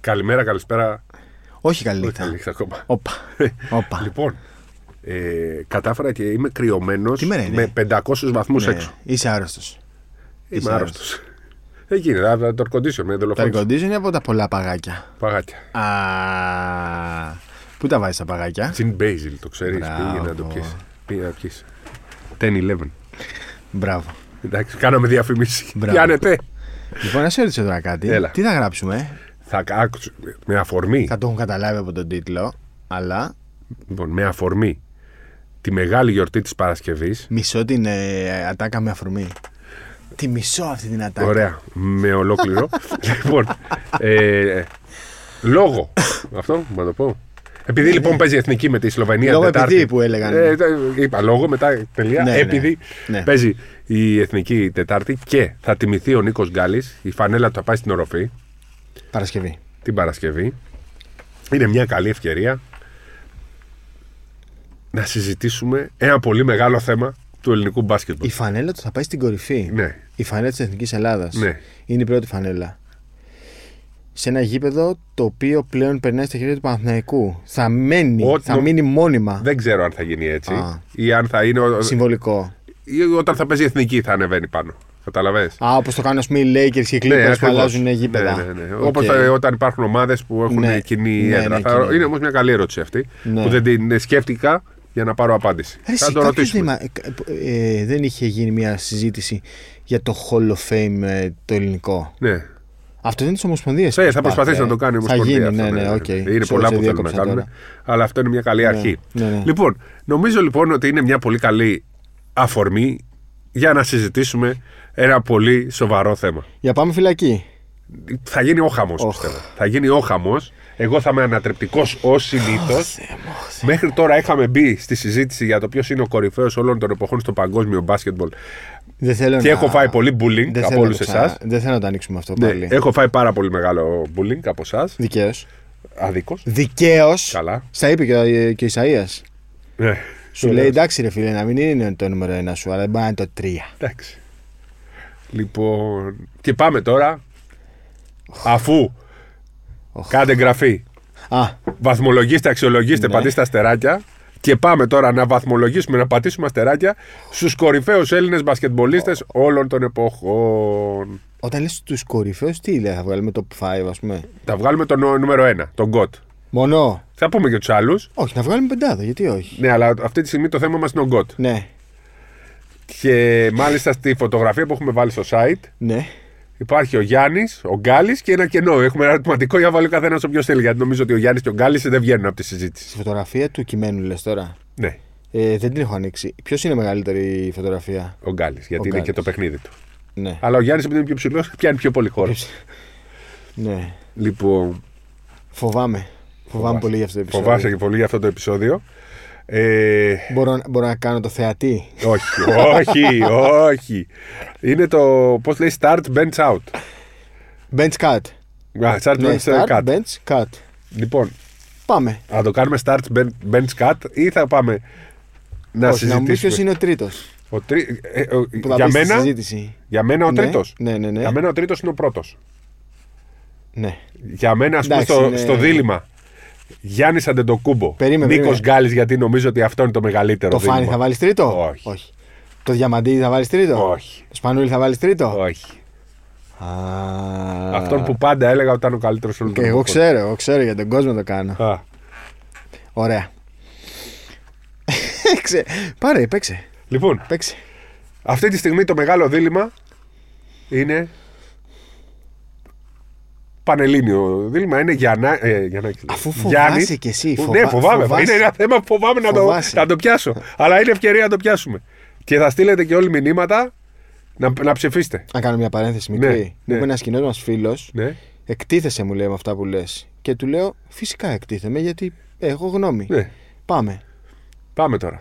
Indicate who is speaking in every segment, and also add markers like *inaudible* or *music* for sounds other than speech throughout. Speaker 1: Καλημέρα, καλησπέρα.
Speaker 2: Όχι καλή
Speaker 1: Όχι καλή
Speaker 2: νύχτα.
Speaker 1: νύχτα ακόμα. *laughs*
Speaker 2: Όπα. Όπα.
Speaker 1: Λοιπόν, ε, κατάφερα και είμαι κρυωμένος
Speaker 2: Τι μέρα είναι?
Speaker 1: με 500 βαθμούς
Speaker 2: Ναι,
Speaker 1: έξω.
Speaker 2: Είσαι άρρωστος.
Speaker 1: Είμαι άρρωστο. Δεν γίνεται, αλλά το air condition με
Speaker 2: Τα air
Speaker 1: δολοφόνησε.
Speaker 2: condition είναι από τα πολλά παγάκια.
Speaker 1: Παγάκια.
Speaker 2: Α, πού τα βάζεις τα παγάκια.
Speaker 1: Τζιν Μπέιζιλ, το ξέρεις.
Speaker 2: Μπράβο.
Speaker 1: Πήγαινε να το πιει. Πήγαινε να πιει. 10-11.
Speaker 2: Μπράβο.
Speaker 1: Εντάξει, κάναμε διαφημίσει.
Speaker 2: Μπράβο.
Speaker 1: Πιάνετε.
Speaker 2: Λοιπόν, να σε ρωτήσω τώρα κάτι.
Speaker 1: Έλα.
Speaker 2: Τι θα γράψουμε.
Speaker 1: Θα άκουσε- με αφορμή.
Speaker 2: Θα το έχουν καταλάβει από τον τίτλο. Αλλά
Speaker 1: Λοιπόν, με αφορμή τη μεγάλη γιορτή της Παρασκευής.
Speaker 2: μισώ την ε, ατάκα με αφορμή. Τη μισώ αυτή την ατάκα.
Speaker 1: Ωραία, με
Speaker 2: *laughs*
Speaker 1: ολόκληρο. λοιπόν, ε, λόγο. Αυτό να το πω. Επειδή λοιπόν παίζει η εθνική με τη Σλοβενία
Speaker 2: Ναι, Λόγω
Speaker 1: Τετάρτη.
Speaker 2: επειδή που έλεγαν.
Speaker 1: Ε, ε, είπα λόγο, μετά τελεία.
Speaker 2: Ναι, ναι.
Speaker 1: επειδή
Speaker 2: Ναι.
Speaker 1: παίζει η εθνική Τετάρτη και θα τιμηθεί ο Νίκος Γκάλης. Η φανέλα του θα πάει στην οροφή
Speaker 2: Παρασκευή.
Speaker 1: την Παρασκευή. Είναι μια καλή ευκαιρία να συζητήσουμε ένα πολύ μεγάλο θέμα του ελληνικού μπάσκετ.
Speaker 2: Η φανέλα του θα πάει στην κορυφή.
Speaker 1: Ναι.
Speaker 2: Η φανέλα της Εθνικής Ελλάδας.
Speaker 1: Ναι.
Speaker 2: Είναι η πρώτη φανέλα. Σε ένα γήπεδο το οποίο πλέον περνάει στα χέρια του Παναθηναϊκού. Θα μένει,
Speaker 1: Ό,τι
Speaker 2: θα
Speaker 1: νο-
Speaker 2: μείνει μόνιμα.
Speaker 1: Δεν ξέρω αν θα γίνει έτσι
Speaker 2: Α.
Speaker 1: ή αν θα είναι. ο-
Speaker 2: Συμβολικό.
Speaker 1: ή όταν θα παίζει η εθνική θα ανεβαίνει πάνω. Καταλαβέ.
Speaker 2: Α, όπως το κάνουν ας πούμε, οι Lakers και οι Clippers που αλλάζουν γήπεδα.
Speaker 1: Ναι, ναι, ναι.
Speaker 2: Οκ.
Speaker 1: Όπως τα- όταν υπάρχουν ομάδες που έχουν
Speaker 2: Ναι.
Speaker 1: κοινή
Speaker 2: Ναι,
Speaker 1: έδρα.
Speaker 2: ναι,
Speaker 1: Θα-
Speaker 2: κοινή.
Speaker 1: Είναι όμως μια καλή ερώτηση αυτή
Speaker 2: Ναι.
Speaker 1: που δεν την σκέφτηκα για να πάρω απάντηση.
Speaker 2: Ρε,
Speaker 1: θα
Speaker 2: εσύ,
Speaker 1: το
Speaker 2: κάποιος
Speaker 1: ρωτήσουμε.
Speaker 2: δεν είμα- ε, ε, δεν είχε γίνει μια συζήτηση για το Hall of Fame ε, το ελληνικό.
Speaker 1: Ναι.
Speaker 2: Αυτό δεν είναι της Ομοσπονδίας.
Speaker 1: Ναι, θα προσπαθήσει να το κάνει η
Speaker 2: Θα
Speaker 1: Ομοσπονδία.
Speaker 2: γίνει,
Speaker 1: αυτό,
Speaker 2: ναι, ναι, οκ. Sorry,
Speaker 1: Είναι πολλά
Speaker 2: σε
Speaker 1: που θέλουν να
Speaker 2: διέκοψα
Speaker 1: κάνουν.
Speaker 2: τώρα.
Speaker 1: Αλλά αυτό είναι μια καλή αρχή.
Speaker 2: ναι, ναι.
Speaker 1: Λοιπόν, νομίζω λοιπόν ότι είναι μια πολύ καλή αφορμή για να συζητήσουμε ένα πολύ σοβαρό θέμα.
Speaker 2: Για πάμε φυλακή.
Speaker 1: Θα γίνει όχαμο,
Speaker 2: Οχ.
Speaker 1: πιστεύω. Θα γίνει όχαμο. Εγώ θα είμαι ανατρεπτικός ως συνήθως. Μέχρι τώρα είχαμε μπει στη συζήτηση για το ποιος είναι ο κορυφαίος όλων των εποχών στο παγκόσμιο μπάσκετμπολ.
Speaker 2: Δεν θέλω
Speaker 1: Και
Speaker 2: να...
Speaker 1: έχω φάει πολύ bullying
Speaker 2: Δεν
Speaker 1: από
Speaker 2: θέλω να το
Speaker 1: όλους
Speaker 2: ξανα-
Speaker 1: εσάς.
Speaker 2: Δεν θέλω να το ανοίξουμε αυτό
Speaker 1: Ναι,
Speaker 2: πάλι.
Speaker 1: έχω φάει πάρα πολύ μεγάλο bullying από εσάς.
Speaker 2: Δικαίως.
Speaker 1: Αδίκως.
Speaker 2: Δικαίως.
Speaker 1: Καλά.
Speaker 2: Στα είπε και ο, ε, και ο Ισαΐας.
Speaker 1: Ναι.
Speaker 2: Σου λέει εντάξει ρε φίλε να μην είναι το νούμερο ένα σου, αλλά δεν μπορεί να είναι το τρία.
Speaker 1: Εντάξει. Λοιπόν, και πάμε τώρα. Αφού
Speaker 2: Οχ.
Speaker 1: κάντε εγγραφή,
Speaker 2: Α,
Speaker 1: βαθμολογήστε, αξιολογήστε,
Speaker 2: Ναι.
Speaker 1: πατήστε αστεράκια. Και πάμε τώρα να βαθμολογήσουμε, να πατήσουμε αστεράκια στους κορυφαίους Έλληνες μπασκετμπολίστες όλων των εποχών.
Speaker 2: όταν λες τους κορυφαίους τι λέει, θα βγάλουμε το 5 ας πούμε.
Speaker 1: Θα βγάλουμε τον νο- νούμερο 1, τον Γκοτ.
Speaker 2: Μονό.
Speaker 1: Θα πούμε και τους άλλους.
Speaker 2: Όχι, να βγάλουμε πεντάδα, γιατί όχι.
Speaker 1: Ναι, αλλά αυτή τη στιγμή το θέμα μας είναι ο Γκοτ.
Speaker 2: Ναι,
Speaker 1: Και μάλιστα στη φωτογραφία που έχουμε βάλει στο site
Speaker 2: ναι.
Speaker 1: Υπάρχει ο Γιάννης, ο Γκάλης και ένα κενό. Έχουμε ένα ερωτηματικό για να βάλει ο καθένας όποιος θέλει. Γιατί νομίζω ότι ο Γιάννης και ο Γκάλης δεν βγαίνουν από τη συζήτηση.
Speaker 2: Στη φωτογραφία του κειμένου λες τώρα.
Speaker 1: Ναι,
Speaker 2: Ε, δεν την έχω ανοίξει. Ποιος είναι η μεγαλύτερη φωτογραφία.
Speaker 1: ο Γκάλης, γιατί
Speaker 2: Ο
Speaker 1: είναι
Speaker 2: Γκάλης.
Speaker 1: και το παιχνίδι του.
Speaker 2: Ναι.
Speaker 1: Αλλά ο Γιάννης, επειδή είναι πιο ψηλός, πιάνει πιο πολύ χώρο.
Speaker 2: ναι.
Speaker 1: λοιπόν,
Speaker 2: Φοβάμαι. Φοβάμαι πολύ για αυτό το επεισόδιο.
Speaker 1: φοβάσαι και πολύ για αυτό το επεισόδιο. Ε,
Speaker 2: Μπορώ, να- μπορώ να κάνω το θεατή. *laughs*
Speaker 1: όχι, όχι, όχι. Είναι το. Πώς λέει, start, bench out.
Speaker 2: Bench cut.
Speaker 1: Α, Start,
Speaker 2: Ναι,
Speaker 1: bench,
Speaker 2: start,
Speaker 1: cut.
Speaker 2: bench cut.
Speaker 1: Λοιπόν,
Speaker 2: Πάμε.
Speaker 1: να το κάνουμε start, ben- bench cut ή θα πάμε να
Speaker 2: Όχι, να μου πεις
Speaker 1: συζητήσουμε.
Speaker 2: ποιος είναι ο τρίτος
Speaker 1: Ο τρι- ε, ε, ο-
Speaker 2: που θα
Speaker 1: για
Speaker 2: μπει στη
Speaker 1: μένα,
Speaker 2: συζήτηση.
Speaker 1: Για μένα ο
Speaker 2: Ναι,
Speaker 1: τρίτος.
Speaker 2: ναι, ναι, ναι.
Speaker 1: Για μένα ο τρίτος είναι ο πρώτος.
Speaker 2: Ναι.
Speaker 1: Για μένα, ας πούμε,
Speaker 2: Εντάξει,
Speaker 1: στο,
Speaker 2: είναι-
Speaker 1: στο δίλημα. Γιάννης Αντεντοκούμπο.
Speaker 2: Περίμενε,
Speaker 1: Νίκος
Speaker 2: περίμενε.
Speaker 1: Γκάλης, γιατί νομίζω ότι αυτό είναι το μεγαλύτερο
Speaker 2: Το
Speaker 1: δίλημα.
Speaker 2: φάνη θα βάλεις τρίτο.
Speaker 1: Όχι.
Speaker 2: Το διαμαντίδι θα βάλεις τρίτο.
Speaker 1: Όχι.
Speaker 2: Το σπανούλι θα βάλεις τρίτο.
Speaker 1: Όχι.
Speaker 2: Α,
Speaker 1: Αυτόν που πάντα έλεγα ότι ήταν ο καλύτερος όλων
Speaker 2: Και
Speaker 1: των
Speaker 2: εγώ
Speaker 1: εποχών.
Speaker 2: ξέρω, εγώ ξέρω για τον κόσμο το κάνω.
Speaker 1: Α,
Speaker 2: Ωραία. *laughs* Ξε- Πάρε, παίξε.
Speaker 1: Λοιπόν,
Speaker 2: παίξε.
Speaker 1: αυτή τη στιγμή το μεγάλο δίλημα είναι. Πανελλήνιο δίλημα είναι Γιάννα. Ε, Γιαννάκης λέω.
Speaker 2: Αφού φοβάσαι
Speaker 1: Γιάννης.
Speaker 2: κι εσύ,
Speaker 1: Που-
Speaker 2: φοβά-
Speaker 1: ναι, φοβάμαι.
Speaker 2: φοβάσαι.
Speaker 1: Είναι ένα θέμα που φοβάμαι να το,
Speaker 2: Φοβάσαι.
Speaker 1: να το πιάσω. Αλλά είναι ευκαιρία να το πιάσουμε. Και θα στείλετε και όλοι μηνύματα να, να ψηφίσετε.
Speaker 2: Να κάνω μια παρένθεση
Speaker 1: Ναι,
Speaker 2: μικρή.
Speaker 1: ναι.
Speaker 2: Μου είπε ένα κοινό μα φίλος,
Speaker 1: Ναι.
Speaker 2: εκτίθεσαι μου λέει με αυτά που λες. Και του λέω, φυσικά εκτίθεμαι γιατί έχω γνώμη.
Speaker 1: ναι.
Speaker 2: Πάμε.
Speaker 1: Πάμε τώρα.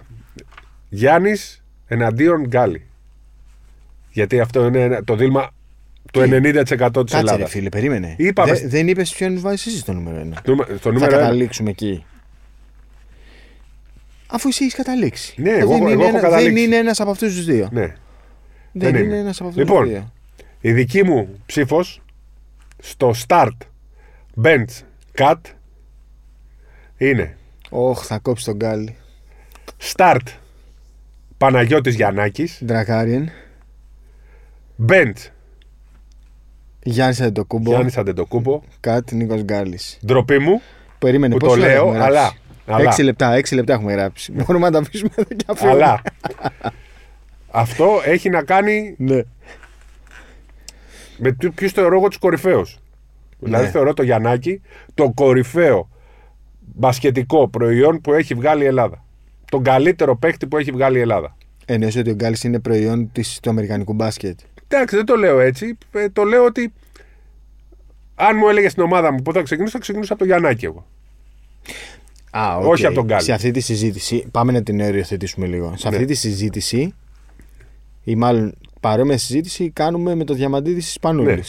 Speaker 1: Γιάννη εναντίον Γκάλι. Γιατί αυτό είναι ένα- το δίλημα του 90% της
Speaker 2: Κάτσε ρε
Speaker 1: Ελλάδας.
Speaker 2: φίλε, περίμενε.
Speaker 1: Είπαμε-
Speaker 2: Δε- δεν είπες ποιον βάζεις εσύ στο νούμερο 1.
Speaker 1: Στο
Speaker 2: Θα
Speaker 1: νούμερο ένα.
Speaker 2: καταλήξουμε εκεί. Αφού εσύ έχεις καταλήξει.
Speaker 1: Ναι,
Speaker 2: Ε,
Speaker 1: εγώ-
Speaker 2: δεν,
Speaker 1: εγώ
Speaker 2: είναι
Speaker 1: έχω
Speaker 2: ένα, δεν
Speaker 1: καταλήξει.
Speaker 2: είναι ένας από αυτούς τους δύο.
Speaker 1: Ναι.
Speaker 2: δεν,
Speaker 1: δεν
Speaker 2: είναι
Speaker 1: είναι.
Speaker 2: ένας από αυτούς
Speaker 1: Λοιπόν.
Speaker 2: του δύο.
Speaker 1: Η δική μου ψήφος στο start Μπέντ, κατ. Είναι.
Speaker 2: Όχ, θα κόψει τον Γκάλι.
Speaker 1: Σταρτ. Παναγιώτης Γιαννάκης.
Speaker 2: Ντρακάριεν.
Speaker 1: Μπέντ.
Speaker 2: Γιάννης Αντετοκούμπο.
Speaker 1: Γιάννης Αντετοκούμπο.
Speaker 2: Κάτ Νίκο Γκάλι.
Speaker 1: Ντροπή μου
Speaker 2: Περίμενε
Speaker 1: που
Speaker 2: πόσα
Speaker 1: το
Speaker 2: λεπτά
Speaker 1: λέω,
Speaker 2: έχουμε γράψει?
Speaker 1: αλλά. αλλά,
Speaker 2: Έξι λεπτά, έξι λεπτά έχουμε γράψει. *laughs* Μπορούμε να τα αφήσουμε εδώ και αφού.
Speaker 1: αλλά. *laughs* αυτό έχει να κάνει
Speaker 2: Ναι.
Speaker 1: με ποιου θεωρώ εγώ τους κορυφαίους. Δηλαδή θεωρώ το Γιαννάκη το κορυφαίο μπασκετικό προϊόν που έχει βγάλει η Ελλάδα. Τον καλύτερο παίκτη που έχει βγάλει η Ελλάδα.
Speaker 2: Εννοείς ότι ο Γκάλι είναι προϊόν της, του αμερικανικού μπάσκετ.
Speaker 1: Εντάξει, δεν το λέω έτσι. Ε, Το λέω ότι αν μου έλεγε στην ομάδα μου πού θα ξεκινήσω, θα ξεκινήσω από τον Γιαννάκη εγώ.
Speaker 2: Α, οκ.
Speaker 1: Όχι από τον Γκάλι.
Speaker 2: Σε αυτή τη συζήτηση, πάμε να την οριοθετήσουμε λίγο. Σε
Speaker 1: Ναι.
Speaker 2: αυτή τη συζήτηση, ή μάλλον παρόμοια συζήτηση, κάνουμε με το διαμαντίδη της Ισπανούλης.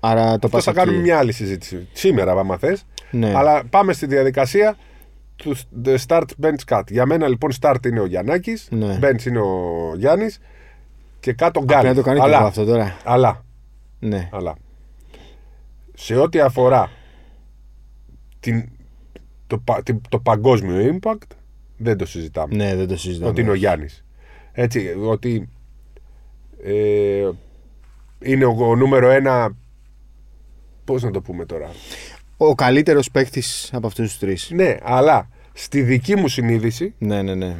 Speaker 2: Άρα το
Speaker 1: Ναι. Αυτό θα
Speaker 2: πας
Speaker 1: κάνουμε
Speaker 2: εκεί.
Speaker 1: μια άλλη συζήτηση. Σήμερα, άμα θες.
Speaker 2: Ναι.
Speaker 1: Αλλά πάμε στη διαδικασία του σ- the start bench cut. Για μένα λοιπόν start είναι ο Γιαννάκης,
Speaker 2: Ναι.
Speaker 1: bench είναι ο Γιάννης και κάτω
Speaker 2: Πρέπει να
Speaker 1: γκάλι.
Speaker 2: το κάνω και εγώ αυτό τώρα.
Speaker 1: αλλά,
Speaker 2: Ναι.
Speaker 1: αλλά σε ό,τι αφορά την, το, πα- την- το παγκόσμιο impact, δεν το συζητάμε.
Speaker 2: ναι, δεν το συζητάμε.
Speaker 1: Ότι είναι ο Γιάννης. Έτσι, ότι ε, είναι ο, ο νούμερο ένα. Πώς να το πούμε τώρα.
Speaker 2: Ο καλύτερος παίκτης από αυτούς τους τρεις.
Speaker 1: Ναι, αλλά στη δική μου συνείδηση,
Speaker 2: Ναι, ναι, ναι.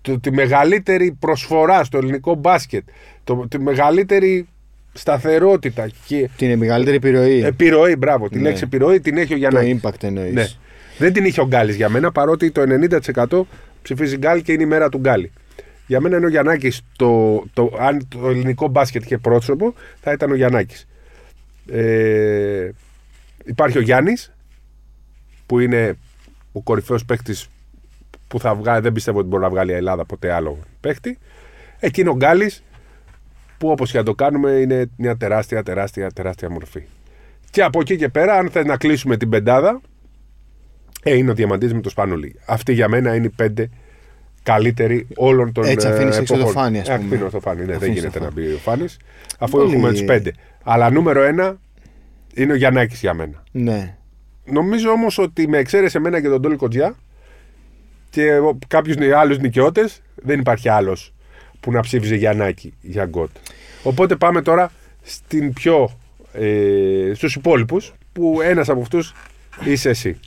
Speaker 1: το, τη μεγαλύτερη προσφορά στο ελληνικό μπάσκετ, το, τη μεγαλύτερη σταθερότητα και
Speaker 2: Την μεγαλύτερη επιρροή.
Speaker 1: επιρροή, μπράβο, τη
Speaker 2: Ναι.
Speaker 1: λέξη επιρροή την έχει ο
Speaker 2: Το
Speaker 1: Γιάννη.
Speaker 2: impact εννοείς.
Speaker 1: Ε, Ναι. Δεν την είχε ο Γκάλης για μένα, παρότι το 90% ψηφίζει Γκάλη και είναι η μέρα του Γκάλη. Για μένα είναι ο Γιαννάκης. Το, το, αν το ελληνικό μπάσκετ είχε πρόσωπο, θα ήταν ο Γιαννάκης. Ε, υπάρχει ο Γιάννης, που είναι ο κορυφαίος παίκτης που θα βγάλει. Δεν πιστεύω ότι μπορεί να βγάλει η Ελλάδα ποτέ άλλο παίκτη. Εκεί είναι ο Γκάλης, που όπως και να το κάνουμε είναι μια τεράστια, τεράστια, τεράστια μορφή. Και από εκεί και πέρα, αν θες να κλείσουμε την πεντάδα, ε, είναι ο Διαμαντής με το Σπανούλη. Αυτή για μένα είναι οι πέντε καλύτεροι όλων των
Speaker 2: Έτσι αφήνεις
Speaker 1: ε,
Speaker 2: έξω
Speaker 1: εποχών.
Speaker 2: το Φάνη, ας
Speaker 1: Ε,
Speaker 2: πούμε.
Speaker 1: αφήνω το Φάνη, ναι, δεν
Speaker 2: Αφήνεις
Speaker 1: γίνεται
Speaker 2: το
Speaker 1: να μπει ο Φάνης. Αφού
Speaker 2: Πολύ-
Speaker 1: έχουμε τους πέντε. Αλλά νούμερο ένα είναι ο Γιαννάκης για μένα.
Speaker 2: ναι.
Speaker 1: Νομίζω όμως ότι με εξαίρεση εμένα και τον Τόλι Κοντζιά και κάποιου άλλου νοικιώτες, δεν υπάρχει άλλος που να ψήφιζε Γιαννάκη για γκολ. Οπότε πάμε τώρα στην πιο. Ε, στους υπόλοιπους που ένας από αυτούς είσαι εσύ.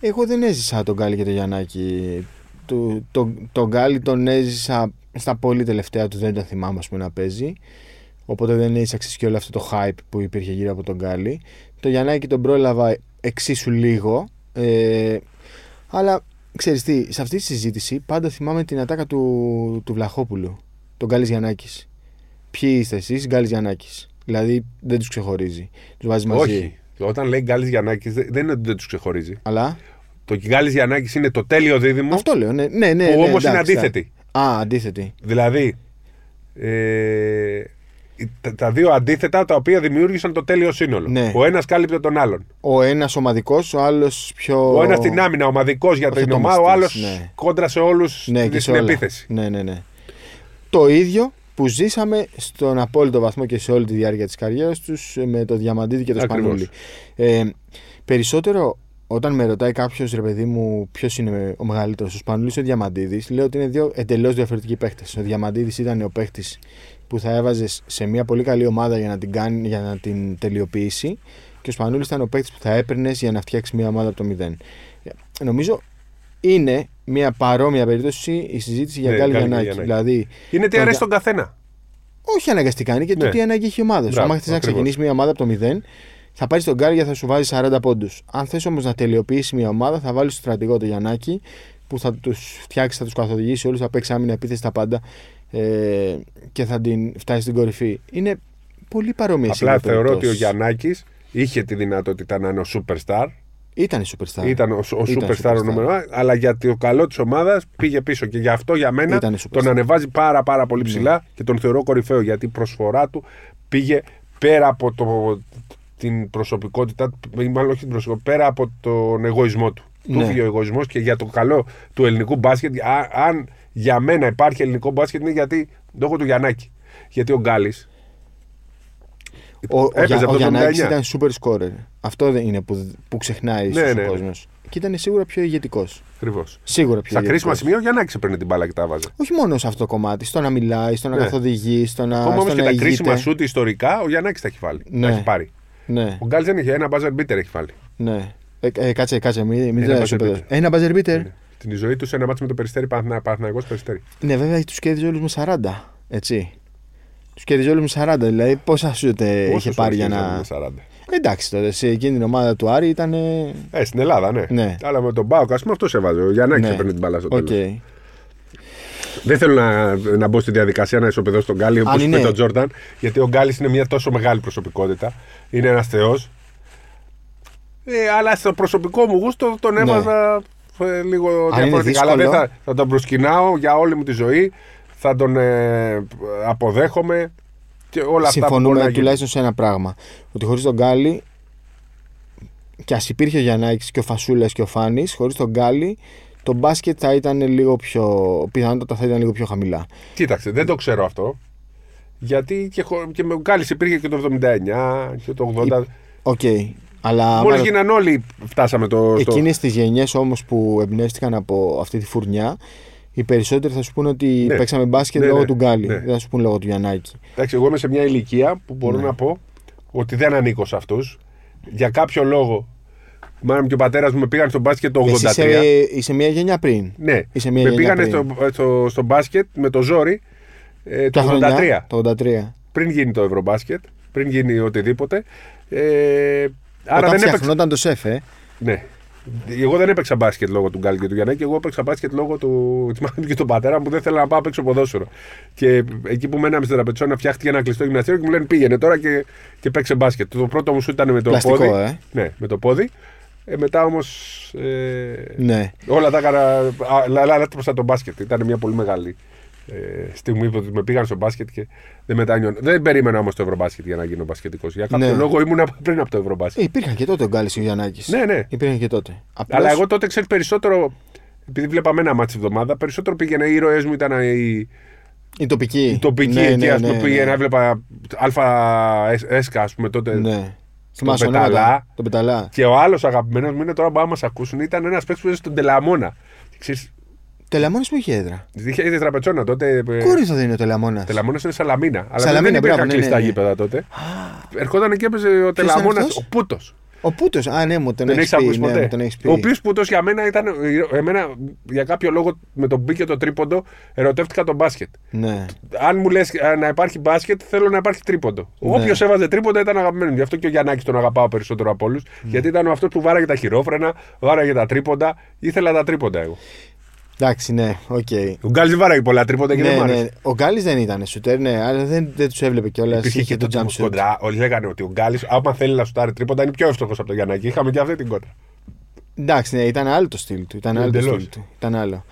Speaker 2: Εγώ δεν έζησα τον Γκάλι και τον Γιαννάκη. Το, το, τον Γκάλι τον έζησα στα πολύ τελευταία του, δεν τον θυμάμαι ας πούμε, να παίζει. Οπότε δεν έζησα και όλο αυτό το hype που υπήρχε γύρω από τον Γκάλι. Το Γιαννάκη τον πρόλαβα εξίσου λίγο. Ε, αλλά ξέρεις τι, σε αυτή τη συζήτηση πάντα θυμάμαι την ατάκα του, του Βλαχόπουλου. Τον Γκάλης Γιαννάκης. Ποιοι είστε εσείς, Γκάλης Γιαννάκης. Δηλαδή δεν τους ξεχωρίζει. Τους βάζεις μαζί.
Speaker 1: Όχι. Όταν λέει Γκάλης Γιαννάκης δεν δεν είναι ότι δεν τους ξεχωρίζει.
Speaker 2: Αλλά
Speaker 1: Το Γκάλης Γιαννάκης είναι το τέλειο δίδυμο
Speaker 2: αυτό λέω, ναι, ναι, ναι.
Speaker 1: που
Speaker 2: ναι,
Speaker 1: όμως είναι
Speaker 2: εντάξει,
Speaker 1: αντίθετη.
Speaker 2: Α, αντίθετη.
Speaker 1: Δηλαδή, ε, τα, τα δύο αντίθετα τα οποία δημιούργησαν το τέλειο σύνολο.
Speaker 2: Ναι.
Speaker 1: Ο ένας κάλυπτε τον άλλον.
Speaker 2: Ο ένας ομαδικός, ο άλλος πιο.
Speaker 1: Ο ένας στην άμυνα, ομαδικός για την ομάδα, ο άλλος
Speaker 2: πρωταγωνιστής, ναι.
Speaker 1: κόντρα σε όλους
Speaker 2: ναι, και
Speaker 1: στην
Speaker 2: σε όλα.
Speaker 1: επίθεση.
Speaker 2: Ναι, ναι, ναι. Το ίδιο που ζήσαμε στον απόλυτο βαθμό και σε όλη τη διάρκεια της καριέρας τους με το Διαμαντίδη και το
Speaker 1: Ακριβώς.
Speaker 2: Σπανούλη. Ε, περισσότερο όταν με ρωτάει κάποιος ρε παιδί μου ποιος είναι ο μεγαλύτερος, ο Σπανούλης ή ο Διαμαντίδης, λέω ότι είναι δύο εντελώς διαφορετικοί παίχτε. Ο Διαμαντίδης ήταν ο παίχτη που θα έβαζες σε μια πολύ καλή ομάδα για να την, κάνει, για να την τελειοποιήσει και ο Σπανούλης ήταν ο παίκτης που θα έπαιρνες για να φτιάξεις μια ομάδα από το μηδέν. Ε, Νομίζω είναι μια παρόμοια περίπτωση η συζήτηση για
Speaker 1: Ναι,
Speaker 2: Γκάλι
Speaker 1: Γκάλι και
Speaker 2: Γιαννάκη.
Speaker 1: Γιαννάκη.
Speaker 2: Δηλαδή,
Speaker 1: Είναι τι
Speaker 2: Τον
Speaker 1: αρέσει
Speaker 2: Γκα-
Speaker 1: τον καθένα.
Speaker 2: όχι αναγκαστικά, είναι και το
Speaker 1: Ναι.
Speaker 2: τι ανάγκη έχει η ομάδα σου.
Speaker 1: Μπράβο,
Speaker 2: Αν θε να
Speaker 1: ακριβώς.
Speaker 2: ξεκινήσεις μια ομάδα από το 0, θα πάρεις τον Γκάρι και θα σου βάζει 40 πόντους. Αν θες όμως να τελειοποιήσεις μια ομάδα, θα βάλεις τον στρατηγό τον Γιαννάκη που θα τους φτιάξει, θα τους καθοδηγήσει όλους, θα παίξει άμυνα, επίθεση τα πάντα ε, και θα την φτάσει στην κορυφή. Είναι πολύ παρόμοιες
Speaker 1: Απλά θεωρώ ότι ο Γιαννάκης είχε τη δυνατότητα να είναι ο superstar.
Speaker 2: Ήταν superstar.
Speaker 1: Ήταν ο, ο
Speaker 2: Ήταν
Speaker 1: superstar ο
Speaker 2: superstar.
Speaker 1: νούμερο ένα, αλλά για το καλό της ομάδας πήγε πίσω. Και γι' αυτό για μένα
Speaker 2: Ήταν superstar. Ναι.
Speaker 1: τον ανεβάζει πάρα πάρα πολύ ψηλά και τον θεωρώ κορυφαίο γιατί η προσφορά του πήγε πέρα από το, την προσωπικότητά του, ή μάλλον όχι την προσωπικότητα, πέρα από τον εγωισμό του.
Speaker 2: Ναι.
Speaker 1: Του φύγει ο εγωισμός και για το καλό του ελληνικού μπάσκετ. Α- αν για μένα υπάρχει ελληνικό μπάσκετ είναι γιατί λόγω του Γιαννάκη. Γιατί ο Γκάλης
Speaker 2: Ο, ο,
Speaker 1: Έπαιζε
Speaker 2: Για-
Speaker 1: από
Speaker 2: ο
Speaker 1: το
Speaker 2: Γιαννάκης
Speaker 1: 79.
Speaker 2: ήταν super scorer. Αυτό δεν είναι που, που ξεχνάει
Speaker 1: Ναι,
Speaker 2: ναι,
Speaker 1: ναι,
Speaker 2: ο
Speaker 1: ναι.
Speaker 2: κόσμο. Και ήταν σίγουρα πιο ηγετικός.
Speaker 1: Ακριβώς.
Speaker 2: Σίγουρα πιο
Speaker 1: Στα κρίσιμα
Speaker 2: ηγετικός.
Speaker 1: σημεία ο Γιαννάκης έπαιρνε την μπάλα και τα βάζε.
Speaker 2: Όχι μόνο σε αυτό το κομμάτι, στο να μιλάει, στο να
Speaker 1: Ναι.
Speaker 2: καθοδηγεί, στο να.
Speaker 1: Ακόμα
Speaker 2: στο
Speaker 1: όμω και
Speaker 2: να
Speaker 1: τα
Speaker 2: ηγείται.
Speaker 1: κρίσιμα σουτ ιστορικά ο Γιαννάκης τα έχει βάλει.
Speaker 2: Ναι.
Speaker 1: Τα έχει πάρει.
Speaker 2: Ναι,
Speaker 1: Ο Γκάλι δεν είχε ένα buzzer beater έχει βάλει.
Speaker 2: ναι. Ε, ε, κάτσε, κάτσε, μην μη
Speaker 1: Ένα
Speaker 2: τρελασεις
Speaker 1: buzzer
Speaker 2: ο παιδός.
Speaker 1: beater. Ναι.
Speaker 2: Ένα buzzer beater.
Speaker 1: Την ζωή τους σε ένα μάτσο με το περιστέρι Παναθηνα- Παναθηναϊκός περιστέρι.
Speaker 2: Ναι, βέβαια τους κέρδιζε όλους με 40. Έτσι. Τους κέρδιζε όλους με 40. Δηλαδή, πόσα σουτ ε, είχε
Speaker 1: Πόσους
Speaker 2: πάρει για
Speaker 1: φορές
Speaker 2: να.
Speaker 1: κέρδισε με 40.
Speaker 2: Εντάξει τώρα, σε εκείνη την ομάδα του Άρη ήταν. ε,
Speaker 1: Ε, στην Ελλάδα, ναι.
Speaker 2: Ναι.
Speaker 1: Αλλά με τον Πάοκ, ας πούμε, αυτό έβαζε. Ο Γιαννάκη
Speaker 2: ναι.
Speaker 1: έπαιρνε την μπάλα στο
Speaker 2: Οκ.
Speaker 1: τέλος. Δεν θέλω να, να μπω στη διαδικασία να ισοπεδώσω τον Γκάλι όπως
Speaker 2: είναι.
Speaker 1: είπε τον Τζόρνταν, γιατί ο Γκάλι είναι μια τόσο μεγάλη προσωπικότητα. Είναι ένας θεός. Ε, αλλά στο προσωπικό μου γούστο τον έβαζα ε, λίγο
Speaker 2: Ναι. είναι
Speaker 1: διαφορετικά. Αλλά δεν
Speaker 2: δύσκολο.
Speaker 1: θα, θα τον προσκυνάω για όλη μου τη ζωή. Θα τον ε, αποδέχομαι και όλα αυτά που μπορεί να
Speaker 2: Συμφωνούμε
Speaker 1: γίνουν.
Speaker 2: τουλάχιστον σε ένα πράγμα. Ότι χωρίς τον Γκάλι. Κι ας υπήρχε ο Γιαννάκης και ο Φασούλας και ο Φάνης, χωρίς τον Γκάλι το μπάσκετ θα ήταν λίγο πιο. πιθανότατα θα ήταν λίγο πιο χαμηλά.
Speaker 1: Κοίταξε, δεν το ξέρω αυτό. Γιατί και, χω- και με ο Γκάλης υπήρχε και το 79 και το 80.
Speaker 2: Οκ. Αλλά.
Speaker 1: Μόλις
Speaker 2: άμα-
Speaker 1: γίναν όλοι, φτάσαμε το. στο-
Speaker 2: Εκείνες τις γενιές όμως που εμπνεύστηκαν από αυτή τη φουρνιά, οι περισσότεροι θα σου πούνε ότι
Speaker 1: Ναι.
Speaker 2: παίξαμε μπάσκετ
Speaker 1: Ναι,
Speaker 2: λόγω
Speaker 1: ναι,
Speaker 2: του Γκάλι.
Speaker 1: ναι.
Speaker 2: Δεν θα σου πούνε λόγω του Γιαννάκη.
Speaker 1: Εντάξει, εγώ είμαι σε μια ηλικία που
Speaker 2: Ναι.
Speaker 1: μπορώ να πω ότι δεν ανήκω σε αυτούς. Για κάποιο λόγο, η μάνα μου και ο πατέρας μου με πήγαν στο μπάσκετ το 83.
Speaker 2: Εσύ είσαι, είσαι μια γενιά πριν.
Speaker 1: Ναι,
Speaker 2: είσαι μια
Speaker 1: με
Speaker 2: γενιά
Speaker 1: πήγανε στο, ε,
Speaker 2: πριν.
Speaker 1: στο, στο μπάσκετ με το ζόρι ε,
Speaker 2: Ποια
Speaker 1: το 83.
Speaker 2: χρονιά? Το 83.
Speaker 1: Πριν γίνει το ευρωμπάσκετ, πριν γίνει οτιδήποτε. Ε, άρα
Speaker 2: Όταν
Speaker 1: δεν έπαιξα.
Speaker 2: φτιαχνόταν το σεφ, ε.
Speaker 1: Ναι. Εγώ δεν έπαιξα μπάσκετ λόγω του Γκάλ και του Γιαννάκη. Εγώ έπαιξα μπάσκετ λόγω του της μάνας μου και του πατέρα μου που δεν θέλανε να πάω απ' έξω ποδόσφαιρο. Και εκεί που μέναμε στην Τραπετσόνα φτιάχτηκε ένα κλειστό γυμναστήριο και μου λένε πήγαινε τώρα και, και παίξε μπάσκετ. Το πρώτο μου σου ήταν με το
Speaker 2: Πλαστικό,
Speaker 1: πόδι.
Speaker 2: ε.
Speaker 1: Ναι, με το πόδι. Ε, μετά όμως. Ε,
Speaker 2: Ναι.
Speaker 1: Όλα τα έκανα. Λάτρεψα το μπάσκετ. Ήταν μια πολύ μεγάλη ε, στιγμή που με πήγαν στο μπάσκετ και δεν μετάνιωνα. Δεν περίμενα όμως το ευρωμπάσκετ για να γίνω μπασκετικός. Για κάποιο
Speaker 2: Ναι.
Speaker 1: λόγο ήμουν πριν από το ευρωμπάσκετ.
Speaker 2: Ε, υπήρχαν και τότε ο Γκάλι και ο Γιαννάκης.
Speaker 1: Ναι, ναι.
Speaker 2: Υπήρχαν και τότε. Απλώς,
Speaker 1: Αλλά εγώ τότε ξέρεις περισσότερο. Επειδή βλέπαμε ένα μάτι εβδομάδα, περισσότερο πήγαινα. Οι ήρωές μου ήταν οι
Speaker 2: Η τοπική. Ναι, Η
Speaker 1: τοπικοί εκεί. Ας πούμε, πήγαινα, έβλεπα Αλφα Έσκα, ας πούμε τότε.
Speaker 2: Ναι. Θυμάσαι
Speaker 1: Πεταλά.
Speaker 2: ονόματα. Το πεταλά.
Speaker 1: Και ο άλλος αγαπημένος μου είναι τώρα που άμα μα ακούσουν, ήταν ένας παίκτης που έζησε στον Τελαμόνα. Ξέρεις,
Speaker 2: Τελαμόνα που είχε έδρα.
Speaker 1: είχε είχε τραπετσόνα τότε.
Speaker 2: Κόρυφο δεν είναι ο Τελαμόνα.
Speaker 1: Τελαμόνα είναι Σαλαμίνα. Αλλά
Speaker 2: Σαλαμίνα,
Speaker 1: δεν υπήρχαν
Speaker 2: μπράβο, ναι,
Speaker 1: κλειστά
Speaker 2: ναι, ναι.
Speaker 1: γήπεδα τότε. Ερχόταν και έπαιζε ο
Speaker 2: ήταν
Speaker 1: Τελαμόνα,
Speaker 2: αυτός?
Speaker 1: ο Πούτος.
Speaker 2: Ο Πούτος. Α, ναι, μου τον
Speaker 1: Δεν
Speaker 2: έχεις
Speaker 1: έχεις
Speaker 2: πει,
Speaker 1: ακούσει
Speaker 2: ναι,
Speaker 1: ποτέ.
Speaker 2: μου τον έχεις πει.
Speaker 1: Ο οποίος Πούτος για μένα ήταν. ε, Εμένα, για κάποιο λόγο, με τον μπήκε το τρίποντο, ερωτεύτηκα τον μπάσκετ.
Speaker 2: Ναι.
Speaker 1: αν μου λες να υπάρχει μπάσκετ, θέλω να υπάρχει τρίποντο.
Speaker 2: Ναι.
Speaker 1: Όποιος έβαζε τρίποντα ήταν αγαπημένος. μου. Γι' αυτό και ο Γιαννάκης τον αγαπάω περισσότερο από όλους.
Speaker 2: Ναι.
Speaker 1: Γιατί ήταν αυτός που βάραγε τα χειρόφρενα, βάραγε τα τρίποντα. Ήθελα τα τρίποντα εγώ.
Speaker 2: Εντάξει, ναι, οκ.
Speaker 1: Ο Γκάλι δεν βάραγε πολλά τρίποντα και δεν
Speaker 2: Ναι,
Speaker 1: μ' άρεσε.
Speaker 2: ναι. Ο Γκάλης δεν ήταν σουτέρ, ναι, αλλά δεν, δεν τους έβλεπε κιόλας.
Speaker 1: Υπήρχε και το jump
Speaker 2: shoot.
Speaker 1: κοντρά. Όλοι λέγανε ότι ο Γκάλι, άμα θέλει να σουτάρει τρίποντα, είναι πιο εύστοχος από τον Γιαννάκη. Είχαμε και αυτή την κόντρα.
Speaker 2: Εντάξει, ναι, ήταν άλλο το στυλ του. Ήταν άλλο το
Speaker 1: Ναι, Εντελώς.
Speaker 2: στυλ του. Ήταν άλλο.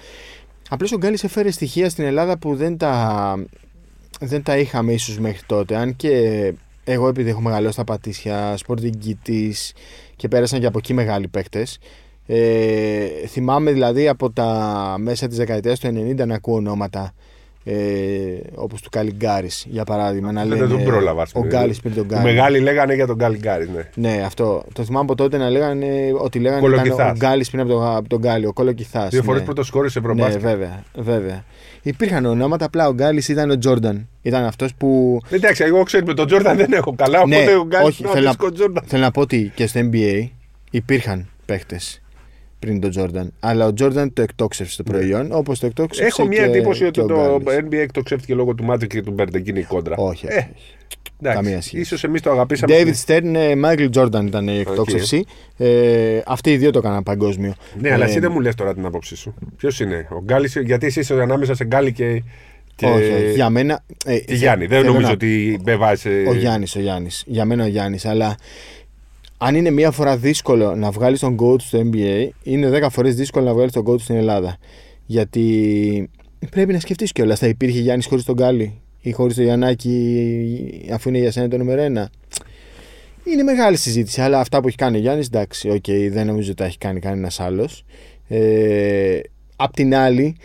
Speaker 2: Απλώς ο Γκάλης έφερε στοιχεία στην Ελλάδα που δεν τα, δεν τα είχαμε ίσως μέχρι τότε. Αν και εγώ επειδή έχω μεγαλώσει τα πατήσια, σπορτιγκητή και πέρασαν και από εκεί μεγάλοι παίκτες. Ε, θυμάμαι δηλαδή από τα μέσα της δεκαετίας του 90 να ακούω ονόματα ε, όπως του Καλιγκάρης για παράδειγμα να
Speaker 1: Δεν
Speaker 2: λένε ε,
Speaker 1: τον πρόλαβα. ας
Speaker 2: ο
Speaker 1: πούμε.
Speaker 2: Γκάλης πριν τον
Speaker 1: Οι
Speaker 2: Γκάλη
Speaker 1: Μεγάλοι λέγανε για τον Γκάλι Γκάλι. Ναι.
Speaker 2: ναι, αυτό. Το θυμάμαι από τότε να λέγανε ναι, ότι λέγανε ήταν
Speaker 1: Κολοκυθάς.
Speaker 2: ο Γκάλης πριν από τον, από τον Γκάλη, ο Κολοκυθάς.
Speaker 1: Δύο φορές
Speaker 2: ναι.
Speaker 1: πρώτος σκόρε σε
Speaker 2: Ναι,
Speaker 1: Ευρωμπάσκετ.
Speaker 2: βέβαια, βέβαια. Υπήρχαν ονόματα, απλά ο Γκάλης ήταν ο Τζόρνταν. Ήταν αυτός που.
Speaker 1: Εντάξει, εγώ ξέρει με τον Τζόρνταν δεν έχω καλά. Οπότε ο Γκάλι
Speaker 2: Ναι, όχι,
Speaker 1: είναι ο
Speaker 2: θέλω,
Speaker 1: αντίστοιχος
Speaker 2: να,
Speaker 1: Τζόρνταν.
Speaker 2: θέλω να πω ότι και στο NBA υπήρχαν παίχτε πριν τον Τζόρνταν. Αλλά ο Τζόρνταν το εκτόξευσε το προϊόν, όπως το εκτόξευσε.
Speaker 1: Ναι. Έχω μια
Speaker 2: και-
Speaker 1: εντύπωση
Speaker 2: και
Speaker 1: ότι
Speaker 2: ο
Speaker 1: το
Speaker 2: Γκάλης.
Speaker 1: NBA εκτοξεύτηκε λόγω του Magic και του Bird. Εκείνη η κόντρα.
Speaker 2: Όχι.
Speaker 1: Ε, εντάξει.
Speaker 2: καμία σχέση.
Speaker 1: Ίσως εμείς το αγαπήσαμε.
Speaker 2: David Stern, ναι, Michael Jordan ήταν η εκτόξευση. Ε, αυτοί οι δύο το έκαναν παγκόσμιο.
Speaker 1: Ναι, αλλά
Speaker 2: Ε,
Speaker 1: εσύ δεν μου λες τώρα την άποψή σου. Ποιος είναι, ο Γκάλης, γιατί εσύ είσαι ανάμεσα σε Γκάλη και, και,
Speaker 2: Όχι, όχι. για μένα. ε,
Speaker 1: και
Speaker 2: θε-
Speaker 1: Γιάννη. Δεν
Speaker 2: θέλω
Speaker 1: νομίζω
Speaker 2: να-
Speaker 1: ότι με βάζει.
Speaker 2: Ο Γιάννης, ο Γιάννης. Για μένα ο Γιάννης. Αλλά αν είναι μία φορά δύσκολο να βγάλεις τον coach στο NBA, είναι 10 φορές δύσκολο να βγάλεις τον coach στην Ελλάδα. Γιατί πρέπει να σκεφτείς κιόλας. Θα υπήρχε Γιάννης χωρίς τον Γκάλι ή χωρίς τον Γιαννάκη, αφού είναι για σένα το νούμερο ένα. Είναι μεγάλη συζήτηση, αλλά αυτά που έχει κάνει ο Γιάννης, εντάξει, οκ, δεν νομίζω ότι τα έχει κάνει κανένας άλλος. Ε, απ' την άλλη,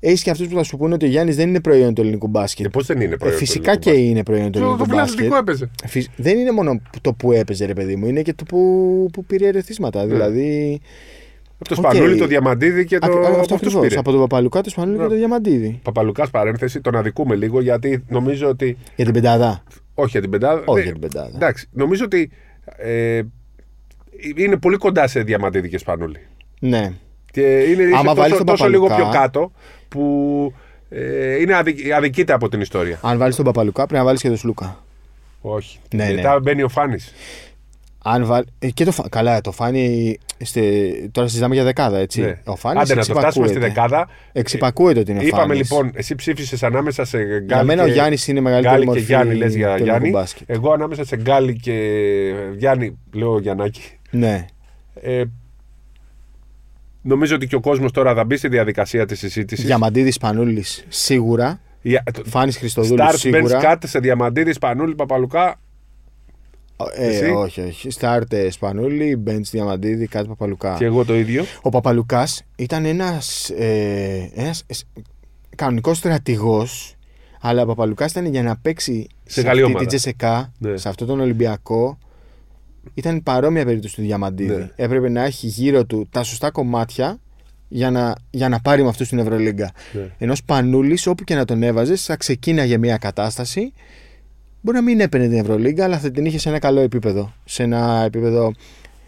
Speaker 2: έχει και αυτούς που θα σου πούνε ότι ο Γιάννης δεν είναι προϊόν του ελληνικού μπάσκετ.
Speaker 1: Και πώς δεν είναι
Speaker 2: Ε,
Speaker 1: προϊόν.
Speaker 2: φυσικά και είναι προϊόν του
Speaker 1: Το, το
Speaker 2: ελληνικού μπάσκετ.
Speaker 1: φιλανδικό έπαιζε.
Speaker 2: Φυσ- Δεν είναι μόνο το που έπαιζε, ρε παιδί μου, είναι και το που, που πήρε ερεθίσματα. Δηλαδή.
Speaker 1: Από το
Speaker 2: Οκ.
Speaker 1: Σπανούλη, το Διαμαντίδη και το.
Speaker 2: Ακ-
Speaker 1: από
Speaker 2: αυτός
Speaker 1: αυτούς
Speaker 2: ακριβώς.
Speaker 1: πήρε.
Speaker 2: Από τον Παπαλουκά, τον Σπανούλη και
Speaker 1: Ναι.
Speaker 2: τον Διαμαντίδη.
Speaker 1: Παπαλουκάς παρένθεση, τον αδικούμε λίγο γιατί νομίζω ότι.
Speaker 2: Για την πεντάδα.
Speaker 1: Όχι για την πεντάδα.
Speaker 2: Όχι
Speaker 1: δεν-
Speaker 2: για την πεντάδα.
Speaker 1: Ναι. Εντάξει, νομίζω ότι ε, είναι πολύ κοντά σε Διαμαντίδη και Σπανούλη.
Speaker 2: Ναι.
Speaker 1: Και είναι είσαι
Speaker 2: Άμα βάλεις
Speaker 1: τόσο,
Speaker 2: τον
Speaker 1: τόσο λίγο
Speaker 2: Παπαλουκά-
Speaker 1: πιο κάτω που ε, είναι αδικ, αδικείται από την ιστορία.
Speaker 2: Αν βάλεις τον Παπαλουκά, πρέπει να βάλεις και τον Σλούκα.
Speaker 1: Όχι.
Speaker 2: Ναι,
Speaker 1: Μετά Ε, μπαίνει ο Φάνης.
Speaker 2: Αν βάλ... ε, και το φα... Καλά, το φάνη. Στε... Τώρα συζητάμε για δεκάδα, έτσι. Ο φάνης.
Speaker 1: Ναι. Άντε να το φτάσουμε στη δεκάδα.
Speaker 2: Εξυπακούεται ότι είναι
Speaker 1: Είπαμε
Speaker 2: φάνης.
Speaker 1: λοιπόν, εσύ ψήφισες ανάμεσα σε Γκάλι.
Speaker 2: Για μένα
Speaker 1: και...
Speaker 2: ο Γιάννης είναι μεγαλύτερη
Speaker 1: Γκάλι και
Speaker 2: μορφή.
Speaker 1: Γιάννη, λες για
Speaker 2: του
Speaker 1: Γιάννη.
Speaker 2: ελληνικού μπάσκετ.
Speaker 1: Εγώ ανάμεσα σε Γκάλι και Γιάννη, λέω Γιαννάκη.
Speaker 2: Ναι.
Speaker 1: Ε, νομίζω ότι και ο κόσμος τώρα θα μπει στη διαδικασία της συζήτησης.
Speaker 2: Διαμαντίδης Σπανούλη σίγουρα. Φάνης Χριστοδούλης
Speaker 1: Σταρ Μπεν
Speaker 2: σίγουρα.
Speaker 1: Κάτ σε Διαμαντίδης, Σπανούλη, Παπαλουκά.
Speaker 2: Ε,
Speaker 1: Εσύ?
Speaker 2: όχι, όχι. Στάρτες Σπανούλη, Μπέντ Διαμαντίδη, κάτι Παπαλουκά.
Speaker 1: Και εγώ το ίδιο.
Speaker 2: Ο Παπαλουκάς ήταν ένας ε, ένας σ- κανονικός στρατηγός, αλλά ο Παπαλουκάς ήταν για να παίξει
Speaker 1: Σε καλή
Speaker 2: αυτή
Speaker 1: ομάδα.
Speaker 2: τη Τζεσεκά,
Speaker 1: Ναι.
Speaker 2: σε αυτόν τον Ολυμπιακό. Ήταν παρόμοια περίπτωση του Διαμαντίδη.
Speaker 1: Ναι.
Speaker 2: Έπρεπε να έχει γύρω του τα σωστά κομμάτια για να, για να πάρει με αυτούς την Ευρωλίγκα.
Speaker 1: Ναι.
Speaker 2: Ενώ Σπανούλη, όπου και να τον έβαζες, θα ξεκίναγε μια κατάσταση. Μπορεί να μην έπαιρνε την Ευρωλίγκα, αλλά θα την είχε σε ένα καλό επίπεδο. Σε ένα επίπεδο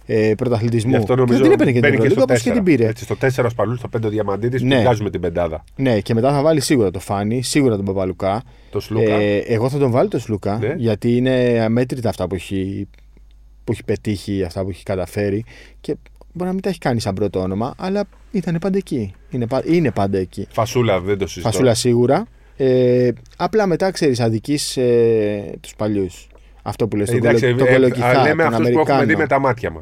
Speaker 2: ε, πρωταθλητισμού.
Speaker 1: Γι' αυτό
Speaker 2: Και
Speaker 1: νομίζω
Speaker 2: δεν την έπαιρνε και την
Speaker 1: μπαίνει
Speaker 2: Ευρωλίγκα,
Speaker 1: στο
Speaker 2: όπως και την
Speaker 1: 4.
Speaker 2: πήρε.
Speaker 1: Έτσι, στο 4 Σπανούλη, στο 5 Διαμαντίδης,
Speaker 2: Ναι.
Speaker 1: ναι. βγάζουμε την πεντάδα.
Speaker 2: Ναι, και μετά θα βάλει σίγουρα το Φάνη, σίγουρα τον Παπαλουκά.
Speaker 1: Το Σλούκα.
Speaker 2: Ε, εγώ θα τον βάλω τον Σλούκα,
Speaker 1: Ναι.
Speaker 2: γιατί είναι αμέτρητα αυτά που έχει, που έχει πετύχει, αυτά που έχει καταφέρει. Και μπορεί να μην τα έχει κάνει σαν πρώτο όνομα, αλλά ήταν πάντα εκεί. Είναι, πα- είναι πάντα εκεί.
Speaker 1: Φασούλα, δεν το συζητώ.
Speaker 2: Φασούλα σίγουρα. Ε, απλά μετά ξέρεις, αδική ε, τους παλιούς. Αυτό που λες, τον,
Speaker 1: Εντάξει,
Speaker 2: κολο, τον
Speaker 1: ε,
Speaker 2: κολοκυθά,
Speaker 1: α, λέμε
Speaker 2: τον
Speaker 1: αυτούς που έχουμε δει με
Speaker 2: Αμερικάνο.
Speaker 1: τα μάτια μα.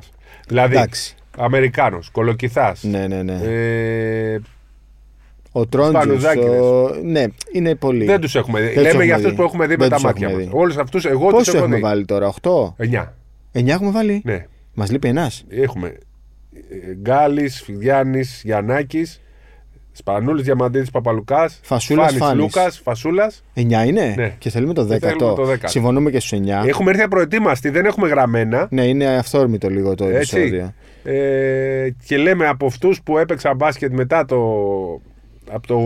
Speaker 1: Δηλαδή,
Speaker 2: Εντάξει.
Speaker 1: Αμερικάνος, Κολοκυθάς.
Speaker 2: Ναι, ναι, ναι.
Speaker 1: Ε,
Speaker 2: ο Τρόντζος,
Speaker 1: Σπανουδάκηδες.
Speaker 2: ο... Ναι, είναι πολύ.
Speaker 1: δεν τους έχουμε δει.
Speaker 2: τους
Speaker 1: Λέμε
Speaker 2: έχουμε
Speaker 1: για αυτούς
Speaker 2: δει.
Speaker 1: που έχουμε δει
Speaker 2: Δεν
Speaker 1: με τα
Speaker 2: τους
Speaker 1: μάτια
Speaker 2: έχουμε
Speaker 1: μας.
Speaker 2: δει.
Speaker 1: Όλους αυτούς, εγώ του
Speaker 2: Πόσο
Speaker 1: έχω
Speaker 2: έχουμε
Speaker 1: δει.
Speaker 2: βάλει τώρα, 8?
Speaker 1: 9.
Speaker 2: 9 έχουμε βάλει.
Speaker 1: Ναι,
Speaker 2: Μας λείπει ένας.
Speaker 1: έχουμε. ε, Γκάλης, Γιάννη, Γιαννάκης, Σπανούλης, Διαμαντίδης, Παπαλουκάς.
Speaker 2: Φασούλας, Φάνης.
Speaker 1: Λούκας, Φασούλας.
Speaker 2: 9 είναι.
Speaker 1: Ναι.
Speaker 2: Και θέλουμε το 10.
Speaker 1: θέλουμε το 10.
Speaker 2: Συμφωνούμε και στους 9.
Speaker 1: Έχουμε έρθει απροετοίμαστοι, δεν έχουμε γραμμένα.
Speaker 2: Ναι, είναι αυθόρμητο λίγο το
Speaker 1: Έτσι.
Speaker 2: επεισόδιο.
Speaker 1: Ε, και λέμε από αυτούς που έπαιξαν μπάσκετ μετά το. Από το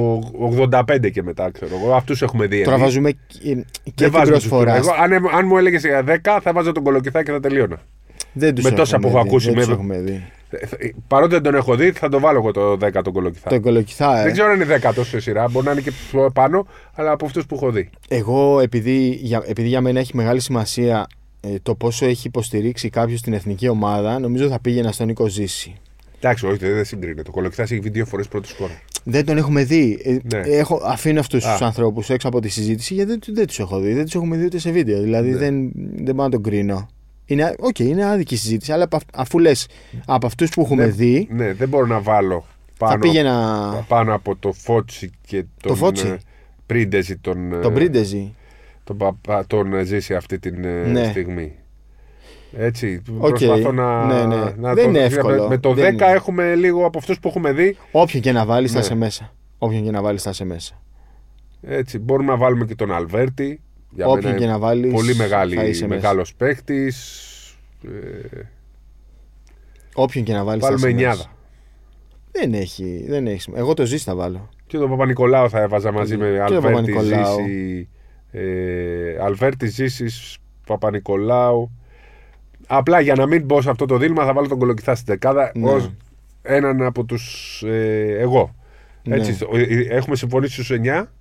Speaker 1: 85 και μετά, ξέρω εγώ. Αυτούς έχουμε δει.
Speaker 2: Τώρα
Speaker 1: εμείς.
Speaker 2: βάζουμε και και
Speaker 1: Δεν
Speaker 2: την
Speaker 1: βάζουμε τους
Speaker 2: προσφορά.
Speaker 1: Τούρκους. Εγώ, αν, εμ- αν μου έλεγες για 10, θα βάζω τον κολοκυθά και θα τελείωνα.
Speaker 2: Δεν τους
Speaker 1: με τόσα
Speaker 2: έχουμε
Speaker 1: που έχω
Speaker 2: δει,
Speaker 1: ακούσει,
Speaker 2: Δεν τους
Speaker 1: με-
Speaker 2: έχουμε δει.
Speaker 1: Ε, θα- ε, Παρότι δεν τον έχω δει, θα το βάλω εγώ το 10 τον κολοκυθά.
Speaker 2: Το κολοκυθά,
Speaker 1: Δεν
Speaker 2: ε.
Speaker 1: ξέρω αν είναι δέκατο σε σειρά, μπορεί να είναι και πιο πάνω, αλλά από αυτούς που έχω δει.
Speaker 2: Εγώ, επειδή για, επειδή για μένα έχει μεγάλη σημασία ε, το πόσο έχει υποστηρίξει κάποιος την εθνική ομάδα, νομίζω θα πήγαινα στον Νίκο Ζήση.
Speaker 1: Εντάξει, όχι, δεν συγκρίνεται. Ο Κολοκυθάς έχει βγει δύο φορές πρώτο σκόρ.
Speaker 2: Δεν τον έχουμε δει. Ε,
Speaker 1: Ναι.
Speaker 2: Έχω, αφήνω αυτούς
Speaker 1: Α.
Speaker 2: τους ανθρώπους έξω από τη συζήτηση γιατί δεν, δεν τους έχω δει. Δεν τους έχουμε δει ούτε σε βίντεο. Δηλαδή
Speaker 1: Ναι.
Speaker 2: δεν, δεν μπορώ να τον κρίνω. Είναι, okay, είναι άδικη συζήτηση, αλλά απ' αυ- αφού λες από αυτούς που έχουμε δει,
Speaker 1: Ναι, δεν μπορώ να βάλω
Speaker 2: θα
Speaker 1: πάνω, Ναι.
Speaker 2: πήγαινα
Speaker 1: πάνω από το Φότσι και τον.
Speaker 2: Το Φώτσι.
Speaker 1: ε, Πρίντεζι, τον. ε,
Speaker 2: τον Πρίντεζη.
Speaker 1: Τον, παπά- τον ε, ζήσει αυτή τη
Speaker 2: Ναι.
Speaker 1: στιγμή. Έτσι.
Speaker 2: Οκ.
Speaker 1: Προσπαθώ να.
Speaker 2: Ναι, ναι.
Speaker 1: να
Speaker 2: Δεν
Speaker 1: το-
Speaker 2: είναι εύκολο.
Speaker 1: Με το 10
Speaker 2: Δεν είναι.
Speaker 1: έχουμε λίγο από αυτούς που έχουμε δει.
Speaker 2: Όποιον και να βάλεις, θα
Speaker 1: Ναι.
Speaker 2: σε μέσα. Όποιον και να βάλεις, θα σε μέσα.
Speaker 1: Έτσι, μπορούμε να βάλουμε και τον Αλβέρτη. Για
Speaker 2: Όποιον και
Speaker 1: είναι
Speaker 2: να βάλεις.
Speaker 1: πολύ
Speaker 2: θα
Speaker 1: μεγάλη,
Speaker 2: είσαι μέσα.
Speaker 1: μεγάλος παίκτης. Ε,
Speaker 2: Όποιον και να βάλεις.
Speaker 1: βάλουμε εννιάδα.
Speaker 2: Δεν έχει, δεν έχει. σημα- Εγώ το Ζήση θα βάλω.
Speaker 1: Και τον Παπα-Νικολάου θα έβαζα μαζί
Speaker 2: Και
Speaker 1: με
Speaker 2: τον
Speaker 1: Αλβέρτη
Speaker 2: Παπα-Νικολάου.
Speaker 1: Ζήση. Ε, Αλβέρτη Ζήσης, Παπα-Νικολάου. Απλά για να μην μπω σε αυτό το δίλημα θα βάλω τον Κολοκυθά στην δεκάδα
Speaker 2: Ναι.
Speaker 1: ως έναν από τους ε, εγώ.
Speaker 2: Ναι.
Speaker 1: Έτσι, στο- ε, ε, έχουμε συμφωνήσει στους 9,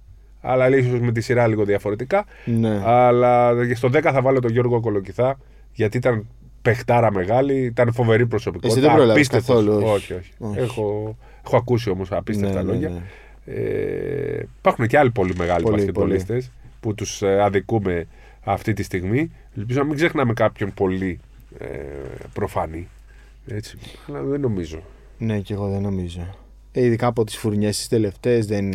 Speaker 1: αλλά ίσως με τη σειρά λίγο διαφορετικά.
Speaker 2: Ναι.
Speaker 1: Αλλά στο 10 θα βάλω τον Γιώργο Κολοκυθά γιατί ήταν παιχτάρα μεγάλη, ήταν φοβερή προσωπικότητα.
Speaker 2: Εσύ δεν πρόλαβες
Speaker 1: απίστευτος.
Speaker 2: καθόλου, όχι.
Speaker 1: Όχι, όχι.
Speaker 2: Όχι.
Speaker 1: Έχω, έχω ακούσει όμως απίστευτα
Speaker 2: Ναι, ναι,
Speaker 1: λόγια.
Speaker 2: ναι.
Speaker 1: Ε, υπάρχουν και άλλοι πολύ μεγάλοι
Speaker 2: Πολύ,
Speaker 1: μπασκετμπολίστες που τους αδικούμε αυτή τη στιγμή. Ελπίζω να μην ξεχνάμε κάποιον πολύ ε, προφανή. Έτσι. Αλλά δεν νομίζω.
Speaker 2: Ναι, και εγώ δεν νομίζω. Ε, ειδικά από τις φουρνιές τις τελευταίες δεν.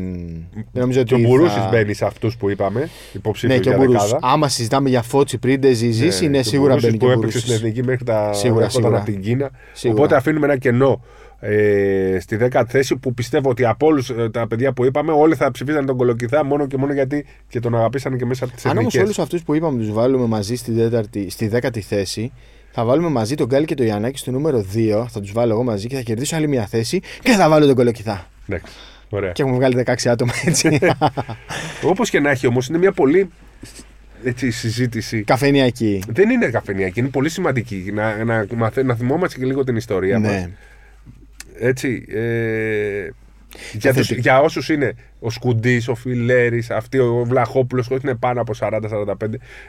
Speaker 2: δεν νομίζω ότι.
Speaker 1: Και ο Μπουρούση
Speaker 2: θα-
Speaker 1: μπαίνει σε αυτούς που είπαμε, υποψήφιο
Speaker 2: Ναι, και ο
Speaker 1: για
Speaker 2: Μπουρούση.
Speaker 1: δεκάδα.
Speaker 2: Άμα συζητάμε για φώτσι πριν δεν ζήσει,
Speaker 1: Ε,
Speaker 2: ναι,
Speaker 1: και ο
Speaker 2: σίγουρα
Speaker 1: Μπουρούσης
Speaker 2: μπαίνει και
Speaker 1: που
Speaker 2: ο
Speaker 1: έπαιξε στην
Speaker 2: Μπουρούση.
Speaker 1: εθνική μέχρι τα
Speaker 2: Σίγουρα,
Speaker 1: έρχονταν
Speaker 2: σίγουρα.
Speaker 1: από την Κίνα.
Speaker 2: Σίγουρα.
Speaker 1: Οπότε αφήνουμε ένα κενό ε, στη δέκατη θέση που πιστεύω ότι από όλους τα παιδιά που είπαμε, όλοι θα ψηφίζαν τον Κολοκυθά μόνο και μόνο γιατί και τον αγαπήσαν και μέσα από τις
Speaker 2: Αν όμως
Speaker 1: εθνικές.
Speaker 2: όλους αυτούς που είπαμε τους βάλουμε μαζί στη, τέταρτη, στη δέκατη θέση, θα βάλουμε μαζί τον Γκάλι και τον Γιαννάκη στο νούμero 2. Θα τους βάλω εγώ μαζί και θα κερδίσω άλλη μια θέση και θα βάλω τον Κολοκυθά.
Speaker 1: Εντάξει. Ωραία.
Speaker 2: Και έχουμε βγάλει 16 άτομα
Speaker 1: *laughs*
Speaker 2: έτσι.
Speaker 1: Όπως και να έχει όμως, είναι μια πολύ έτσι, συζήτηση.
Speaker 2: Καφενιακή.
Speaker 1: Δεν είναι καφενιακή, είναι πολύ σημαντική. Να, να, μαθα- να θυμόμαστε και λίγο την ιστορία μας.
Speaker 2: ναι.
Speaker 1: Έτσι. Ε, για, τους,
Speaker 2: θετικό.
Speaker 1: για όσους είναι ο Σκουντής, ο Φιλέρης, αυτοί, ο Βλαχόπουλος, όσοι είναι πάνω από 40-45,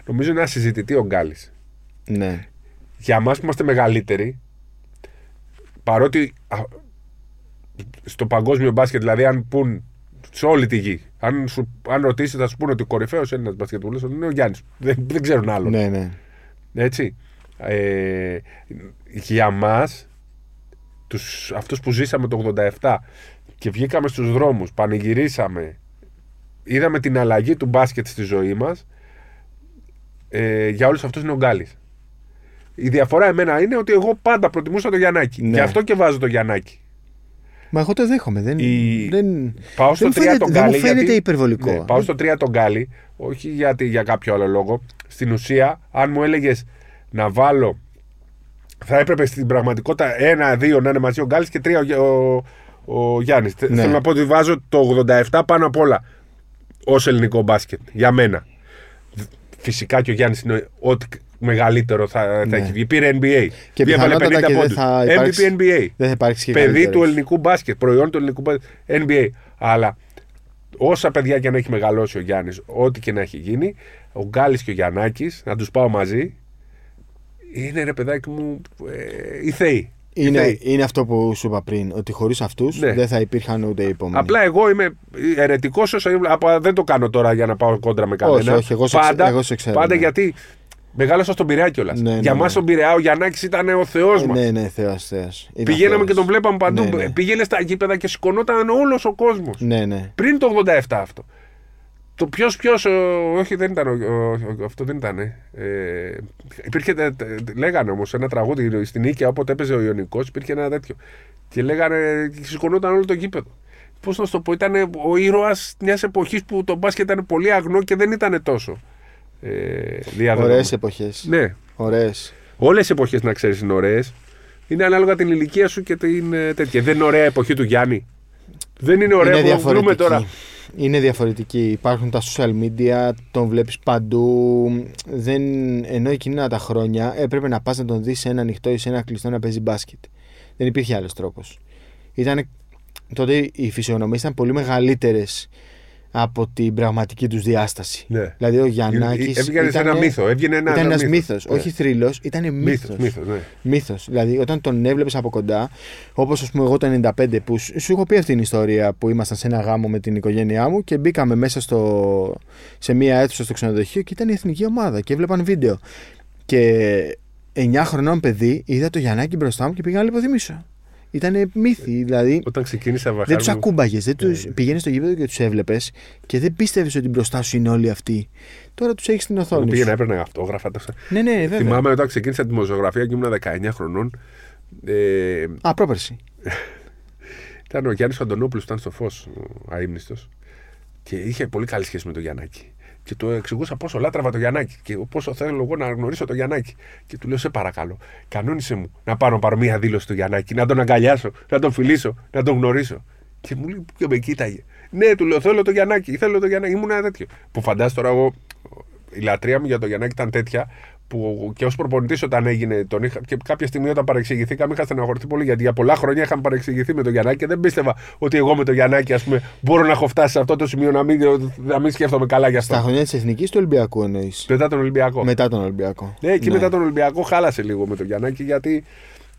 Speaker 1: νομίζω είναι ασυζητητή ο Γκάλης.
Speaker 2: ναι.
Speaker 1: για εμάς που είμαστε μεγαλύτεροι, παρότι α, στο παγκόσμιο μπάσκετ, δηλαδή αν πούν σε όλη τη γη, αν, σου, αν ρωτήσεις θα σου πούνε ότι ο κορυφαίος Έλληνας μπασκετβουλής είναι ο Γιάννης. Δεν, δεν ξέρουν άλλον.
Speaker 2: Ναι, ναι.
Speaker 1: Έτσι. Ε, για μας, τους, αυτούς που ζήσαμε το 87 και βγήκαμε στους δρόμους, πανηγυρίσαμε, είδαμε την αλλαγή του μπάσκετ στη ζωή μας, ε, για όλους αυτούς είναι ο Γκάλης. Η διαφορά εμένα είναι ότι εγώ πάντα προτιμούσα τον Γιαννάκη.
Speaker 2: Ναι.
Speaker 1: Γι' αυτό και βάζω τον Γιαννάκη.
Speaker 2: Μα εγώ το δέχομαι. Δεν,
Speaker 1: Η-
Speaker 2: δεν...
Speaker 1: Πάω στο
Speaker 2: Δεν
Speaker 1: 3
Speaker 2: φαίνεται-
Speaker 1: τον
Speaker 2: δεν μου
Speaker 1: Γκάλι.
Speaker 2: φαίνεται
Speaker 1: γιατί-
Speaker 2: υπερβολικό.
Speaker 1: Ναι, πάω στο 3 τον Γκάλι, όχι γιατί, για κάποιο άλλο λόγο. Στην ουσία, αν μου έλεγες να βάλω. Θα έπρεπε στην πραγματικότητα ένα-δύο να είναι μαζί ο Γκάλι και τρία ο, Γε- ο, ο Γιάννης.
Speaker 2: Ναι.
Speaker 1: Θέλω να πω ότι βάζω το 87 πάνω απ' όλα ως ελληνικό μπάσκετ. Για μένα. Φυσικά και ο Γιάννης είναι ό,τι μεγαλύτερο θα, θα
Speaker 2: Ναι.
Speaker 1: έχει βγει. Πήρε NBA.
Speaker 2: Και
Speaker 1: Διέβαλε
Speaker 2: πιθανότατα
Speaker 1: 50
Speaker 2: και δεν
Speaker 1: πόντους.
Speaker 2: θα
Speaker 1: MVP
Speaker 2: υπάρξει-
Speaker 1: NBA
Speaker 2: δεν θα υπάρξει και
Speaker 1: παιδί
Speaker 2: καλύτερος.
Speaker 1: του ελληνικού μπάσκετ, προϊόν του ελληνικού μπάσκετ, NBA. Αλλά όσα παιδιά και να έχει μεγαλώσει ο Γιάννης, ό,τι και να έχει γίνει, ο Γκάλης και ο Γιαννάκης, να τους πάω μαζί, είναι ρε παιδάκι μου ε, οι θεοί. Οι
Speaker 2: Είναι,
Speaker 1: θεοί.
Speaker 2: είναι αυτό που σου είπα πριν, ότι χωρίς αυτούς
Speaker 1: Ναι.
Speaker 2: δεν θα υπήρχαν ούτε οι επόμενοι.
Speaker 1: Απλά εγώ είμαι ερετικό όσο είμαι, απα- δεν το κάνω τώρα για να πάω κόντρα με κανένα.
Speaker 2: όχι, εγώ σε ξε-
Speaker 1: πάντα,
Speaker 2: εγώ σε ξέρω,
Speaker 1: πάντα
Speaker 2: ναι.
Speaker 1: γιατί μεγάλωσα στον Πειραιά κιόλας.
Speaker 2: Ναι, ναι,
Speaker 1: για μας
Speaker 2: ναι.
Speaker 1: τον Πειραιά ο Γιαννάκης ήταν ο θεός
Speaker 2: Ε,
Speaker 1: μας.
Speaker 2: Ναι, ναι, θεός, θεός.
Speaker 1: Πηγαίναμε και τον βλέπαμε παντού.
Speaker 2: Ναι, ναι.
Speaker 1: Πήγαινε στα γήπεδα και σηκωνόταν όλος ο κόσμος.
Speaker 2: Ναι, ναι.
Speaker 1: Πριν το 87 αυτό. Το ποιος ποιος. Όχι, δεν ήταν. ο- ο- ο- Αυτό δεν ήταν. Ε, Ε, υπήρχε. τε- τε- Λέγανε όμως ένα τραγούδι στην Νίκαια όποτε έπαιζε ο Ιωνικός, υπήρχε ένα τέτοιο. Και λέγανε. και Σηκωνόταν όλο το γήπεδο. Πώς να σου το πω, ήταν ο ήρωας μιας εποχής που το μπάσκετ ήταν πολύ αγνό και δεν ήταν τόσο. Ε, διαδεδομένο.
Speaker 2: Ωραίες εποχές.
Speaker 1: Ναι.
Speaker 2: Ωραίες.
Speaker 1: Όλες οι εποχές να ξέρεις είναι ωραίες. Είναι ανάλογα την ηλικία σου και την ε, τέτοια. Δεν είναι ωραία η εποχή του Γιάννη. Δεν είναι ωραία
Speaker 2: είναι
Speaker 1: που βρούμε
Speaker 2: διαφορετική.
Speaker 1: τώρα.
Speaker 2: Είναι διαφορετική. Υπάρχουν τα social media, τον βλέπεις παντού. Δεν... Ενώ εκείνα τα χρόνια έπρεπε να πας να τον δεις σε ένα ανοιχτό ή σε ένα κλειστό να παίζει μπάσκετ. Δεν υπήρχε άλλος τρόπος. Ήταν... Τότε οι φυσιογνωμίε ήταν πολύ μεγαλύτερες από την πραγματική τους διάσταση.
Speaker 1: Ναι.
Speaker 2: Δηλαδή ο Γιαννάκης.
Speaker 1: Έβγαινε σε ένα μύθο. Έβγαινε ένα,
Speaker 2: Ήταν ένα μύθο.
Speaker 1: Ναι.
Speaker 2: Όχι θρύλο, ήταν
Speaker 1: μύθος.
Speaker 2: μύθος.
Speaker 1: μύθος, ναι.
Speaker 2: Μύθος. Δηλαδή, όταν τον έβλεπες από κοντά, όπως ας πούμε εγώ το 95, που σου σου έχω πει αυτή την ιστορία που ήμασταν σε ένα γάμο με την οικογένειά μου και μπήκαμε μέσα στο, σε μία αίθουσα στο ξενοδοχείο και ήταν η εθνική ομάδα και έβλεπαν βίντεο. Και 9 χρονών παιδί είδα το Γιαννάκι μπροστά μου και πήγα να λιποθυμίσω. Ήταν μύθοι, δηλαδή.
Speaker 1: Όταν ξεκίνησα
Speaker 2: Δεν
Speaker 1: βαχάρι.
Speaker 2: τους ακούμπαγες, δεν
Speaker 1: Ναι,
Speaker 2: του πηγαίνεις στο γήπεδο και τους έβλεπες και δεν πίστευες ότι μπροστά σου είναι όλοι αυτοί. Τώρα τους έχεις στην
Speaker 1: Μου
Speaker 2: οθόνη.
Speaker 1: πήγαινα,
Speaker 2: Σου.
Speaker 1: έπαιρνα αυτόγραφα. τόσα.
Speaker 2: Ναι, ναι, βέβαια.
Speaker 1: Θυμάμαι όταν ξεκίνησα τη δημοσιογραφία και ήμουν 19 χρονών. Ε,
Speaker 2: Α, πρόπερση.
Speaker 1: Ήταν ο Γιάννης Αντωνόπουλος, ήταν στο φως, ο αείμνηστος. Και είχε πολύ καλή σχέση με τον Γιαννάκη. Και του εξηγούσα πόσο λάτραβα τον Γιαννάκη και πόσο θέλω εγώ να γνωρίσω τον Γιαννάκη. Και του λέω: Σε παρακαλώ, κανόνισε μου να πάρω, να πάρω μία δήλωση του Γιαννάκη, να τον αγκαλιάσω, να τον φιλήσω, να τον γνωρίσω. Και μου λέει: Και με κοίταγε. Ναι, του λέω: Θέλω τον Γιαννάκη, θέλω τον Γιαννάκη. Ήμουν ένα τέτοιο. Που φαντάζομαι τώρα εγώ, η λατρεία μου για τον Γιαννάκη ήταν τέτοια που και ως προπονητής όταν έγινε τον είχα, και κάποια στιγμή όταν παρεξηγηθήκαμε είχα στεναχωρηθεί πολύ γιατί για πολλά χρόνια είχαμε παρεξηγηθεί με τον Γιαννάκη και δεν πίστευα ότι εγώ με τον Γιαννάκη ας πούμε, μπορώ να έχω φτάσει σε αυτό το σημείο να μην, να μην σκέφτομαι καλά για
Speaker 2: Στα
Speaker 1: αυτό.
Speaker 2: χρονιά της εθνικής του Ολυμπιακού εννοείς.
Speaker 1: Μετά τον Ολυμπιακό.
Speaker 2: Μετά τον Ολυμπιακό.
Speaker 1: Ναι, εκεί μετά τον Ολυμπιακό χάλασε λίγο με τον Γιαννάκη γιατί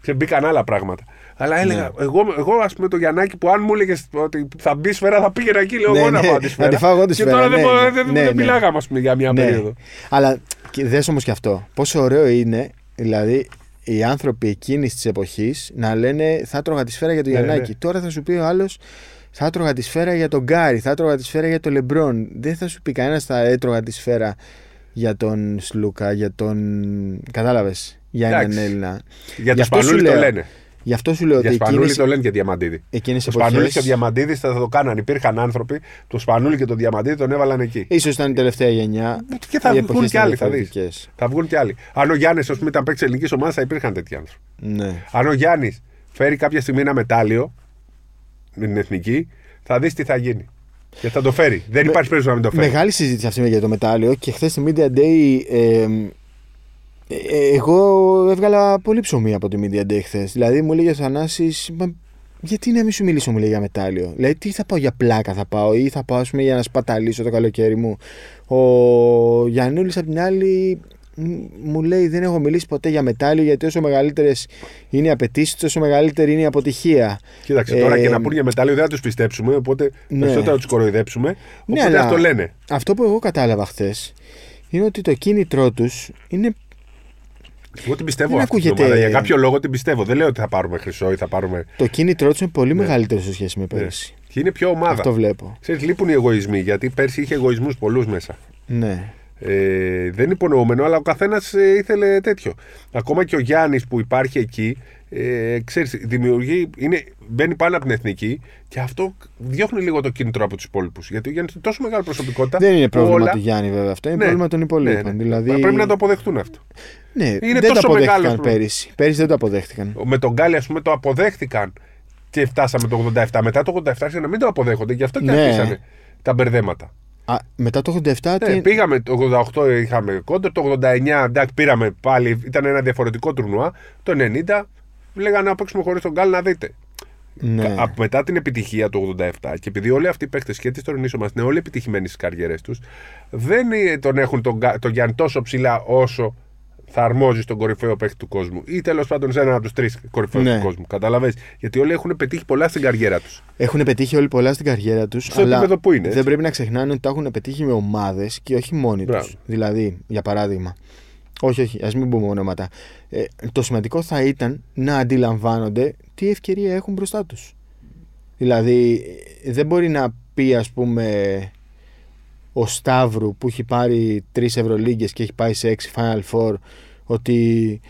Speaker 1: και μπήκαν άλλα πράγματα. Αλλά έλεγα,
Speaker 2: Ναι.
Speaker 1: εγώ, εγώ ας πούμε το Γιαννάκη που αν μου έλεγες ότι θα μπει σφαίρα, θα πήγαινα εκεί, λέω
Speaker 2: Ναι,
Speaker 1: εγώ να
Speaker 2: ναι,
Speaker 1: πάω τη
Speaker 2: να
Speaker 1: σφαίρα.
Speaker 2: τη φάω εγώ τη
Speaker 1: και
Speaker 2: σφαίρα,
Speaker 1: τώρα
Speaker 2: ναι,
Speaker 1: δεν,
Speaker 2: ναι,
Speaker 1: δεν, δεν,
Speaker 2: ναι, ναι.
Speaker 1: μιλάγαμε, ας πούμε, για μια
Speaker 2: ναι.
Speaker 1: περίοδο.
Speaker 2: Αλλά δες όμως και αυτό. Πόσο ωραίο είναι, δηλαδή, οι άνθρωποι εκείνης της εποχής να λένε Θα τρώγα τη σφαίρα για τον
Speaker 1: Ναι,
Speaker 2: Γιαννάκη.
Speaker 1: ναι.
Speaker 2: Τώρα θα σου πει ο άλλος Θα τρώγα τη σφαίρα για τον Γκάρι, θα τρώγα τη σφαίρα για τον Λεμπρόν. Δεν θα σου πει κανένας Θα έτρωγα τη σφαίρα για τον Σλούκα, για τον. Κατάλαβες. Για έναν
Speaker 1: Εντάξει.
Speaker 2: Έλληνα. Γι'
Speaker 1: Για τους
Speaker 2: αυτό σου
Speaker 1: Πανούλη το
Speaker 2: λέω.
Speaker 1: λένε.
Speaker 2: Γι' αυτό σου λέω ότι
Speaker 1: Για Σπανούλη
Speaker 2: εκείνες,
Speaker 1: το λένε και Διαμαντίδη.
Speaker 2: εκείνες
Speaker 1: Το Σπανούλης και ο
Speaker 2: εποχές
Speaker 1: Διαμαντίδης θα το κάνανε. Υπήρχαν άνθρωποι, το Σπανούλη και τον Διαμαντίδη τον έβαλαν εκεί.
Speaker 2: ίσως ήταν η τελευταία γενιά.
Speaker 1: Ναι, Και θα
Speaker 2: οι
Speaker 1: βγουν
Speaker 2: εποχές
Speaker 1: κι
Speaker 2: ήταν
Speaker 1: άλλοι, θα δεις.
Speaker 2: διαφορετικές.
Speaker 1: Θα βγουν και άλλοι. Αν ο Γιάννης, ας πούμε, ήταν παίκτης ελληνικής ομάδας, θα υπήρχαν τέτοιοι άνθρωποι.
Speaker 2: Ναι.
Speaker 1: Αν ο Γιάννης φέρει κάποια στιγμή ένα μετάλλιο με την εθνική, θα δεις τι θα γίνει. Και θα το φέρει. Δεν υπάρχει περίπτωση να μην το φέρει.
Speaker 2: Μεγάλη συζήτηση αυτή για το μετάλλιο και χθες στη Media Day. ε, ε, ε, εγώ έβγαλα πολύ ψωμί από τη Media Day χθες. Δηλαδή μου λέγε ο Θανάσης, «Μα γιατί να μην σου μιλήσω, μου λέει για μετάλλιο. Δηλαδή, τι θα πάω για πλάκα, θα πάω ή θα πάω ας πούμε, για να σπαταλίσω το καλοκαίρι μου. Ο Γιαννούλη απ' την άλλη μ, μου λέει δεν έχω μιλήσει ποτέ για μετάλλιο γιατί όσο μεγαλύτερες είναι οι απαιτήσεις, τόσο μεγαλύτερη είναι η αποτυχία.
Speaker 1: Κοίταξε τώρα
Speaker 2: Ε,
Speaker 1: και να πούνε για μετάλλιο δεν θα τους πιστέψουμε, οπότε
Speaker 2: Ναι.
Speaker 1: περισσότερο να τους κοροϊδέψουμε.
Speaker 2: Ναι,
Speaker 1: Οπότε
Speaker 2: αλλά-
Speaker 1: ας το λένε.
Speaker 2: Αυτό που εγώ κατάλαβα χθες είναι ότι το κίνητρό τους είναι
Speaker 1: Εγώ την πιστεύω
Speaker 2: Δεν
Speaker 1: αυτή την
Speaker 2: ακούγεται-
Speaker 1: ομάδα. Για κάποιο λόγο την πιστεύω. Δεν λέω ότι θα πάρουμε χρυσό ή θα πάρουμε.
Speaker 2: Το κίνητρό τους είναι
Speaker 1: Ναι.
Speaker 2: πολύ μεγαλύτερο σε σχέση με πέρυσι.
Speaker 1: Και είναι πιο ομάδα.
Speaker 2: Αυτό βλέπω.
Speaker 1: Ξέρεις, λείπουν οι εγωισμοί γιατί πέρσι είχε εγωισμούς πολλούς μέσα.
Speaker 2: Ναι.
Speaker 1: Ε, δεν υπονοούμενο, αλλά ο καθένας ήθελε τέτοιο. Ακόμα και ο Γιάννης που υπάρχει εκεί, ε, ξέρεις, δημιουργεί, είναι, μπαίνει πάνω από την εθνική και αυτό διώχνει λίγο το κίνητρο από τους υπόλοιπους. Γιατί ο Γιάννη είναι τόσο μεγάλη προσωπικότητα.
Speaker 2: Δεν είναι
Speaker 1: που
Speaker 2: πρόβλημα
Speaker 1: όλα-
Speaker 2: του Γιάννη, βέβαια αυτό. Είναι
Speaker 1: Ναι.
Speaker 2: πρόβλημα των
Speaker 1: Ναι,
Speaker 2: υπολείπων.
Speaker 1: ναι.
Speaker 2: Δηλαδή...
Speaker 1: Πρέπει να το αποδεχτούν αυτό.
Speaker 2: Ναι,
Speaker 1: Είναι
Speaker 2: δεν το
Speaker 1: τόσο μεγάλος
Speaker 2: αποδέχτηκαν
Speaker 1: πρόβλημα.
Speaker 2: πέρυσι. Πέρυσι δεν το αποδέχτηκαν.
Speaker 1: Με τον Γκάλι, ας πούμε, το αποδέχτηκαν και φτάσαμε το 87. Μετά το 87 άρχισαν να μην το αποδέχονται, γι' αυτό και
Speaker 2: Ναι.
Speaker 1: αρχίσανε τα μπερδέματα.
Speaker 2: Α, μετά το 87.
Speaker 1: Ναι,
Speaker 2: τι-
Speaker 1: πήγαμε το 88 είχαμε κόντερ, το 89 εντάξει, πήραμε πάλι, ήταν ένα διαφορετικό τουρνουά. Το 90 λέγανε να παίξουμε χωρίς τον Γκάλ να δείτε.
Speaker 2: ναι.
Speaker 1: Α, μετά την επιτυχία του 87 και επειδή όλοι αυτοί οι παίχτε και τη τωρινή μα είναι όλοι επιτυχημένοι στις καριέρες τους, δεν ε, τον έχουν τον, Γκα- τον Γιάννη τόσο ψηλά όσο θα αρμόζει στον κορυφαίο παίχτη του κόσμου ή τέλος πάντων σε έναν από τους τρεις κορυφαίους
Speaker 2: Ναι.
Speaker 1: του κόσμου. Καταλαβαίνεις. Γιατί όλοι έχουν πετύχει πολλά στην καριέρα τους.
Speaker 2: Έχουν πετύχει όλοι πολλά στην καριέρα τους.
Speaker 1: Στο επίπεδο που είναι, έτσι.
Speaker 2: Δεν πρέπει να ξεχνάνε ότι τα έχουν πετύχει με ομάδες και όχι μόνοι του.
Speaker 1: Μπράβο.
Speaker 2: Δηλαδή, για παράδειγμα. Όχι, όχι, ας μην πούμε ονόματα. Ε, το σημαντικό θα ήταν να αντιλαμβάνονται τι ευκαιρία έχουν μπροστά τους. Δηλαδή, ε, δεν μπορεί να πει, ας πούμε, ο Σταύρου που έχει πάρει τρεις Ευρωλίγκες και έχει πάει σε έξι Final Four ότι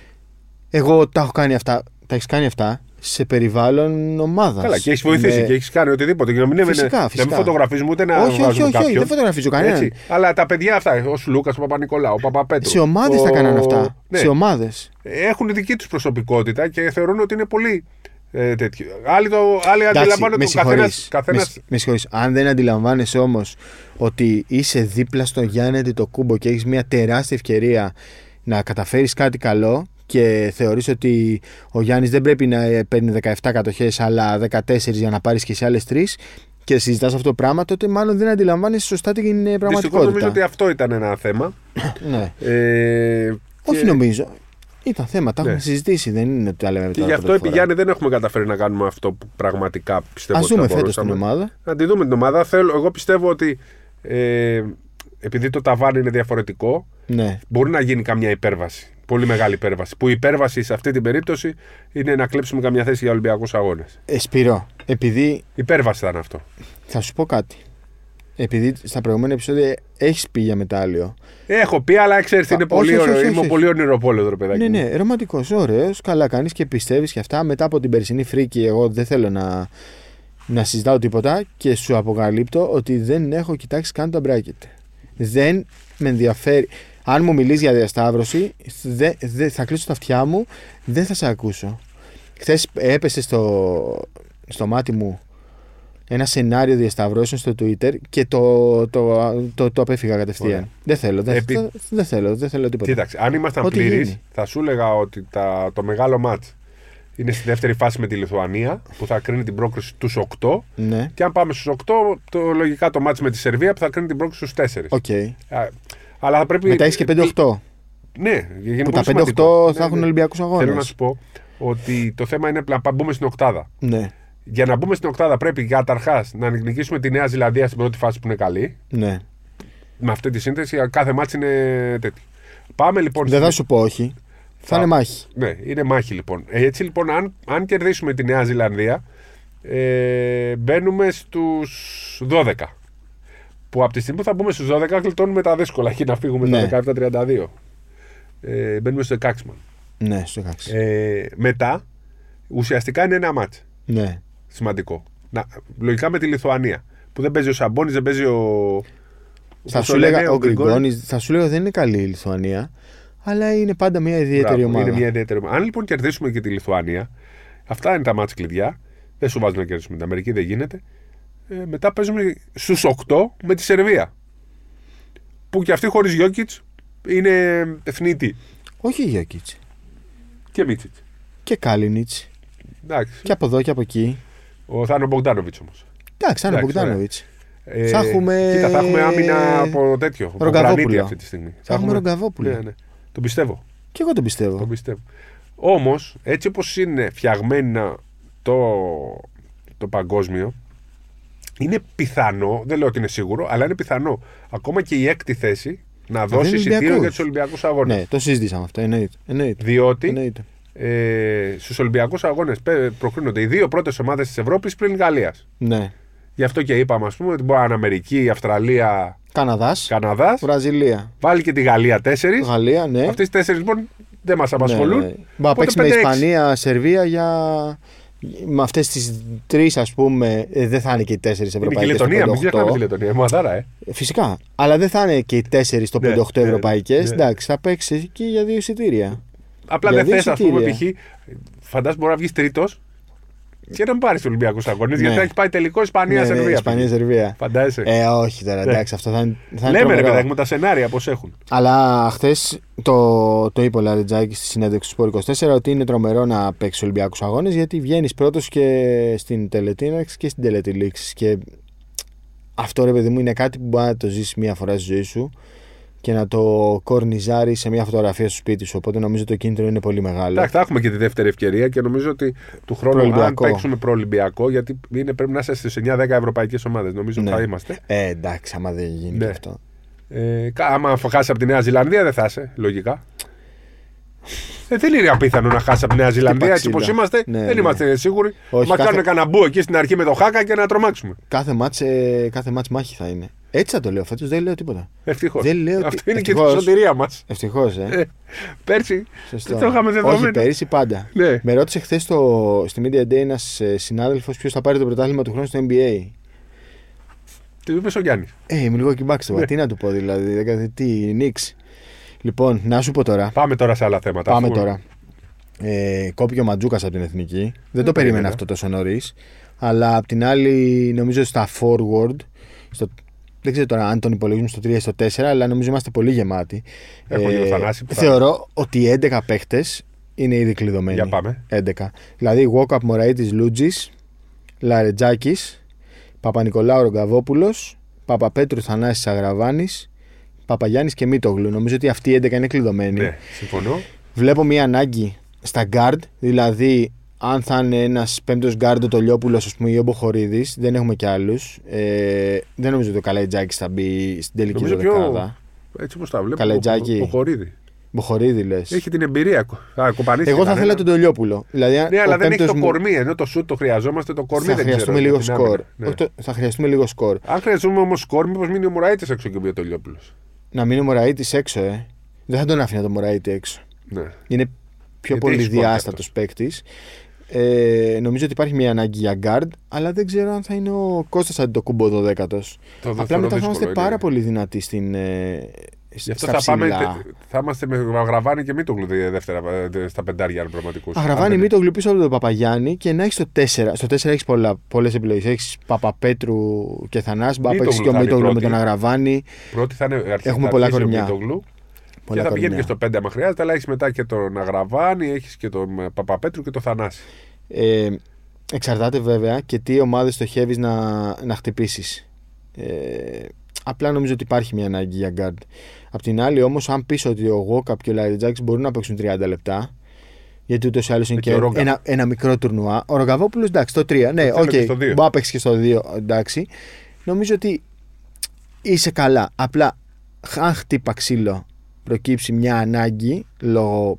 Speaker 2: εγώ τα έχω κάνει αυτά. Τα έχεις κάνει αυτά σε περιβάλλον ομάδας.
Speaker 1: Καλά, και έχεις βοηθήσει και έχεις κάνει οτιδήποτε. Και να μην,
Speaker 2: Φυσικά,
Speaker 1: να μην
Speaker 2: φυσικά.
Speaker 1: φωτογραφίζουμε ούτε να
Speaker 2: όχι, όχι,
Speaker 1: βάζουμε
Speaker 2: όχι, όχι,
Speaker 1: κάποιον.
Speaker 2: δεν φωτογραφίζω κανέναν.
Speaker 1: Έτσι. Αλλά τα παιδιά αυτά, ο Σλούκα, ο Παπα-Νικολάου, ο Παπαπέτρου.
Speaker 2: Σε ομάδες
Speaker 1: ο...
Speaker 2: τα κάνανε αυτά.
Speaker 1: Ναι.
Speaker 2: Σε ομάδες.
Speaker 1: Έχουν δική τους προσωπικότητα και θεωρούν ότι είναι πολύ ε, τέτοιο. Άλλοι, το, άλλοι αντιλαμβάνονται
Speaker 2: με
Speaker 1: ότι καθένας.
Speaker 2: συγχωρείς. Με συγ- Με συγχωρείς. Αν δεν αντιλαμβάνεσαι όμως ότι είσαι δίπλα στον Γιάννη το κούμπο και έχεις μια τεράστια ευκαιρία να καταφέρεις κάτι καλό και θεωρείς ότι ο Γιάννης δεν πρέπει να ε, παίρνει 17 κατοχές αλλά 14 για να πάρεις και σε άλλες 3 και συζητάς αυτό το πράγμα τότε μάλλον δεν αντιλαμβάνεσαι σωστά την ε,
Speaker 1: Δυστυχώς νομίζω
Speaker 2: πραγματικότητα.
Speaker 1: ότι αυτό ήταν ένα θέμα.
Speaker 2: Ναι.
Speaker 1: Ε,
Speaker 2: Όχι
Speaker 1: και-
Speaker 2: νομίζω. Ήταν θέμα, τα
Speaker 1: Ναι.
Speaker 2: έχουμε συζητήσει. Δεν είναι ότι τα λέμε
Speaker 1: Και
Speaker 2: τώρα
Speaker 1: γι' αυτό
Speaker 2: πρώτη
Speaker 1: επί
Speaker 2: φορά.
Speaker 1: Γιάννη δεν έχουμε καταφέρει να κάνουμε αυτό που πραγματικά πιστεύω
Speaker 2: Ας
Speaker 1: ότι θα
Speaker 2: δούμε φέτος την
Speaker 1: μπορούσαμε.
Speaker 2: ομάδα.
Speaker 1: Να τη δούμε την ομάδα. Θέλω, εγώ πιστεύω ότι ε, επειδή το ταβάνι είναι διαφορετικό,
Speaker 2: Ναι.
Speaker 1: μπορεί να γίνει καμιά υπέρβαση. Πολύ μεγάλη υπέρβαση. Που η υπέρβαση σε αυτή την περίπτωση είναι να κλέψουμε καμιά θέση για Ολυμπιακούς Αγώνες.
Speaker 2: Ε, Σπυρό, επειδή
Speaker 1: Υπέρβαση θα είναι αυτό.
Speaker 2: θα σου πω κάτι. Επειδή στα προηγούμενα επεισόδια έχεις πει για μετάλλιο.
Speaker 1: Έχω πει, αλλά ξέρεις,
Speaker 2: Α,
Speaker 1: είναι
Speaker 2: όχι,
Speaker 1: πολύ
Speaker 2: όχι,
Speaker 1: ωραίο.
Speaker 2: όχι,
Speaker 1: Είμαι
Speaker 2: όχι.
Speaker 1: πολύ ονειροπόλο, ρε παιδάκι.
Speaker 2: Ναι,
Speaker 1: μου.
Speaker 2: ναι, ρομαντικό, ωραίος, καλά κάνεις και πιστεύεις και αυτά. Μετά από την περσινή φρίκη, εγώ δεν θέλω να, να συζητάω τίποτα και σου αποκαλύπτω ότι δεν έχω κοιτάξει καν τα bracket. Δεν με ενδιαφέρει. Αν μου μιλείς για διασταύρωση, δε, δε, θα κλείσω τα αυτιά μου, δεν θα σε ακούσω. Χθες έπεσε στο, στο μάτι μου ένα σενάριο διασταυρώσεων στο Twitter και το, το, το, το, απέφυγα κατευθείαν.
Speaker 1: Ωραία.
Speaker 2: Δεν θέλω, δεν,
Speaker 1: Επί-
Speaker 2: δεν- δεν θέλω, δεν θέλω τίποτα.
Speaker 1: Κοίταξε, αν ήμασταν
Speaker 2: Ό,τι
Speaker 1: πλήρεις,
Speaker 2: γίνει.
Speaker 1: θα σου έλεγα ότι τα, το μεγάλο μάτ είναι στη δεύτερη φάση με τη Λιθουανία που θα κρίνει την πρόκριση τους 8.
Speaker 2: Ναι,
Speaker 1: Και αν πάμε στους 8, το, λογικά το μάτ με τη Σερβία που θα κρίνει την πρόκριση στους 4.
Speaker 2: οκ.
Speaker 1: Α, Αλλά θα πρέπει.
Speaker 2: Μετά έχεις και 5-8.
Speaker 1: Ναι, είναι
Speaker 2: Που τα 5-8
Speaker 1: πολύ σημαντικό.
Speaker 2: θα
Speaker 1: Ναι,
Speaker 2: έχουν
Speaker 1: ναι.
Speaker 2: Ολυμπιακούς αγώνες.
Speaker 1: Θέλω να σου πω ότι το θέμα είναι να μπούμε στην οκτάδα.
Speaker 2: Ναι,
Speaker 1: Για να μπούμε στην οκτάδα πρέπει καταρχάς να νικήσουμε τη Νέα Ζηλανδία στην πρώτη φάση που είναι καλή.
Speaker 2: ναι.
Speaker 1: Με αυτή τη σύνθεση κάθε μάτς είναι τέτοιο. Πάμε λοιπόν.
Speaker 2: Δεν
Speaker 1: στην-
Speaker 2: θα σου πω όχι. Θα
Speaker 1: Θα-
Speaker 2: είναι μάχη.
Speaker 1: Ναι, είναι μάχη λοιπόν. Έτσι λοιπόν, αν, αν κερδίσουμε τη Νέα Ζηλανδία, ε, μπαίνουμε στους 12. Που από τη στιγμή που θα μπούμε στους 12, γλιτώνουμε τα δύσκολα και να φύγουμε
Speaker 2: Ναι.
Speaker 1: στα 17-32. Ε, μπαίνουμε στο 16 μάλλον.
Speaker 2: Ναι, στο 16.
Speaker 1: Ε, μετά Ουσιαστικά είναι ένα μάτ.
Speaker 2: Ναι.
Speaker 1: Σημαντικό. Να, λογικά με τη Λιθουανία. Που δεν παίζει ο Σαμπόνι, δεν παίζει ο.
Speaker 2: Θα
Speaker 1: όπως
Speaker 2: σου,
Speaker 1: το λένε,
Speaker 2: λέγα, ο
Speaker 1: Γκριγκόνης.
Speaker 2: Γκριγκόνης, θα σου λέγα δεν είναι καλή η Λιθουανία, αλλά είναι πάντα μια ιδιαίτερη
Speaker 1: Μπράβο,
Speaker 2: ομάδα.
Speaker 1: Είναι μια ιδιαίτερη ομάδα. Αν λοιπόν κερδίσουμε και τη Λιθουανία, αυτά είναι τα μάτια κλειδιά. Δεν σου βάζουν να κερδίσουμε την Αμερική, δεν γίνεται. Ε, μετά παίζουμε στους 8 με τη Σερβία. Που και αυτή χωρίς Γιώκητ είναι εθνίτη.
Speaker 2: Όχι Γιώκητς.
Speaker 1: Και Μίτσιτ.
Speaker 2: Και Κάλινιτς.
Speaker 1: Εντάξει.
Speaker 2: Και από εδώ και από εκεί.
Speaker 1: Ο Θάνο Μπογκδάνοβιτ όμως.
Speaker 2: Εντάξει, Άννα
Speaker 1: Εντάξει, ωραία.
Speaker 2: Μπογκδάνοβιτς.
Speaker 1: Ε,
Speaker 2: Θα έχουμε-
Speaker 1: Κοίτα, θα έχουμε άμυνα από τέτοιο. Από
Speaker 2: Ρογκαβόπουλο.
Speaker 1: πλανήτη αυτή τη στιγμή.
Speaker 2: Θα έχουμε Ρογκαβόπουλο.
Speaker 1: Ναι, ναι. Τον πιστεύω.
Speaker 2: Και εγώ τον πιστεύω.
Speaker 1: Τον πιστεύω. Όμως, έτσι όπως είναι φτιαγμένα το, το παγκόσμιο, είναι πιθανό, δεν λέω ότι είναι σίγουρο, αλλά είναι πιθανό ακόμα και η έκτη θέση να δώσει
Speaker 2: δίνει
Speaker 1: εισιτήριο
Speaker 2: Ολυμπιακούς.
Speaker 1: για τους Ολυμπιακούς Αγώνες.
Speaker 2: Ναι, το συζήτησαμε αυτό. Εννοείται. Εννοείται.
Speaker 1: Διότι
Speaker 2: Εννοείται.
Speaker 1: ε, στους Ολυμπιακούς Αγώνες προκρίνονται οι δύο πρώτες ομάδες της Ευρώπης πλην Γαλλίας.
Speaker 2: Ναι.
Speaker 1: Γι' αυτό και είπαμε, ας πούμε, ότι μπορεί να είναι Αμερική, Αυστραλία,
Speaker 2: Καναδάς.
Speaker 1: Καναδάς.
Speaker 2: Βραζιλία.
Speaker 1: Βάλει και τη Γαλλία 4.
Speaker 2: Γαλλία, ναι.
Speaker 1: Αυτές οι τέσσερις λοιπόν δεν μας απασχολούν.
Speaker 2: Ναι, ναι. Μπα,
Speaker 1: Οπότε
Speaker 2: παίξει με
Speaker 1: 5-6.
Speaker 2: Ισπανία, Σερβία για. Με αυτές τις τρεις, ας πούμε, ε, δεν θα είναι και οι τέσσερις
Speaker 1: Είναι και η
Speaker 2: ευρωπαϊκές.
Speaker 1: Λετωνία, μην ξεχνάμε τη Λετωνία. Είναι μαδάρα, ε.
Speaker 2: Φυσικά. Αλλά δεν θα είναι και οι τέσσερις το
Speaker 1: Ναι,
Speaker 2: 58
Speaker 1: ναι,
Speaker 2: ευρωπαϊκές.
Speaker 1: ναι.
Speaker 2: Εντάξει, θα παίξει εκεί για δύο εισιτήρια.
Speaker 1: Απλά
Speaker 2: Για
Speaker 1: δεν
Speaker 2: δύο
Speaker 1: θες, ας πούμε, π.χ.
Speaker 2: εισιτήρια.
Speaker 1: Φαντάζομαι μπορεί να βγεις τρίτος και να μην πάρεις τους Ολυμπιακούς Αγώνες.
Speaker 2: Ναι.
Speaker 1: Γιατί θα έχει πάει τελικό Ισπανία-Σερβία.
Speaker 2: Ναι, ναι,
Speaker 1: π.χ.
Speaker 2: Ισπανία-Σερβία.
Speaker 1: Φαντάζεσαι.
Speaker 2: Ε, όχι τώρα,
Speaker 1: Ναι.
Speaker 2: εντάξει, αυτό θα είναι. Θα είναι
Speaker 1: Λέμε ρε
Speaker 2: τρομερό.
Speaker 1: παιδάκι μου τα σενάρια πώς έχουν.
Speaker 2: Αλλά χθες το, το είπε ο Λαριτζάκης στη συνέντευξη του Sport 24 ότι είναι τρομερό να παίξεις Ολυμπιακούς Αγώνες γιατί βγαίνεις πρώτος και στην τελετίναξη και στην τελετηλήξη. Και αυτό ρε παιδί μου είναι κάτι που μπορεί να το ζήσεις μία φορά στη ζωή σου και να το κορνιζάρει σε μία φωτογραφία στο σπίτι σου. Οπότε νομίζω το κίνητρο είναι πολύ μεγάλο.
Speaker 1: Εντάξει, θα έχουμε και τη δεύτερη ευκαιρία και νομίζω ότι του χρόνου αν
Speaker 2: Προολυμπιακό.
Speaker 1: παίξουμε προολυμπιακό, γιατί είναι, πρέπει να είσαι στις 9-10 ευρωπαϊκές ομάδες. Νομίζω ότι
Speaker 2: Ναι.
Speaker 1: θα είμαστε.
Speaker 2: Ε, εντάξει, άμα δεν γίνει
Speaker 1: Ναι.
Speaker 2: και αυτό.
Speaker 1: Ε, κα- άμα χάσει από τη Νέα Ζηλανδία, δεν θα είσαι, λογικά. Ε, δεν είναι απίθανο να χάσει από τη Νέα Ζηλανδία έτσι
Speaker 2: ξύλα.
Speaker 1: όπως είμαστε.
Speaker 2: Ναι,
Speaker 1: δεν
Speaker 2: ναι.
Speaker 1: είμαστε σίγουροι.
Speaker 2: Όχι,
Speaker 1: Μας
Speaker 2: κάθε-
Speaker 1: κάνουν κανένα μπου εκεί στην αρχή με το χάκα και να τρομάξουμε.
Speaker 2: Κάθε μάτς, ε, κάθε μάτς μάχη θα είναι. Έτσι θα το λέω φέτος, δεν λέω τίποτα.
Speaker 1: Ευτυχώς.
Speaker 2: Δεν λέω ότι-
Speaker 1: Αυτή είναι και η
Speaker 2: ευτυχώς.
Speaker 1: σωτηρία μας.
Speaker 2: Ευτυχώς, ε.
Speaker 1: Πέρσι
Speaker 2: Σωστό.
Speaker 1: δεν το είχαμε
Speaker 2: Όχι,
Speaker 1: δεδομένο.
Speaker 2: πέρυσι πάντα.
Speaker 1: Ναι.
Speaker 2: Με ρώτησε χθες στη Media Day ένας συνάδελφος ποιος θα πάρει το πρωτάθλημα του χρόνου στο NBA.
Speaker 1: Του είπες ο Γιάννης.
Speaker 2: Ε, είμαι λίγο κοιμάξτε.
Speaker 1: Ναι.
Speaker 2: Τι να του πω δηλαδή. δεν κατα- Τι, νίξ. Λοιπόν, να σου πω τώρα.
Speaker 1: Πάμε τώρα σε άλλα θέματα.
Speaker 2: Πάμε
Speaker 1: αφού-
Speaker 2: τώρα. Ε, κόπηκε ο Ματζούκας από την εθνική. Δεν, το
Speaker 1: περίμενα.
Speaker 2: περίμενα αυτό τόσο νωρίς. Αλλά απ' την άλλη, νομίζω στα forward. Στο, δεν ξέρω τώρα αν τον υπολογίζουμε στο 3 ή στο 4, αλλά νομίζω είμαστε πολύ γεμάτοι. Ε,
Speaker 1: Έχω και τον Θανάση που θα-
Speaker 2: θεωρώ ότι οι 11 παίχτες είναι ήδη κλειδωμένοι.
Speaker 1: Για πάμε.
Speaker 2: 11. Δηλαδή, Walkup Μωραήτης Λούτζης, Λαρετζάκης, Παπα-Νικολάου Ρογκαβόπουλος, Παπαπέτρου Θανάσης Αγραβάνης, Παπαγιάννης και Μίτογλου. Νομίζω ότι αυτοί οι 11 είναι κλειδωμένοι.
Speaker 1: Ναι, συμφωνώ.
Speaker 2: Βλέπω μια ανάγκη στα guard, δηλαδή αν θα είναι ένας πέμπτος guard ο Τολιόπουλος πούμε, ή ο Μποχορίδης, δεν έχουμε κι άλλους. Ε, δεν νομίζω ότι ο Καλαϊτζάκης θα μπει στην τελική
Speaker 1: Νομίζω
Speaker 2: ζωή.
Speaker 1: πιο-
Speaker 2: Πιο...
Speaker 1: Έτσι όπως τα βλέπω.
Speaker 2: Καλετζάκη.
Speaker 1: ο- Ο Χωρίδη.
Speaker 2: Μποχορίδη λες.
Speaker 1: Έχει την εμπειρία. κο- Α, κοπανίστηκε
Speaker 2: Εγώ θα
Speaker 1: κανένα.
Speaker 2: ήθελα τον Τολιόπουλο. Δηλαδή, αν
Speaker 1: Ναι, αλλά
Speaker 2: ο
Speaker 1: δεν έχει
Speaker 2: πέμπτος
Speaker 1: το
Speaker 2: μου-
Speaker 1: κορμί. Ενώ το σουτ το χρειαζόμαστε, το κορμί
Speaker 2: Θα
Speaker 1: δεν ξέρω.
Speaker 2: χρειαστούμε
Speaker 1: για
Speaker 2: λίγο
Speaker 1: την
Speaker 2: σκορ.
Speaker 1: άμυνα. Ναι.
Speaker 2: Όχι, το- Θα χρειαστούμε λίγο σκορ.
Speaker 1: Αν χρειαζόμαστε όμως σκορ, μήπως μείνει ο Μουραήτη έξω και μπει ο Τολιόπουλος.
Speaker 2: Να μείνει ο Μωραήτη έξω, ε. Δεν θα τον άφηνα τον Μωραήτη έξω.
Speaker 1: Ναι.
Speaker 2: Είναι πιο
Speaker 1: Γιατί έχεις σκόρ
Speaker 2: πολυδιάστατο παίκτης. Ε, νομίζω ότι υπάρχει μια ανάγκη για guard, αλλά δεν ξέρω αν θα είναι ο Κώστας Αντιτοκούμπο 12ο.
Speaker 1: Το
Speaker 2: Απλά
Speaker 1: θεωρώ
Speaker 2: μετά θα
Speaker 1: δύσκολο,
Speaker 2: είμαστε
Speaker 1: είναι.
Speaker 2: πάρα πολύ δυνατοί στην. Ε,
Speaker 1: Γι' αυτό
Speaker 2: στα
Speaker 1: θα, πάμε,
Speaker 2: ψηλά.
Speaker 1: θα είμαστε με Αγραβάνη και Μίτογλου δε- δεύτερα, ε, στα πεντάρια αν πραγματικούς.
Speaker 2: Αγραβάνει μη το γλουπίσω από τον Παπαγιάννη και να έχεις το 4. Στο 4 έχει πολλές επιλογές. Έχεις Παπαπέτρου και Θανάση. Μπα
Speaker 1: Μίτογλου
Speaker 2: παίξει και ο
Speaker 1: θα είναι
Speaker 2: Μίτογλου με
Speaker 1: πρώτη.
Speaker 2: τον Αγραβάνη.
Speaker 1: Πρώτη θα είναι αρχικά
Speaker 2: Έχουμε πολλά
Speaker 1: αρχίζει ο
Speaker 2: κορμιά.
Speaker 1: Μίτογλου
Speaker 2: Πολλά
Speaker 1: και θα πηγαίνεις
Speaker 2: κορμιά.
Speaker 1: και στο 5 άμα χρειάζεται, αλλά έχεις μετά και τον Αγραβάνη, έχεις και τον ε, Παπαπέτρου και τον Θανάση.
Speaker 2: Ε, εξαρτάται βέβαια και τι ομάδες στοχεύεις να, να χτυπήσεις. Ε, απλά νομίζω ότι υπάρχει μια ανάγκη για guard. Απ' την άλλη, όμως, αν πεις ότι ο Γόκαπ και ο Λαριτζάκη μπορούν να παίξουν 30 λεπτά, γιατί ούτως ή άλλως είναι
Speaker 1: Ε, Και
Speaker 2: και,
Speaker 1: ο Ρόγκα.
Speaker 2: ένα, ένα μικρό τουρνουά. Ο Ρογκαβόπουλο, εντάξει, το 3. Ναι,
Speaker 1: θέλω
Speaker 2: οκ.
Speaker 1: και στο δύο.
Speaker 2: Μπορεί να παίξει και στο 2. Εντάξει. Νομίζω ότι είσαι καλά. Απλά, αν χτύπα ξύλο προκύψει μια ανάγκη λόγω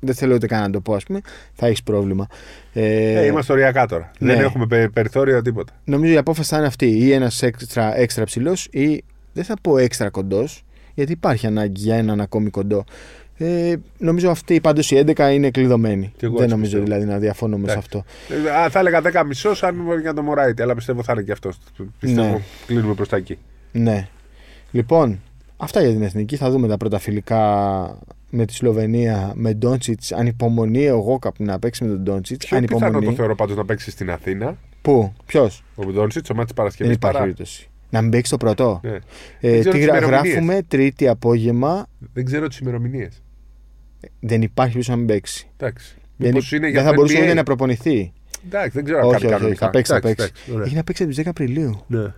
Speaker 2: δεν θέλω ούτε καν να το πω, ας πούμε, θα έχεις πρόβλημα. Ε,
Speaker 1: Ε, είμαστε οριακά τώρα.
Speaker 2: ναι.
Speaker 1: Δεν έχουμε πε- περιθώριο τίποτα.
Speaker 2: Νομίζω η απόφαση θα είναι αυτή. Ή ένας έξτρα, έξτρα ψηλός, ή δεν θα πω έξτρα κοντός, γιατί υπάρχει ανάγκη για έναν ακόμη κοντό. Ε, νομίζω αυτή πάντως η 11 είναι κλειδωμένη.
Speaker 1: Κι εγώ
Speaker 2: Δεν
Speaker 1: έτσι
Speaker 2: νομίζω
Speaker 1: πιστεύω.
Speaker 2: δηλαδή να διαφωνώ με σε
Speaker 1: Εντάξει.
Speaker 2: αυτό.
Speaker 1: Ε, Α, θα έλεγα 10 μισός αν για το Μωράιτι, αλλά πιστεύω θα είναι και αυτό. Πιστεύω
Speaker 2: Ναι.
Speaker 1: κλείνουμε προς τα εκεί.
Speaker 2: Ναι. Λοιπόν, αυτά για την εθνική. Θα δούμε τα πρώτα φιλικά με τη Σλοβενία, με Ντόντσιτ. Ανυπομονεί εγώ κάπου να παίξει με τον Ντόντσιτ.
Speaker 1: Πιο πιθανό το
Speaker 2: Ανυπομονεί.
Speaker 1: θεωρώ πάντως να παίξει στην Αθήνα.
Speaker 2: Πού, ποιος.
Speaker 1: Ο Ντόνσιτ, ο μάτι
Speaker 2: Δεν
Speaker 1: Παρασκευής.
Speaker 2: υπάρχει περίπτωση. Να μην παίξει το πρωτό.
Speaker 1: Ναι.
Speaker 2: Ε,
Speaker 1: Δεν
Speaker 2: τι
Speaker 1: ξέρω τις
Speaker 2: γρα-
Speaker 1: ημερομηνίες.
Speaker 2: γράφουμε Τρίτη απόγευμα.
Speaker 1: Δεν ξέρω τις ημερομηνίες.
Speaker 2: Δεν υπάρχει περίπτωση να μην παίξει.
Speaker 1: Εντάξει.
Speaker 2: Δεν,
Speaker 1: Μήπως
Speaker 2: δεν
Speaker 1: είναι για
Speaker 2: θα
Speaker 1: το
Speaker 2: μπορούσε
Speaker 1: NBA.
Speaker 2: ούτε να προπονηθεί.
Speaker 1: Εντάξει, δεν ξέρω αν
Speaker 2: Όχι,
Speaker 1: κάτι
Speaker 2: όχι, όχι,
Speaker 1: κανονικά.
Speaker 2: θα παίξει. Θα
Speaker 1: Εντάξει,
Speaker 2: παίξει.
Speaker 1: εντάξει, ωραία.
Speaker 2: Έχει να παίξει από τις 10 Απριλίου.
Speaker 1: Ναι.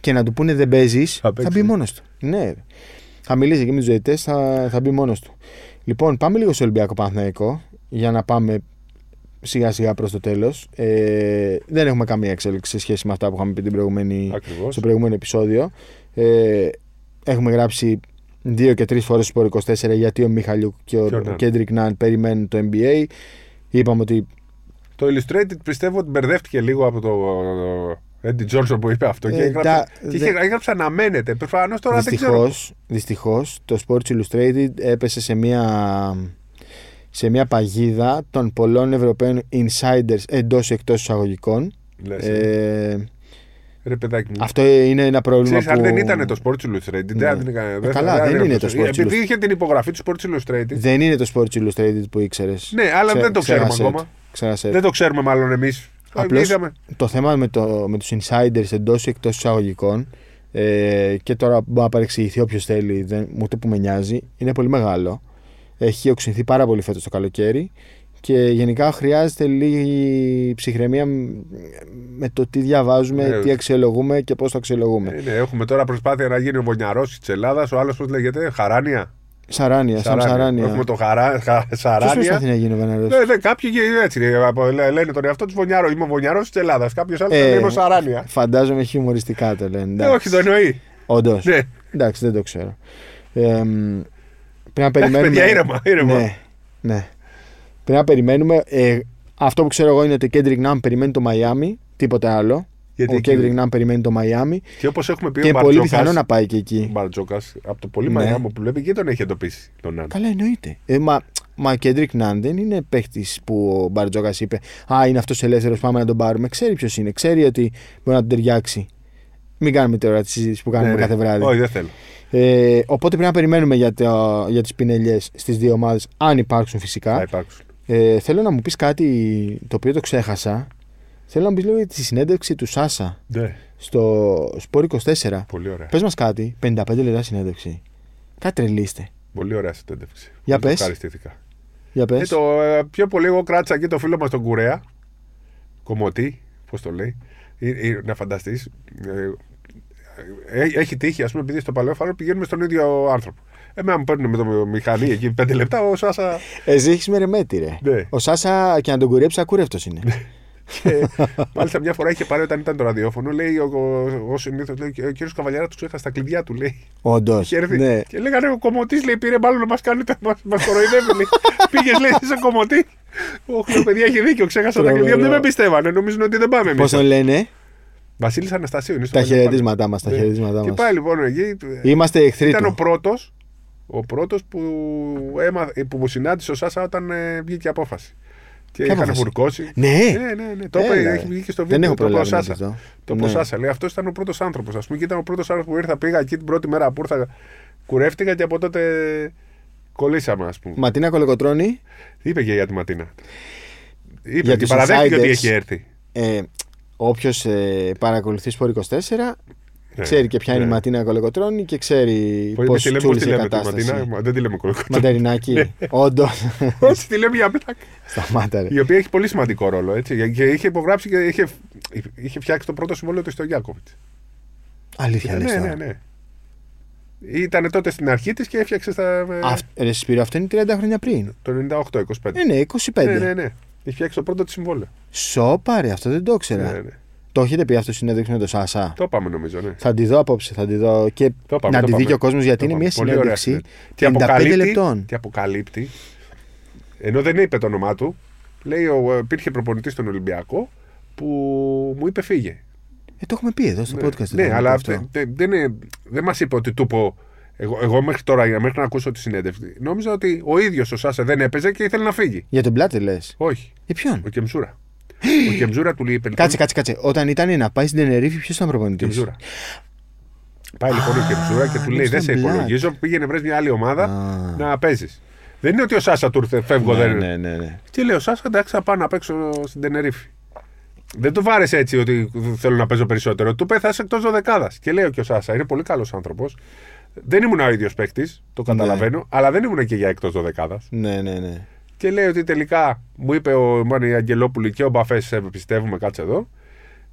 Speaker 2: και να του πούνε δεν παίζεις, θα,
Speaker 1: παίξει.
Speaker 2: μπει μόνος του. Ναι. Θα μιλήσει και με τους διαιτητές, θα, θα μπει μόνος του. Λοιπόν, πάμε λίγο στο Ολυμπιακό Παναθηναϊκό για να πάμε σιγά σιγά προς το τέλος. Ε, δεν έχουμε καμία εξέλιξη σε σχέση με αυτά που είχαμε πει την προηγούμενη,
Speaker 1: Ακριβώς.
Speaker 2: στο προηγούμενο επεισόδιο. Ε, έχουμε γράψει δύο και τρεις φορές στο 24 γιατί ο Μιχαλιούκ και
Speaker 1: Και ο
Speaker 2: ο
Speaker 1: Ναν.
Speaker 2: Κέντρικ Ναν περιμένουν το NBA. Είπαμε ότι
Speaker 1: Το Illustrated πιστεύω ότι μπερδεύτηκε λίγο από το Έντι Τζόνσον που είπε αυτό. Και
Speaker 2: Ε,
Speaker 1: έγραψε,
Speaker 2: τα-
Speaker 1: και
Speaker 2: δεν-
Speaker 1: είχε- έγραψε αναμένεται. Προφανώς τώρα δεν
Speaker 2: Δυστυχώς, δυστυχώς, το Sports Illustrated έπεσε σε μια, σε μια παγίδα των πολλών Ευρωπαίων insiders εντός ή εκτός εισαγωγικών.
Speaker 1: ξέρω. Λες,
Speaker 2: Ε,
Speaker 1: ρε παιδάκι μου.
Speaker 2: αυτό είναι ένα πρόβλημα.
Speaker 1: Ξέρεις,
Speaker 2: που...
Speaker 1: αν δεν ήταν το Sports Illustrated, δεν την έκανε-
Speaker 2: Ε,
Speaker 1: δεν-
Speaker 2: καλά, δεν
Speaker 1: έκανε
Speaker 2: είναι
Speaker 1: αυτό.
Speaker 2: το Sports
Speaker 1: Επειδή
Speaker 2: Illustrated.
Speaker 1: είχε την υπογραφή του Sports Illustrated.
Speaker 2: Δεν είναι το Sports Illustrated που ήξερες.
Speaker 1: Ναι, αλλά δεν το ξέρουμε ακόμα.
Speaker 2: Ξέχασε.
Speaker 1: Δεν το ξέρουμε μάλλον εμείς.
Speaker 2: Απλώς το θέμα με, το, με τους insiders εντός ή εκτός εισαγωγικών ε, και τώρα μπορεί να παρεξηγηθεί όποιος θέλει, δεν, ούτε που με νοιάζει, είναι πολύ μεγάλο. Έχει οξυνθεί πάρα πολύ φέτος το καλοκαίρι και γενικά χρειάζεται λίγη ψυχραιμία μ, με το τι διαβάζουμε,
Speaker 1: Ναι.
Speaker 2: τι αξιολογούμε και πώς το αξιολογούμε.
Speaker 1: Ε, έχουμε τώρα προσπάθεια να γίνει ο Βονιαρός της Ελλάδας. Ο άλλος πώς λέγεται, Χαράνια.
Speaker 2: Σαράνια, Ε, σαν σαράνια.
Speaker 1: Έχουμε το χαρά, χα,
Speaker 2: Ποιος
Speaker 1: Σαράνια.
Speaker 2: προσπαθεί να γίνει ο Βεναρός?
Speaker 1: Ναι, ναι, κάποιοι και έτσι ρε, απο- λέ- λένε τον εαυτό τους Βονιαρό. Είμαι ο Βονιαρό της Ελλάδας. Κάποιος άλλος
Speaker 2: Ε,
Speaker 1: λέει είμαι ο Ναι, Σαράνια.
Speaker 2: Φαντάζομαι χιουμοριστικά το λένε.
Speaker 1: Ε,
Speaker 2: εντάξει.
Speaker 1: όχι, το εννοεί.
Speaker 2: Όντως.
Speaker 1: Ναι,
Speaker 2: Εντάξει, δεν το ξέρω. Ε, μ, πρέπει να
Speaker 1: εντάξει,
Speaker 2: περιμένουμε.
Speaker 1: παιδιά, ήρεμα. ήρεμα.
Speaker 2: Ναι, ναι. Πρέπει να περιμένουμε. Ε, αυτό που ξέρω εγώ είναι ότι ο Kendrick Nam περιμένει το Μαϊάμι, τίποτα άλλο.
Speaker 1: Γιατί
Speaker 2: ο
Speaker 1: εκεί-
Speaker 2: Kendrick Nam περιμένει το Μαϊάμι
Speaker 1: Και όπως έχουμε πει,
Speaker 2: και
Speaker 1: ο
Speaker 2: πολύ πιθανό να
Speaker 1: Μπαρτζόκα.
Speaker 2: πάει και εκεί.
Speaker 1: από το πολύ
Speaker 2: Ναι.
Speaker 1: μαγιάμο που βλέπει και τον έχει εντοπίσει τον Νάν.
Speaker 2: Καλά, εννοείται. Ε, μα, μα ο Kendrick Nam δεν είναι παίχτης που ο Μπαρτζόκας είπε Α, είναι αυτός ελεύθερος, πάμε να τον πάρουμε. Ξέρει ποιος είναι, ξέρει ότι μπορεί να τον ταιριάξει. Μην κάνουμε τώρα τη συζήτηση που κάνουμε
Speaker 1: Ναι, ναι.
Speaker 2: κάθε βράδυ.
Speaker 1: Όχι, δεν θέλω.
Speaker 2: Ε, οπότε πρέπει να περιμένουμε για, τα, για τις πινελιές στις δύο ομάδες, αν υπάρξουν φυσικά.
Speaker 1: Θα υπάρξουν.
Speaker 2: Ε, θέλω να μου πεις κάτι το οποίο το ξέχασα. Θέλω να μου πεις λίγο για τη συνέντευξη του Σάσα
Speaker 1: Ναι,
Speaker 2: στο Σπόρ 24.
Speaker 1: πολύ ωραία.
Speaker 2: Πες μας κάτι, 55 λεπτά συνέντευξη. Κάτι τρελείστε.
Speaker 1: Πολύ ωραία συνέντευξη.
Speaker 2: Για
Speaker 1: Πολύ
Speaker 2: πες.
Speaker 1: Ευχαριστήθηκα.
Speaker 2: Για
Speaker 1: Ε,
Speaker 2: πες.
Speaker 1: το, ε, πιο πολύ εγώ κράτησα εκεί το φίλο μας τον Κουρέα. Κομωτή, πώς το λέει. Ε, ε, να φανταστείς. έχει τύχει, ας πούμε, επειδή στο παλαιό φάρο πηγαίνουμε στον ίδιο άνθρωπο. Εμένα μου παίρνουν με το μηχανή εκεί πέντε λεπτά, ο Σάσα.
Speaker 2: Εσύ έχεις μερεμέτη ρε.
Speaker 1: Ναι.
Speaker 2: Ο Σάσα και να τον κουρέψει ακούρευτος είναι.
Speaker 1: Και μάλιστα μια φορά είχε πάρει όταν ήταν το ραδιόφωνο, λέει ο, ο, ο συνήθως, λέει ο κύριος Καβαλιάρα του ξέχασε τα κλειδιά του, λέει.
Speaker 2: Όντως.
Speaker 1: Είχε έρθει.
Speaker 2: Ναι.
Speaker 1: Και λέγανε ο κομμωτής, λέει πήρε μάλλον να μας κάνει τα μας κοροϊδεύει.
Speaker 2: *laughs*
Speaker 1: λέει. Πήγες, λέει, είσαι κομμωτή. Όχι, το παιδιά έχει δίκιο, ξέχασα τα κλειδιά μου, δεν με
Speaker 2: Τρομερό.
Speaker 1: πιστεύανε, νομίζουν ότι δεν πάμε εμεί.
Speaker 2: Πώς τον λένε,
Speaker 1: Βασίλης Αναστασίου. Είναι στο
Speaker 2: τα
Speaker 1: παλιό
Speaker 2: χαιρετίσματά μας, τα
Speaker 1: Ναι.
Speaker 2: χαιρετίσματά
Speaker 1: Και
Speaker 2: μας.
Speaker 1: πάει λοιπόν εκεί.
Speaker 2: Είμαστε εχθροί
Speaker 1: Ήταν ο
Speaker 2: του.
Speaker 1: πρώτος ο πρώτος που, έμα, που μου συνάντησε ο Σάσα όταν ε, βγήκε η απόφαση. Και
Speaker 2: Ποια
Speaker 1: είχαν
Speaker 2: απόφαση?
Speaker 1: βουρκώσει.
Speaker 2: Ναι.
Speaker 1: ναι, ναι, ναι. Το
Speaker 2: Έλα,
Speaker 1: είπε,
Speaker 2: ρε.
Speaker 1: έχει βγει και στο βίντεο.
Speaker 2: Δεν έχω
Speaker 1: το είπε ο
Speaker 2: προλάβει να
Speaker 1: Σάσα.
Speaker 2: δω.
Speaker 1: Το είπε ο
Speaker 2: Ναι.
Speaker 1: Σάσα. Λέει αυτός ήταν ο πρώτος άνθρωπος. Ας πούμε και ήταν ο πρώτος άνθρωπος που ήρθα. Πήγα εκεί την πρώτη μέρα που ήρθα. Κουρεύτηκα και από τότε κολλήσαμε, ας πούμε.
Speaker 2: Ματίνα Κολοκοτρώνη,
Speaker 1: Είπε και για τη Ματίνα. Είπε
Speaker 2: Για
Speaker 1: και
Speaker 2: τους
Speaker 1: παραδέχτηκε ότι
Speaker 2: insiders.
Speaker 1: έχει έρθει.
Speaker 2: ε, όποιος ε, παρακολουθεί Σπορ 24
Speaker 1: Ναι,
Speaker 2: Ξέρει και ποια είναι
Speaker 1: ναι.
Speaker 2: η Ματίνα Κολοκοτρώνη και ξέρει
Speaker 1: Πώς
Speaker 2: πώς
Speaker 1: τη λέμε, πώς τη
Speaker 2: τσούλησε η
Speaker 1: λέμε τη
Speaker 2: κατάσταση.
Speaker 1: Ματίνα. Μα, Ναι. Δεν τη λέμε κολοκοτρώνη. *laughs*
Speaker 2: Ματερινάκι, όντω. *laughs*
Speaker 1: Όχι, τη λέμε για πλάκα.
Speaker 2: Σταμάτα ρε.
Speaker 1: Η οποία έχει πολύ σημαντικό ρόλο. Έτσι. Και είχε υπογράψει και είχε, είχε φτιάξει το πρώτο συμβόλαιο του στο Γιάκοβιτ.
Speaker 2: Αλήθεια λες
Speaker 1: ναι, ναι,
Speaker 2: τώρα.
Speaker 1: ναι. Ήταν τότε στην αρχή της και έφτιαξε στα.
Speaker 2: Αυτ- Ρε Σπύρο, αυτό είναι 30 χρόνια πριν.
Speaker 1: Το 98-25.
Speaker 2: Ναι, ναι, 25.
Speaker 1: ναι, ναι, ναι. Έχει φτιάξει το πρώτο της συμβόλαιο.
Speaker 2: Σώπα ρε, αυτό δεν το ήξερα.
Speaker 1: Ναι, ναι.
Speaker 2: Το έχετε πει αυτό συνέντευξη με τον Σάσα.
Speaker 1: Το πάμε νομίζω, ναι.
Speaker 2: Θα τη δω απόψε, θα τη δω και
Speaker 1: Το πάμε,
Speaker 2: να
Speaker 1: το
Speaker 2: τη δει
Speaker 1: πάμε.
Speaker 2: και ο κόσμος γιατί
Speaker 1: Το
Speaker 2: είναι
Speaker 1: πάμε.
Speaker 2: μια
Speaker 1: Πολύ ωραία
Speaker 2: συνέντευξη
Speaker 1: συνέντευξη. Και
Speaker 2: 55
Speaker 1: αποκαλύπτει-
Speaker 2: λεπτών.
Speaker 1: Και αποκαλύπτει, ενώ δεν είπε το όνομά του, λέει ο, ε, υπήρχε προπονητής στον Ολυμπιακό που μου είπε φύγε.
Speaker 2: Ε, το έχουμε πει εδώ στο podcast. το
Speaker 1: Ναι,
Speaker 2: έχουμε
Speaker 1: αλλά
Speaker 2: πει
Speaker 1: αυτό.
Speaker 2: αυτό.
Speaker 1: δεν, δεν, είναι- δεν μας είπε ότι του πω Εγώ, εγώ μέχρι τώρα, για- μέχρι να ακούσω τη συνέντευξη, νόμιζα ότι ο ίδιος ο Σάσε δεν έπαιζε και ήθελε να φύγει.
Speaker 2: Για τον πλάτη λες.
Speaker 1: Όχι.
Speaker 2: Για ποιον.
Speaker 1: Ο Κεμζούρα. ο Κεμζούρα του λέει είπε, λοιπόν,
Speaker 2: Κάτσε, κάτσε, κάτσε. Όταν ήταν να πάει στην Τενερίφη, ποιος ήταν προπονητής.
Speaker 1: Κεμζούρα. Πάει λοιπόν ο Κεμζούρα και του λέει:
Speaker 2: ανοίξε
Speaker 1: Δεν σε
Speaker 2: τον μπλάτ».
Speaker 1: υπολογίζω, πήγαινε βρες μια άλλη ομάδα να παίζεις. Δεν είναι ότι ο Σάσα του ήρθε, φεύγω,
Speaker 2: Ναι,
Speaker 1: δεν.
Speaker 2: ναι, ναι, ναι.
Speaker 1: Τι λέει ο Σάσα, εντάξει, θα πάω να παίξω στην Τενερίφη. Δεν του βάρεσε έτσι ότι θέλω να παίζω περισσότερο. Του είπε θα είσαι εκτός δωδεκάδας. Και λέει και ο Σάσα, είναι πολύ καλός άνθρωπος. Δεν ήμουν ο ίδιος παίκτης, το καταλαβαίνω, αλλά δεν ήμουν και για εκτός δωδεκάδας.
Speaker 2: Ναι, ναι, ναι.
Speaker 1: Και λέει ότι τελικά μου είπε ο Μάνι Αγγελόπουλη και ο Μπαφές, «Σε πιστεύουμε, κάτσε εδώ.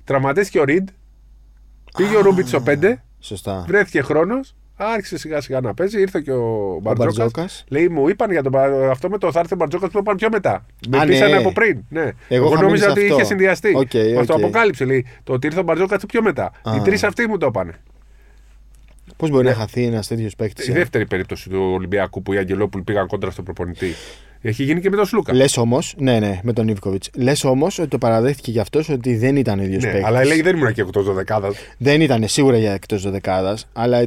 Speaker 1: Τραυματίστηκε ο Ριντ. Πήγε ο Ρούμπιτ στο 5,
Speaker 2: Σωστά.
Speaker 1: βρέθηκε χρόνος, άρχισε σιγά σιγά να παίζει. Ήρθε και ο Μπαρτζόκας.
Speaker 2: Μπαρτζόκας.
Speaker 1: Λέει, μου είπαν για τον Μπα- αυτό με το θα έρθει ο Μπαρτζόκας, το είπαν πιο μετά. Με
Speaker 2: Α,
Speaker 1: πείσανε
Speaker 2: ναι.
Speaker 1: από πριν. Ναι. Εγώ,
Speaker 2: είχα
Speaker 1: νόμιζα
Speaker 2: μείνει σε
Speaker 1: ότι
Speaker 2: αυτό.
Speaker 1: είχε συνδυαστεί.
Speaker 2: Οκ,
Speaker 1: Μας το
Speaker 2: οκ.
Speaker 1: αποκάλυψε, λέει. Το ότι ήρθε ο Μπαρτζόκας πιο μετά. Οι
Speaker 2: Α.
Speaker 1: τρεις αυτοί μου το είπαν.
Speaker 2: Πώς μπορεί να χαθεί ένας τέτοιος παίκτης.
Speaker 1: Η δεύτερη περίπτωση του Ολυμπιακού που οι Αγγελόπουλοι πήγαν κόντρα στον προπονητή. Έχει γίνει και με τον Σλούκα.
Speaker 2: Λες όμως, ναι, ναι, με τον Ιβκοβιτ. Λες όμως ότι το παραδέχτηκε γι' αυτός ότι δεν ήταν ίδιος
Speaker 1: Ναι,
Speaker 2: παίκτης.
Speaker 1: αλλά λέει δεν ήμουν και εκτός δωδεκάδας.
Speaker 2: Δεν ήταν σίγουρα για εκτός δωδεκάδας, αλλά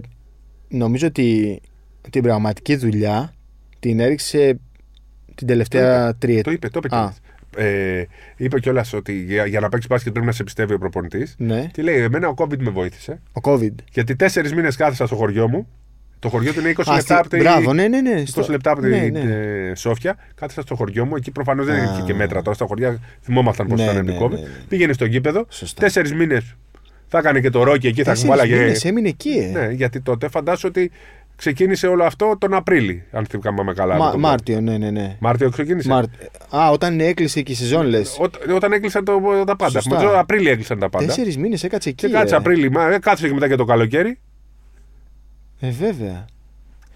Speaker 2: νομίζω ότι την πραγματική δουλειά την έριξε την τελευταία
Speaker 1: Το
Speaker 2: τριετία.
Speaker 1: είπε, το είπε
Speaker 2: Α.
Speaker 1: κιόλας. Ε, είπε κιόλας ότι για, για να παίξει μπάσκετ πρέπει να σε πιστεύει ο προπονητής.
Speaker 2: Ναι,
Speaker 1: Τι λέει, Εμένα ο COVID με βοήθησε.
Speaker 2: ο COVID.
Speaker 1: Γιατί τέσσερις μήνες κάθισα στο χωριό μου. Το χωριό του είναι 20
Speaker 2: Α,
Speaker 1: λεπτά
Speaker 2: στη-
Speaker 1: από τη,
Speaker 2: Μπράβο, ναι, ναι, ναι.
Speaker 1: 20 λεπτά από τη
Speaker 2: ναι, ναι.
Speaker 1: ε, Σόφια. Κάθισα στο χωριό μου. Εκεί προφανώς δεν
Speaker 2: Α.
Speaker 1: είχε και μέτρα τώρα στα χωριά. Θυμόμασταν πώ
Speaker 2: Ναι,
Speaker 1: ήταν με
Speaker 2: ναι,
Speaker 1: COVID.
Speaker 2: ναι, ναι.
Speaker 1: Πήγαινε στο γήπεδο.
Speaker 2: Σωστά.
Speaker 1: Τέσσερις μήνες θα έκανε και το ρόκι εκεί, θα
Speaker 2: Τέσσερις
Speaker 1: κουβάλαγε.
Speaker 2: μήνες έμεινε εκεί, ε.
Speaker 1: Ναι, γιατί τότε φαντάζομαι ότι ξεκίνησε όλο αυτό τον Απρίλη, αν θυμάμαι καλά.
Speaker 2: Μα-
Speaker 1: το-
Speaker 2: Μάρτιο, ναι, ναι, ναι.
Speaker 1: Μάρτιο ξεκίνησε.
Speaker 2: Μάρτιο. Α, όταν έκλεισε και η σεζόν, λες.
Speaker 1: Ό, όταν έκλεισαν το, τα πάντα.
Speaker 2: Σωστά.
Speaker 1: Με τον Απρίλιο έκλεισαν τα πάντα.
Speaker 2: Τέσσερις μήνες έκατσε εκεί.
Speaker 1: Και κάτσε
Speaker 2: ε.
Speaker 1: Απρίλιο, μα, ε, κάθισε και μετά και το καλοκαίρι.
Speaker 2: Ε, βέβαια.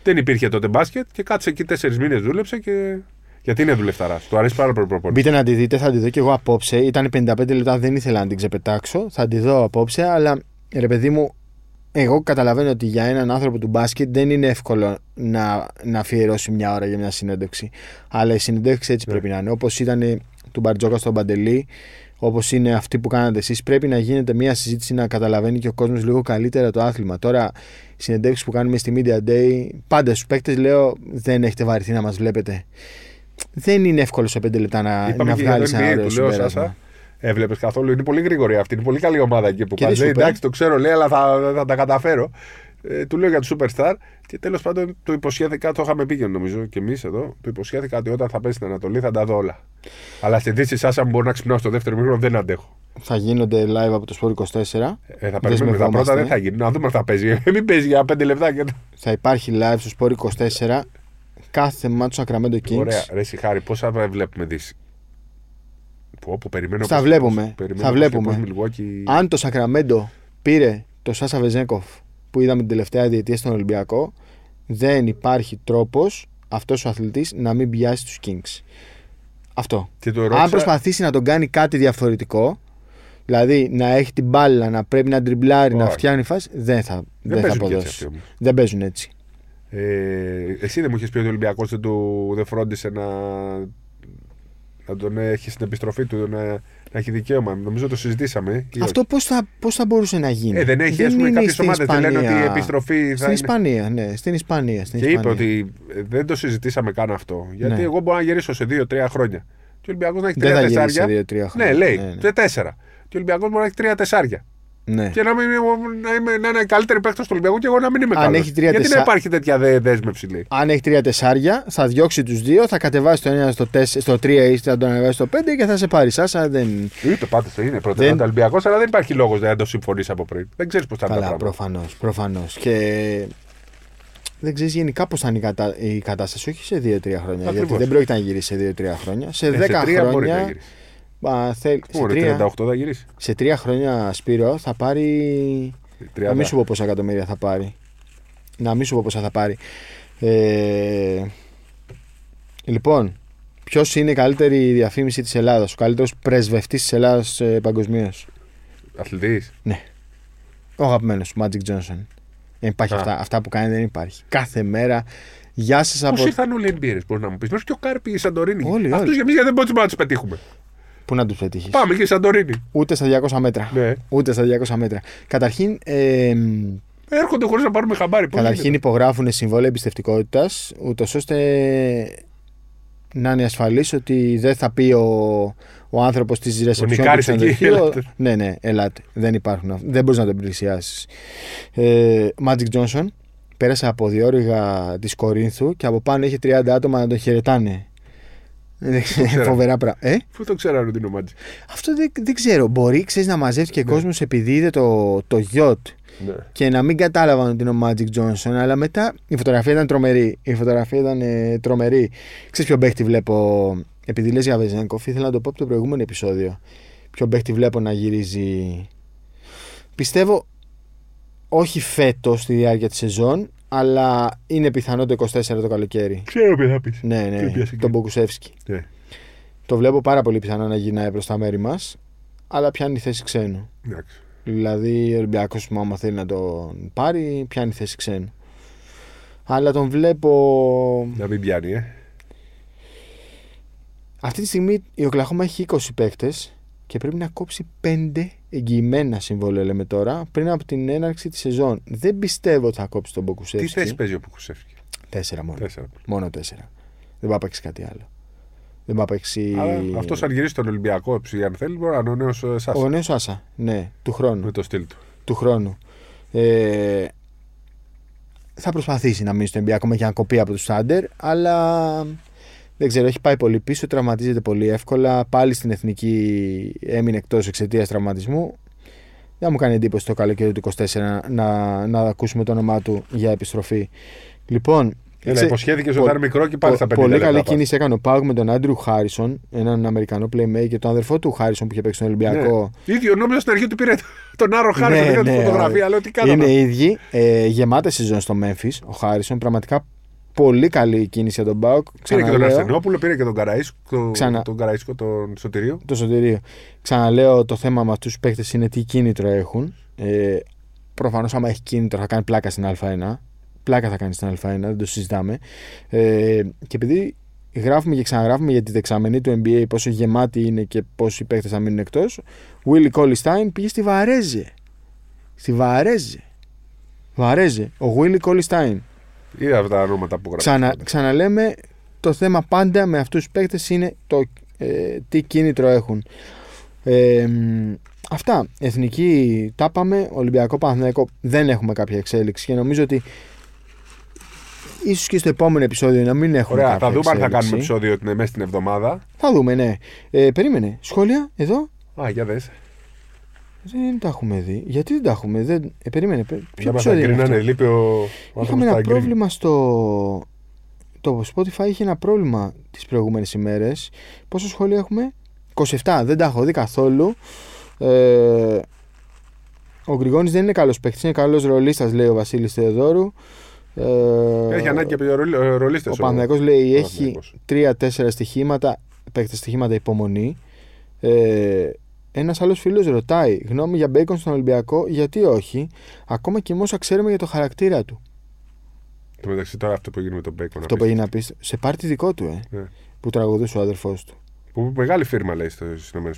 Speaker 1: Δεν υπήρχε τότε μπάσκετ και κάτσε εκεί τέσσερις μήνες δούλεψε και. Γιατί είναι δουλευταράς. Του αρέσει πάρα πολύ προπονητή.
Speaker 2: Μπείτε να τη δείτε, θα τη δω και εγώ απόψε. Ήταν 55 λεπτά, δεν ήθελα να την ξεπετάξω. Θα τη δω απόψε, αλλά ρε παιδί μου, εγώ καταλαβαίνω ότι για έναν άνθρωπο του μπάσκετ δεν είναι εύκολο να, να αφιερώσει μια ώρα για μια συνέντευξη. Αλλά η συνέντευξη
Speaker 1: Ναι.
Speaker 2: έτσι πρέπει να είναι. Όπως ήταν του Μπαρτζόκα στον Παντελή, όπως είναι αυτή που κάνατε εσείς, πρέπει να γίνεται μια συζήτηση να καταλαβαίνει και ο κόσμος λίγο καλύτερα το άθλημα. Τώρα, οι συνεντεύξεις που κάνουμε στη Media Day, πάντα στους παίκτες λέω δεν έχετε βαρεθεί να μας βλέπετε. Δεν είναι εύκολο σε πέντε λεπτά να,
Speaker 1: Είπαμε
Speaker 2: να
Speaker 1: και για
Speaker 2: βγάλει
Speaker 1: το
Speaker 2: ένα
Speaker 1: NBA
Speaker 2: ωραίο
Speaker 1: του λέω
Speaker 2: συμπέρασμα.
Speaker 1: Σάσα. Έβλεπες καθόλου. Είναι πολύ γρήγορη αυτή. Είναι πολύ καλή ομάδα εκεί που
Speaker 2: Και
Speaker 1: πας.
Speaker 2: δεν
Speaker 1: Λέει,
Speaker 2: σου είπε.
Speaker 1: εντάξει, το ξέρω, λέει, αλλά θα, θα τα καταφέρω. Ε, του λέω για του Superstar και τέλος πάντων το υποσχέθηκα. Το είχαμε πει και νομίζω και εμείς εδώ. Το υποσχέθηκα ότι όταν θα πέσει στην Ανατολή θα τα δω όλα. Αλλά στη Δύση, Σάσα, μου μπορώ να ξυπνάω στο δεύτερο μήχρονο, δεν αντέχω.
Speaker 2: Θα γίνονται live από το Σπορ 24.
Speaker 1: Ε, θα περιμένουμε τα πρώτα,
Speaker 2: Δεσμευόμαστε.
Speaker 1: δεν θα γίνει. Να δούμε αν θα παίζει. Ε, Μην παίζει για 5 λεπτά και.
Speaker 2: Θα υπάρχει live στο Σπορ 24 κάθε μάτσο Sacramento Kings.
Speaker 1: Ωραία, ρε Σιχάρη, πόσα βλέπουμε Δύση. Που όπου περιμένω.
Speaker 2: Θα
Speaker 1: πως-
Speaker 2: βλέπουμε,
Speaker 1: πως- περιμένω
Speaker 2: θα
Speaker 1: πως-
Speaker 2: βλέπουμε.
Speaker 1: πως Milwaukee-
Speaker 2: Αν το Sacramento πήρε το Σάσα Βεζέκοφ που είδαμε την τελευταία διετία στον Ολυμπιακό, δεν υπάρχει τρόπος αυτός ο αθλητής να μην πιάσει τους Kings. Αυτό.
Speaker 1: Και το
Speaker 2: Αν
Speaker 1: ρώτησα-
Speaker 2: προσπαθήσει να τον κάνει κάτι διαφορετικό, δηλαδή να έχει την μπάλα, να πρέπει να τριμπλάρει, να
Speaker 1: Όχι.
Speaker 2: φτιάχνει φάση, δεν θα, δεν θα
Speaker 1: παίζουν και έτσι
Speaker 2: αποδώσει.
Speaker 1: αυτοί όμως.
Speaker 2: Δεν παίζουν έτσι.
Speaker 1: Ε, εσύ δεν μου είχες πει ότι ο Ολυμπιακός δεν, του- δεν φρόντισε να, να τον έχει στην επιστροφή του, να, να έχει δικαίωμα. Νομίζω το συζητήσαμε. ή
Speaker 2: Αυτό πώς θα, πώς θα μπορούσε να γίνει.
Speaker 1: Ε, δεν έχει, ας πούμε,
Speaker 2: είναι
Speaker 1: κάποιες
Speaker 2: στην
Speaker 1: ομάδες δεν λένε ότι η
Speaker 2: Ισπανία.
Speaker 1: επιστροφή θα
Speaker 2: Στην
Speaker 1: είναι.
Speaker 2: Ισπανία, ναι, στην Ισπανία. Στην
Speaker 1: όχι. Και είπε
Speaker 2: Ισπανία.
Speaker 1: ότι ε, δεν το συζητήσαμε καν αυτό. Γιατί
Speaker 2: Ναι.
Speaker 1: εγώ μπορώ να γυρίσω σε 2-3 χρόνια. Και ο Ολυμπιακός να έχει
Speaker 2: Δεν θα
Speaker 1: 3
Speaker 2: γυρίσει σε
Speaker 1: τεσσάρια.
Speaker 2: δύο-τρία
Speaker 1: Ναι,
Speaker 2: χρόνια.
Speaker 1: λέει.
Speaker 2: Ναι, ναι.
Speaker 1: Και 4. Και ο Ολυμπιακός μπορεί να έχει 3 τεσσάρια.
Speaker 2: Ναι.
Speaker 1: Και να, μην, να, είμαι, να είναι καλύτερη παίκτης του Ολυμπιακού και εγώ να μην είμαι
Speaker 2: Αν
Speaker 1: καλός.
Speaker 2: έχει τρία
Speaker 1: Γιατί
Speaker 2: τεσσά-
Speaker 1: να υπάρχει τέτοια δε- δέσμευση, λέει.
Speaker 2: Αν έχει τρία τεσσάρια, θα διώξει τους δύο, θα κατεβάσει το ένα στο, τεσ... στο τρία ή θα τον ανεβάσει στο πέντε και θα σε πάρει. Σάσα δεν.
Speaker 1: Ή το πάτε στο είναι πρώτα ο Ολυμπιακός, αλλά δεν υπάρχει λόγος να το συμφωνήσει από πριν. Δεν ξέρεις πώς θα είναι τα
Speaker 2: Καλά,
Speaker 1: πράγματα.
Speaker 2: προφανώς. Προφανώς. Και δεν ξέρεις γενικά πώς θα είναι η, κατα... η κατάσταση, όχι σε δύο-τρία χρόνια. Γιατί
Speaker 1: Ακριβώς.
Speaker 2: δεν πρόκειται να γυρίσει σε δύο-τρία χρόνια. Σε
Speaker 1: Ε, σε
Speaker 2: δέκα
Speaker 1: τρία μπορεί να
Speaker 2: χρόνια.
Speaker 1: γυρίσει.
Speaker 2: α, θέλ- σε
Speaker 1: Μόνο
Speaker 2: τρία-
Speaker 1: 38 θα γυρίσει.
Speaker 2: Σε τρία χρόνια, Σπύρο, θα πάρει.
Speaker 1: 30.
Speaker 2: Να μην σου πω πόσα εκατομμύρια θα πάρει. Να μην σου πω πόσα θα πάρει. Ε, λοιπόν, ποιος είναι η καλύτερη διαφήμιση της Ελλάδας, ο καλύτερος πρεσβευτής της Ελλάδας ε, παγκοσμίως.
Speaker 1: Αθλητής.
Speaker 2: Ο αγαπημένος Magic Johnson. Δεν υπάρχει
Speaker 1: Α.
Speaker 2: αυτά. Αυτά που κάνει δεν υπάρχει. Κάθε μέρα. Γεια σας από.
Speaker 1: Πώ ήρθαν όλοι οι NBA, μπορείς να μου πεις. Μέχρι και ο Κάρπι, η Σαντορίνη.
Speaker 2: Όλοι, όλοι.
Speaker 1: Αυτού για εμεί γιατί δεν μπορούμε να τους πετύχουμε.
Speaker 2: Πού να τους πετύχεις.
Speaker 1: Πάμε και η Σαντορίνη.
Speaker 2: Ούτε στα 200 μέτρα.
Speaker 1: Ναι.
Speaker 2: Ούτε στα 200 μέτρα. Καταρχήν, ε,
Speaker 1: Έρχονται χωρίς να πάρουμε χαμπάρι. Πώς
Speaker 2: Καταρχήν
Speaker 1: γίνεται.
Speaker 2: υπογράφουν συμβόλαια εμπιστευτικότητας, ούτως ώστε να είναι ασφαλής ότι δεν θα πει ο, ο άνθρωπος τη ρεσεψιόν του
Speaker 1: Νικάρης εκεί,
Speaker 2: ξενοδοχείου.
Speaker 1: έλατε.
Speaker 2: Ναι, ναι, ελάτε. Δεν υπάρχουν αυτά. Δεν μπορείς να τον πλησιάσεις. Ε, Magic Johnson πέρασε από διόρυγα της Κορίνθου και από πάνω είχε 30 άτομα να τον χαιρετάνε. Ε, Φοβερά πράγματα. Ε?
Speaker 1: Πού το ξέρανε ότι είναι ο Μάτζης.
Speaker 2: Αυτό δεν, δεν ξέρω. Μπορεί ξέρεις, να μαζεύτηκε και κόσμος επειδή είδε το, το yacht
Speaker 1: Ναι.
Speaker 2: και να μην κατάλαβαν ότι είναι ο Magic Johnson, αλλά μετά η φωτογραφία ήταν τρομερή. Η φωτογραφία ήταν ε, τρομερή. Ξέρεις ποιο παίχτη βλέπω, επειδή λες για Βεζένκοφ, ήθελα να το πω από το προηγούμενο επεισόδιο. Ποιο παίχτη βλέπω να γυρίζει. Πιστεύω όχι φέτος στη διάρκεια της σεζόν, αλλά είναι πιθανό το 24 το καλοκαίρι.
Speaker 1: Ξέρω ποιο θα πεις.
Speaker 2: Ναι, ναι,
Speaker 1: Τι πιάσε και-
Speaker 2: τον Μποκουσεύσκη.
Speaker 1: Ναι.
Speaker 2: Το βλέπω πάρα πολύ πιθανό να γυρνάει προς τα μέρη μας, αλλά πιάνει θέση ξένου.
Speaker 1: Εντάξει.
Speaker 2: Δηλαδή ο Ολυμπιακός, άμα θέλει να τον πάρει, πιάνει θέση ξένου. Αλλά τον βλέπω.
Speaker 1: Να μην πιάνει, ε.
Speaker 2: Αυτή τη στιγμή η Οκλαχώμα έχει 20 παίκτες και πρέπει να κόψει 5 εγγυημένα συμβόλαια, λέμε τώρα, πριν από την έναρξη της σεζόν. Δεν πιστεύω ότι θα κόψει τον
Speaker 1: Τι
Speaker 2: Μποκουσέφσκι.
Speaker 1: θέση παίζει ο Πουκουσέφσκι.
Speaker 2: Τέσσερα μόνο.
Speaker 1: Τέσσερα.
Speaker 2: Μόνο τέσσερα. Δεν πάει να παίξει κάτι άλλο. Δεν πάει να παίξει.
Speaker 1: Αλλά αυτός αν γυρίσει τον Ολυμπιακό, ψ, αν θέλει, μπορεί να είναι ο νέος Σάσα.
Speaker 2: Ο νέος Άσα. Ναι, του χρόνου.
Speaker 1: Με το στυλ του.
Speaker 2: του χρόνου. Ε, θα προσπαθήσει να μείνει στο NBA ακόμα και να κοπεί από τους Σάντερ, αλλά δεν ξέρω, έχει πάει πολύ πίσω, τραυματίζεται πολύ εύκολα. Πάλι στην εθνική έμεινε εκτός εξαιτίας τραυματισμού. Δεν μου κάνει εντύπωση το καλοκαίρι του 24 να, να ακούσουμε το όνομά του για επιστροφή. Λοιπόν,
Speaker 1: Ένα
Speaker 2: ξε- πο-
Speaker 1: υποσχέθηκε όταν ήταν μικρό και πάλι στα
Speaker 2: πο-
Speaker 1: 50
Speaker 2: Πολύ
Speaker 1: λεπτά
Speaker 2: καλή
Speaker 1: πας.
Speaker 2: κίνηση έκανε ο Πάουκ με τον Άντριου Χάρισον, έναν Αμερικανό playmaker, τον αδερφό του Χάρισον που είχε παίξει στον Ολυμπιακό.
Speaker 1: Ναι. Ίδιο νόμιζα στην αρχή του πήρε τον Άρο Χάρη
Speaker 2: Ναι,
Speaker 1: ναι, ναι,
Speaker 2: ναι,
Speaker 1: φωτογραφία.
Speaker 2: ωραία.
Speaker 1: Λέω τι
Speaker 2: Είναι
Speaker 1: κάναμε.
Speaker 2: οι ίδιοι. Ε, γεμάτα σεζόν στο Memphis. Ο Χάρισον. Πραγματικά πολύ καλή κίνηση για τον Μπάουκ.
Speaker 1: Πήρε και τον
Speaker 2: Ξαναλέω,
Speaker 1: Αρσενόπουλο, πήρε και τον Καραίσκο,
Speaker 2: Ξανα-
Speaker 1: τον, Καραίσκο, τον Σωτηρίο.
Speaker 2: Το σωτηρίο. Ξαναλέω το θέμα με αυτούς τους παίχτε είναι τι κίνητρο έχουν. Ε, Προφανώς, άμα έχει κίνητρο, θα κάνει πλάκα στην Α1. Πλάκα θα κάνει στην Α1, δεν το συζητάμε. Ε, και επειδή γράφουμε και ξαναγράφουμε για τη δεξαμενή του NBA, πόσο γεμάτη είναι και πόσοι παίχτε θα μείνουν εκτός, ο Willy Κόλιστάιν πήγε στη Βαρέζε. Στη Βαρέζε. Βαρέζε. Ο Willy Κόλιστάιν.
Speaker 1: Είδα αυτά τα ονόματα που γράφεις.
Speaker 2: Ξανα, ξαναλέμε, το θέμα πάντα με αυτούς τους παίκτες είναι το ε, τι κίνητρο έχουν. Ε, μ, αυτά. Εθνική τα πάμε. Ολυμπιακό Παναθηναϊκό δεν έχουμε κάποια εξέλιξη και νομίζω ότι ίσως και στο επόμενο επεισόδιο να μην έχουμε
Speaker 1: Ωραία,
Speaker 2: κάποια
Speaker 1: θα δούμε αν θα
Speaker 2: εξέλιξη.
Speaker 1: κάνουμε επεισόδιο την- μέσα στην εβδομάδα.
Speaker 2: Θα δούμε, ναι. Ε, περίμενε. Σχόλια εδώ.
Speaker 1: Α, για δες.
Speaker 2: Δεν τα έχουμε δει. Γιατί δεν τα έχουμε. Δεν... Ε, περίμενε. πε- Ποιο
Speaker 1: Δεν μας
Speaker 2: επεισόδιο είναι αυτό?
Speaker 1: αγκρίνανε, λείπει ο
Speaker 2: Είχαμε
Speaker 1: ο άνθρωπος
Speaker 2: ένα
Speaker 1: στα γκριν.
Speaker 2: πρόβλημα στο. Το Spotify είχε ένα πρόβλημα τις προηγούμενες ημέρες. Πόσα σχόλια έχουμε, 27. Δεν τα έχω δει καθόλου. Ε, ο Γκριγόνης δεν είναι καλός παίκτης, είναι καλός ρολίστας, λέει ο Βασίλης Θεοδόρου. Ε,
Speaker 1: Έχει ανάγκη από ρολίστες.
Speaker 2: Ο Παναθηναϊκός λέει έχει
Speaker 1: Παναθηναϊκός.
Speaker 2: τρία-τέσσερα στοιχήματα, παίκτες στοιχήματα υπομονή. Ε, ένας άλλος φίλος ρωτάει γνώμη για Μπέικον στον Ολυμπιακό, γιατί όχι, ακόμα και μόνο ξέρουμε για το χαρακτήρα του.
Speaker 1: Το μεταξύ τώρα αυτό που έγινε με τον Μπέικον.
Speaker 2: Αυτό που έγινε απίστευτο. Σε πάρτι δικό του, ε.
Speaker 1: Ναι.
Speaker 2: Που τραγουδούσε ο αδερφός του.
Speaker 1: Που μεγάλη φίρμα λέει στι ΗΠΑ.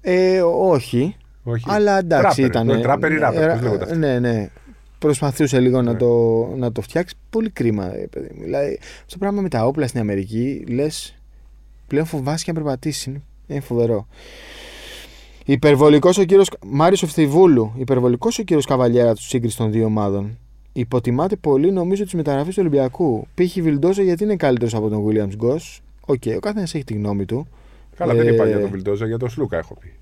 Speaker 2: Ε, όχι,
Speaker 1: Όχι.
Speaker 2: αλλά εντάξει
Speaker 1: Ράπερ,
Speaker 2: ήταν.
Speaker 1: ναι, τράπερ ή ράπερ,
Speaker 2: ε,
Speaker 1: πώς λέγονται αυτοί.
Speaker 2: Ναι, ναι. Προσπαθούσε λίγο να,
Speaker 1: Ναι.
Speaker 2: το, να το φτιάξει. Πολύ κρίμα, ρε παιδί μου. Δηλαδή, αυτό το πράγμα με τα όπλα στην Αμερική, λες. Πλέον φοβάσαι και να περπατήσεις. Είναι- Είναι φοβερό. Υπερβολικός ο κύριος Μάριος Ευθυβούλου. Υπερβολικός ο κύριος Καβαλιέρα τους σύγκριση των δύο ομάδων. Υποτιμάται πολύ νομίζω τι μεταγραφέ του Ολυμπιακού. Π.χ. Βιλντόζα γιατί είναι καλύτερος από τον Williams Γκο. Οκ, ο καθένας έχει τη γνώμη του.
Speaker 1: Καλά, δεν
Speaker 2: Ε,
Speaker 1: είπα για τον Βιλντόζα, για τον Σλούκα έχω πει.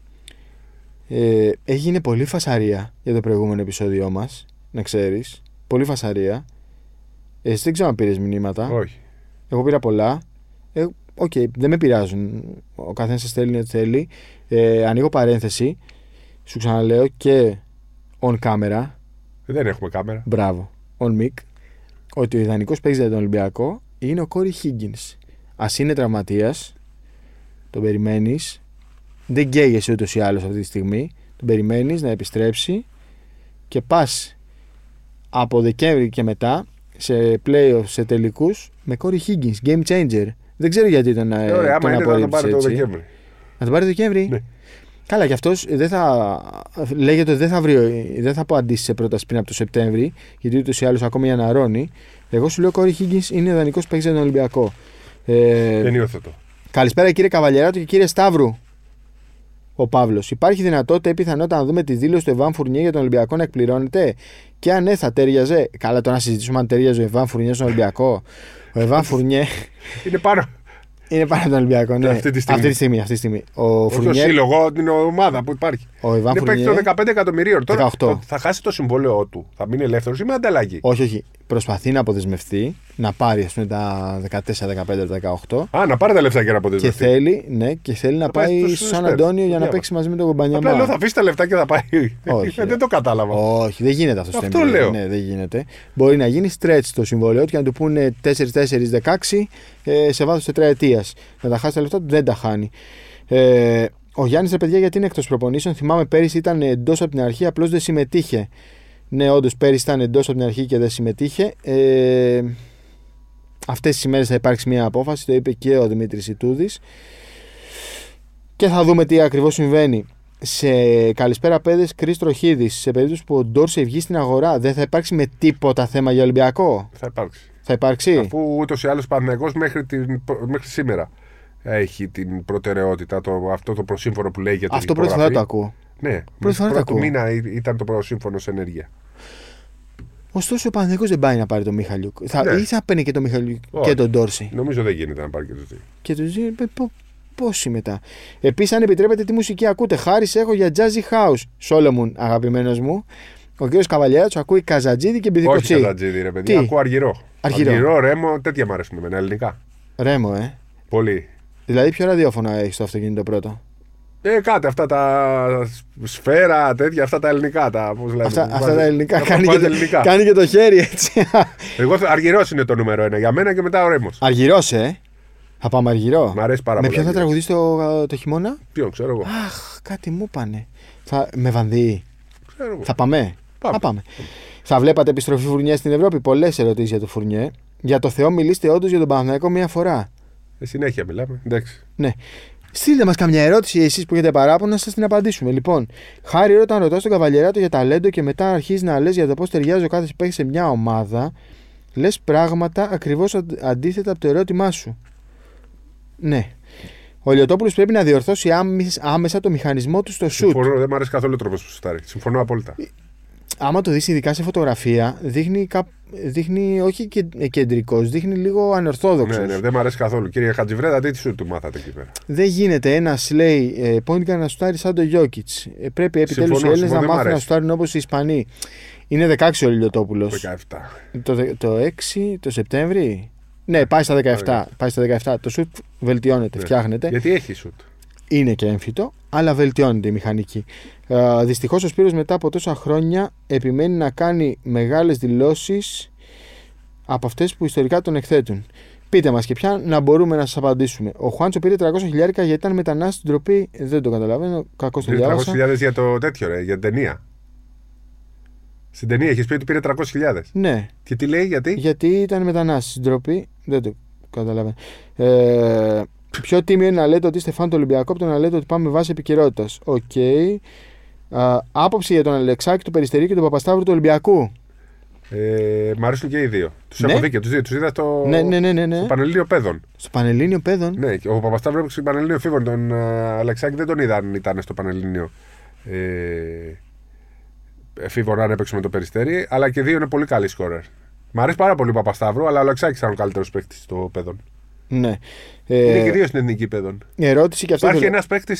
Speaker 2: Ε, έγινε πολύ φασαρία για το προηγούμενο επεισόδιό μας. Να ξέρεις. Πολύ φασαρία. Εσύ δεν ξέρω αν πήρες μηνύματα.
Speaker 1: Όχι.
Speaker 2: Εγώ πήρα πολλά. Ε, Οκ, δεν με πειράζουν. Ο καθένας σας στέλνει ό,τι θέλει. Ε, ανοίγω παρένθεση. Σου ξαναλέω και on camera.
Speaker 1: Δεν έχουμε κάμερα.
Speaker 2: Μπράβο. On mic. Ότι ο ιδανικός παίκτης για τον Ολυμπιακό είναι ο Κόρι Higgins. Ας είναι τραυματίας, τον περιμένεις. Δεν καίγεσαι ούτως ή άλλως αυτή τη στιγμή. Τον περιμένεις να επιστρέψει και πας από Δεκέμβρη και μετά σε playoff, σε τελικούς με Κόρι Higgins. Game changer. Δεν ξέρω γιατί τον, ε,
Speaker 1: Ε, Ωραία, άμα
Speaker 2: τον
Speaker 1: είναι να τον
Speaker 2: απορρίψεις
Speaker 1: πάρει το
Speaker 2: έτσι.
Speaker 1: Δεκέμβρη.
Speaker 2: Να τον πάρει το Δεκέμβρη.
Speaker 1: Ναι.
Speaker 2: Καλά, και αυτό δεν θα. Λέγεται ότι δεν θα, βρει, δεν θα απαντήσει σε πρόταση πριν από το Σεπτέμβρη, γιατί ούτως ή άλλως ακόμη αναρώνει. Εγώ σου λέω Κόρη Χίγκιν είναι ιδανικός παίκτης για τον Ολυμπιακό. Ε,
Speaker 1: Δεν υιοθετώ.
Speaker 2: Καλησπέρα κύριε Καβαλιαράτο και κύριε Σταύρου. Ο Παύλος. Υπάρχει δυνατότητα ή πιθανότητα να δούμε τη δήλωση του Εβάν Φουρνιέ για τον Ολυμπιακό να εκπληρώνεται. Και αν ναι, θα τέριαζε. Καλά, τώρα να συζητήσουμε αν τέριαζε ο Εβάν Φουρνιέ στον Ολυμπιακό. Ο Εβάν
Speaker 1: *laughs*
Speaker 2: Φουρνιέ
Speaker 1: Είναι πάνω.
Speaker 2: είναι πάνω από τον Ολυμπιακό. Ναι.
Speaker 1: Αυτή τη στιγμή.
Speaker 2: Αυτή τη στιγμή. αυτή τη στιγμή. Ο
Speaker 1: Όχι το
Speaker 2: Φουρνιέ.
Speaker 1: σύλλογο, την ομάδα που υπάρχει.
Speaker 2: Ο Ιβάν
Speaker 1: είναι παίκτης
Speaker 2: Φουρνιέ.
Speaker 1: των 15 εκατομμυρίων. Τώρα
Speaker 2: 18.
Speaker 1: το- θα χάσει το συμβόλαιό του. Θα μείνει ελεύθερος ή με ανταλλαγή.
Speaker 2: Όχι, όχι. Προσπαθεί να αποδεσμευτεί, να πάρει ας πούμε τα 14, 15, 18.
Speaker 1: Α, να πάρει τα λεφτά και να
Speaker 2: Και
Speaker 1: αποδεσμευτεί.
Speaker 2: θέλει, ναι, και θέλει να
Speaker 1: πάει
Speaker 2: πάει
Speaker 1: στους
Speaker 2: στο Σαν
Speaker 1: Spurs.
Speaker 2: Αντώνιο για να
Speaker 1: Διάβασα.
Speaker 2: παίξει μαζί με τον Κομπανιαμά.
Speaker 1: Απλά λέω θα αφήσει τα λεφτά και θα πάει. Ε,
Speaker 2: Όχι, ρε.
Speaker 1: Δεν το κατάλαβα.
Speaker 2: Όχι, δεν γίνεται αυτό. στο
Speaker 1: Αυτό
Speaker 2: NBA.
Speaker 1: λέω.
Speaker 2: Ναι, δεν γίνεται. Μπορεί να γίνει stretch το συμβόλαιο του και να του πούνε 4-4-16 ε, σε βάθος τετραετίας. Να τα χάσει τα λεφτά του, δεν τα χάνει. Ε, ο Γιάννης, ρε παιδιά, γιατί είναι εκτός προπονήσεων. Θυμάμαι πέρυσι ήταν εντός από την αρχή, απλώς δεν συμμετείχε. Ναι, όντως πέρυσι ήταν εντός από την αρχή και δεν συμμετείχε. Ε, Αυτές τις ημέρε θα υπάρξει μια απόφαση, το είπε και ο Δημήτρης Ιτούδης. Και θα δούμε τι ακριβώς συμβαίνει. Σε καλησπέρα, παιδες Κρι Τροχίδης. Σε περίπτωση που ο Ντόρσεϊ βγει στην αγορά, δεν θα υπάρξει με τίποτα θέμα για Ολυμπιακό.
Speaker 1: Θα υπάρξει.
Speaker 2: Θα υπάρξει.
Speaker 1: Αφού ούτως ή άλλως Παναγό μέχρι, την- μέχρι σήμερα έχει την προτεραιότητα, το, αυτό το προσύμφωνο που λέει για την
Speaker 2: Αυτό πρώτη φορά
Speaker 1: υπογραφή.
Speaker 2: το ακούω.
Speaker 1: Ναι,
Speaker 2: Πρώτη φορά το
Speaker 1: πρώτο
Speaker 2: ακούω.
Speaker 1: μήνα ή- ήταν το προσύμφωνο σε ενέργεια.
Speaker 2: Ωστόσο, ο Παναθηναϊκός δεν πάει να πάρει τον Μιχαλιούκ. Θα,
Speaker 1: Ναι.
Speaker 2: Ή θα παίρνει και τον Μιχαλιούκ
Speaker 1: Όχι.
Speaker 2: και τον Ντόρσεϊ.
Speaker 1: Νομίζω δεν γίνεται να πάρει και το τι.
Speaker 2: Και του δίνει πόση μετά. Επίσης, αν επιτρέπετε, τι μουσική ακούτε. Χάρη σε έχω για Jazzy House. Σόλομουν, αγαπημένος μου. Ο κύριος Καβαλιάτσο ακούει Καζατζίδη και
Speaker 1: Όχι
Speaker 2: Μπιδικοτσί.
Speaker 1: κατατζίδι, ρε
Speaker 2: Τι?
Speaker 1: παιδί. Ακούω αργυρό.
Speaker 2: Αργυρό.
Speaker 1: ρέμο, τέτοια μου αρέσουν εμένα, ελληνικά.
Speaker 2: Ρέμο, ε.
Speaker 1: Πολύ.
Speaker 2: Δηλαδή, ποιο ραδιόφωνο έχει στο αυτοκίνητο πρώτο.
Speaker 1: Ε, κάτι, αυτά τα σφαίρα, τέτοια, αυτά τα ελληνικά. Τα, πώς λέμε,
Speaker 2: Αυτά,
Speaker 1: που
Speaker 2: αυτά
Speaker 1: βάζει-
Speaker 2: τα ελληνικά.
Speaker 1: αυτά
Speaker 2: Κάνει
Speaker 1: που
Speaker 2: και, το,
Speaker 1: βάζει ελληνικά.
Speaker 2: κάνει και το χέρι έτσι. *laughs*
Speaker 1: Εγώ αργυρός είναι το νούμερο ένα για μένα και μετά ο Ρέμος.
Speaker 2: αργυρός, ε. Θα πάμε αργυρό.
Speaker 1: Μ' αρέσει πάρα
Speaker 2: με
Speaker 1: πολύ
Speaker 2: ποιον θα τραγουδίσει
Speaker 1: Αργυρός.
Speaker 2: το, το χειμώνα.
Speaker 1: Ποιον, ξέρω εγώ.
Speaker 2: Αχ, κάτι μου πάνε. Θα, με βανδύ.
Speaker 1: Ξέρω εγώ.
Speaker 2: Θα πάμε.
Speaker 1: Πάμε.
Speaker 2: Θα πάμε. Θα βλέπατε επιστροφή Φουρνιέ στην Ευρώπη. Πολλές ερωτήσεις για το Φουρνιέ. Για το Θεό, μιλήστε όντως για τον Παναθηναϊκό μία φορά.
Speaker 1: Ε, συνέχεια μιλάμε. Εντάξει.
Speaker 2: Ναι. Στείλτε μας καμιά ερώτηση εσείς που έχετε παράπονα να σας την απαντήσουμε. Λοιπόν, χάρη όταν ρωτάς τον καβαλιεράτο για ταλέντο και μετά αρχίζεις να λες για το πώς ταιριάζει ο κάθε παίχτης σε μια ομάδα, λες πράγματα ακριβώς αντίθετα από το ερώτημά σου. Ναι. Ο Λιωτόπουλος πρέπει να διορθώσει άμεση- άμεσα το μηχανισμό του στο σουτ.
Speaker 1: Συμφωνώ, δεν μου αρέσει καθόλου ο τρόπος που σου στάρει. Συμφωνώ απόλυτα.
Speaker 2: Άμα το δεις ειδικά σε φωτογραφία, δείχνει, κάπ- δείχνει όχι κεντρικός, δείχνει λίγο ανορθόδοξος.
Speaker 1: Ναι, ναι, δεν μου αρέσει καθόλου. Κύριε Χατζιβρέδα, τι σου του μάθατε εκεί πέρα.
Speaker 2: Δεν γίνεται ένας λέει ε, point guard να σουτάρει σαν το Γιώκητ. πρέπει επιτέλους οι
Speaker 1: Συμφωνώ,
Speaker 2: Έλληνες να
Speaker 1: συμφωνώ, δεν μ'
Speaker 2: μάθουν να
Speaker 1: αρέσει.
Speaker 2: σουτάρουν όπως οι Ισπανοί. Είναι 16 ο Λιλιοτόπουλος.
Speaker 1: 17.
Speaker 2: Το, δε- το 6 το Σεπτέμβρη. Ναι, πάει στα 17. Πάει στα 17. Το σουτ βελτιώνεται,
Speaker 1: Ναι.
Speaker 2: φτιάχνεται.
Speaker 1: Γιατί έχει σουτ.
Speaker 2: Είναι και έμφυτο, αλλά βελτιώνεται η μηχανική. Ε, Δυστυχώς ο Σπύρος μετά από τόσα χρόνια επιμένει να κάνει μεγάλες δηλώσεις από αυτές που ιστορικά τον εκθέτουν. Πείτε μας και πια να μπορούμε να σας απαντήσουμε. Ο Χουάντσο πήρε 300 χιλιάρικα γιατί ήταν μετανάστης στην τροπή. Δεν το καταλαβαίνω. Κακός το
Speaker 1: Πήρε
Speaker 2: διάβασα.
Speaker 1: 300.000 για το τέτοιο, ρε, για την ταινία. Στην ταινία έχει πει ότι πήρε 300.000.
Speaker 2: Ναι,
Speaker 1: Και τι λέει, γιατί.
Speaker 2: γιατί ήταν μετανάστης στην τροπή. Δεν το καταλαβαίνω. Ε, πιο τίμιο είναι να λέτε ότι είστε φαν του Ολυμπιακού από το να λέτε ότι πάμε με βάση επικαιρότητας. Οκ. Α, άποψη για τον Αλεξάκη του Περιστερίου και τον Παπασταύρου του Ολυμπιακού.
Speaker 1: Ε, μ' αρέσουν και οι δύο. Τους
Speaker 2: Ναι.
Speaker 1: έχω δει και τους δύο. Τους είδα στο,
Speaker 2: Ναι, ναι, ναι, ναι. ναι.
Speaker 1: στο Πανελλήνιο Παιδών.
Speaker 2: Στο Πανελλήνιο Παιδών.
Speaker 1: Ναι, και ο Παπασταύρου έπαιξε στην Πανελλήνιο Φίβων. Τον ε, Αλεξάκη δεν τον είδα αν ήταν στο Πανελλήνιο. Ε, Φίβων αν έπαιξε με το περιστέρι. Αλλά και δύο είναι πολύ καλοί σκόρερ. Μ' αρέσει πάρα πολύ ο Παπασταύρου, αλλά ο Αλεξάκης ήταν ο καλύτερος παίκτης στο παιδόν.
Speaker 2: Ναι.
Speaker 1: είναι και
Speaker 2: Ε,
Speaker 1: δύο στην εθνική παιδόν.
Speaker 2: ερώτηση και αυτό.
Speaker 1: Υπάρχει
Speaker 2: Ένα...
Speaker 1: ένας παίκτης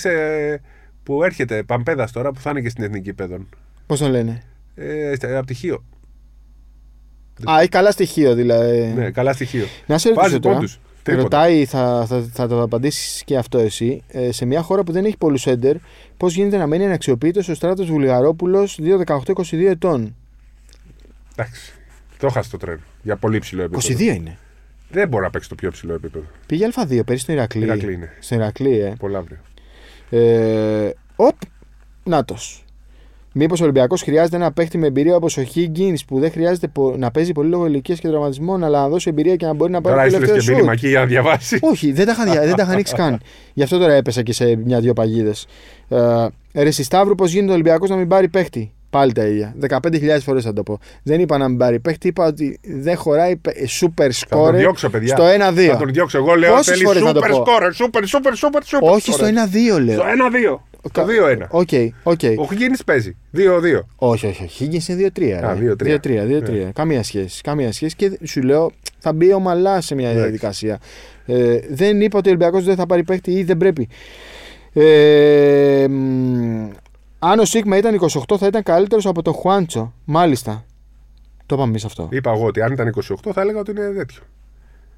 Speaker 1: που έρχεται, Παμπέδας τώρα, που θα είναι και στην εθνική παιδόν.
Speaker 2: Πώς τον λένε.
Speaker 1: Ε, στα- από τυχείο.
Speaker 2: Α, έχει καλά στοιχείο δηλαδή.
Speaker 1: Ναι, καλά στοιχείο.
Speaker 2: Να σε ρωτήσω
Speaker 1: Βάζει
Speaker 2: τώρα.
Speaker 1: πόντους. Τίποτα.
Speaker 2: Ρωτάει, θα, θα, θα το απαντήσεις και αυτό εσύ. Ε, σε μια χώρα που δεν έχει πολλούς έντερ, πώς γίνεται να μένει αναξιοποιητο ο στρατο βουλγαροπουλος 2 18-22 ετών.
Speaker 1: Εντάξει. Το χάσει το τρένο. Για πολύ
Speaker 2: 22
Speaker 1: ψηλό επίπεδο.
Speaker 2: είναι.
Speaker 1: Δεν μπορεί να παίξει το πιο ψηλό επίπεδο.
Speaker 2: Πήγε Α2 πέρυσι στο Ηρακλή.
Speaker 1: Ηρακλή είναι.
Speaker 2: Στο Ηρακλή, ε.
Speaker 1: Πολλά αύριο.
Speaker 2: Ε, οπ, νάτος. Μήπως ο Ολυμπιακός χρειάζεται ένα παίχτη με εμπειρία όπως ο Higgins που δεν χρειάζεται πο- να παίζει πολύ λόγω ηλικίας και τραυματισμών, αλλά να δώσει εμπειρία και να μπορεί να πάρει
Speaker 1: Τώρα
Speaker 2: το
Speaker 1: έστειλε και
Speaker 2: τελευταίο
Speaker 1: μήνυμα
Speaker 2: σουτ.
Speaker 1: εκεί για να διαβάσει.
Speaker 2: Όχι, δεν τα είχα, δια- δεν τα είχα ανοίξει καν. Γι' αυτό τώρα έπεσα και σε μια-δυο παγίδες. Ε, ρε Σταύρου, πώς γίνεται ο Ολυμπιακός να μην πάρει παίχτη. Πάλι τα ίδια. 15.000 φορές θα το πω. Δεν είπα να μην πάρει παίχτη, είπα ότι δεν χωράει πε- super
Speaker 1: Θα τον
Speaker 2: score
Speaker 1: διώξω, παιδιά.
Speaker 2: στο 1-2.
Speaker 1: Θα τον διώξω. Εγώ λέω
Speaker 2: Πόσες
Speaker 1: θέλει
Speaker 2: φορές να το
Speaker 1: super
Speaker 2: πω?
Speaker 1: score. Super, super, super, super.
Speaker 2: Όχι
Speaker 1: scorer.
Speaker 2: στο 1-2 λέω.
Speaker 1: Στο 1-2. Το 2-1.
Speaker 2: Οκ, οκ.
Speaker 1: Ο Χιγίνη παίζει. 2-2.
Speaker 2: Όχι, όχι, όχι. Higgins είναι 2-3.
Speaker 1: Α, Ναι.
Speaker 2: ρε.
Speaker 1: 2-3.
Speaker 2: 2-3, 2-3. Καμία σχέση. Καμία σχέση και σου λέω θα μπει ομαλά σε μια
Speaker 1: Εντάξει.
Speaker 2: διαδικασία. Ε, δεν είπα ότι ο Ολυμπιακός δεν θα πάρει παίχτη ή δεν πρέπει. Ε, μ, αν ο Σίγμα ήταν 28, θα ήταν καλύτερος από τον Χουάντσο. Μάλιστα. Το είπαμε εμείς αυτό.
Speaker 1: Είπα εγώ ότι αν ήταν 28 θα έλεγα ότι είναι τέτοιο.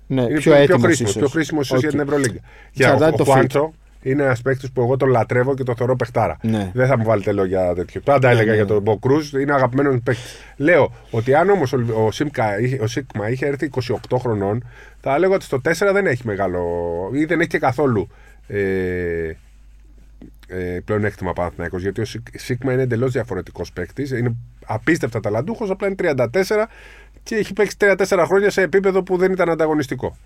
Speaker 2: Ναι,
Speaker 1: Είναι
Speaker 2: πιο
Speaker 1: πιο
Speaker 2: έτοιμος.
Speaker 1: χρήσιμο. Πιο χρήσιμο ίσως για την Ευρωλίγκα. Για ο,
Speaker 2: Εξαρτάται
Speaker 1: ο
Speaker 2: το fit.
Speaker 1: Χουάντσο είναι ένας παίκτης που εγώ τον λατρεύω και τον θεωρώ παιχτάρα.
Speaker 2: Ναι.
Speaker 1: Δεν θα μου βάλετε λόγια τέτοιο. Πάντα έλεγα
Speaker 2: ναι.
Speaker 1: για τον Μποκρούζ, είναι αγαπημένος μου παίκτης. Λέω ότι αν όμως ο, Σίμκα είχε- ο Σίκμα είχε έρθει 28 χρονών, θα έλεγα ότι στο 4 δεν έχει μεγάλο ή δεν έχει και καθόλου ε, ε, πλεονέκτημα Παναθηναϊκός γιατί ο Σικ- Σίγμα είναι εντελώς διαφορετικός παίκτης. Είναι απίστευτα ταλαντούχος, απλά είναι 34 και έχει παίξει 3-4 χρόνια σε επίπεδο που δεν ήταν ανταγωνιστικό.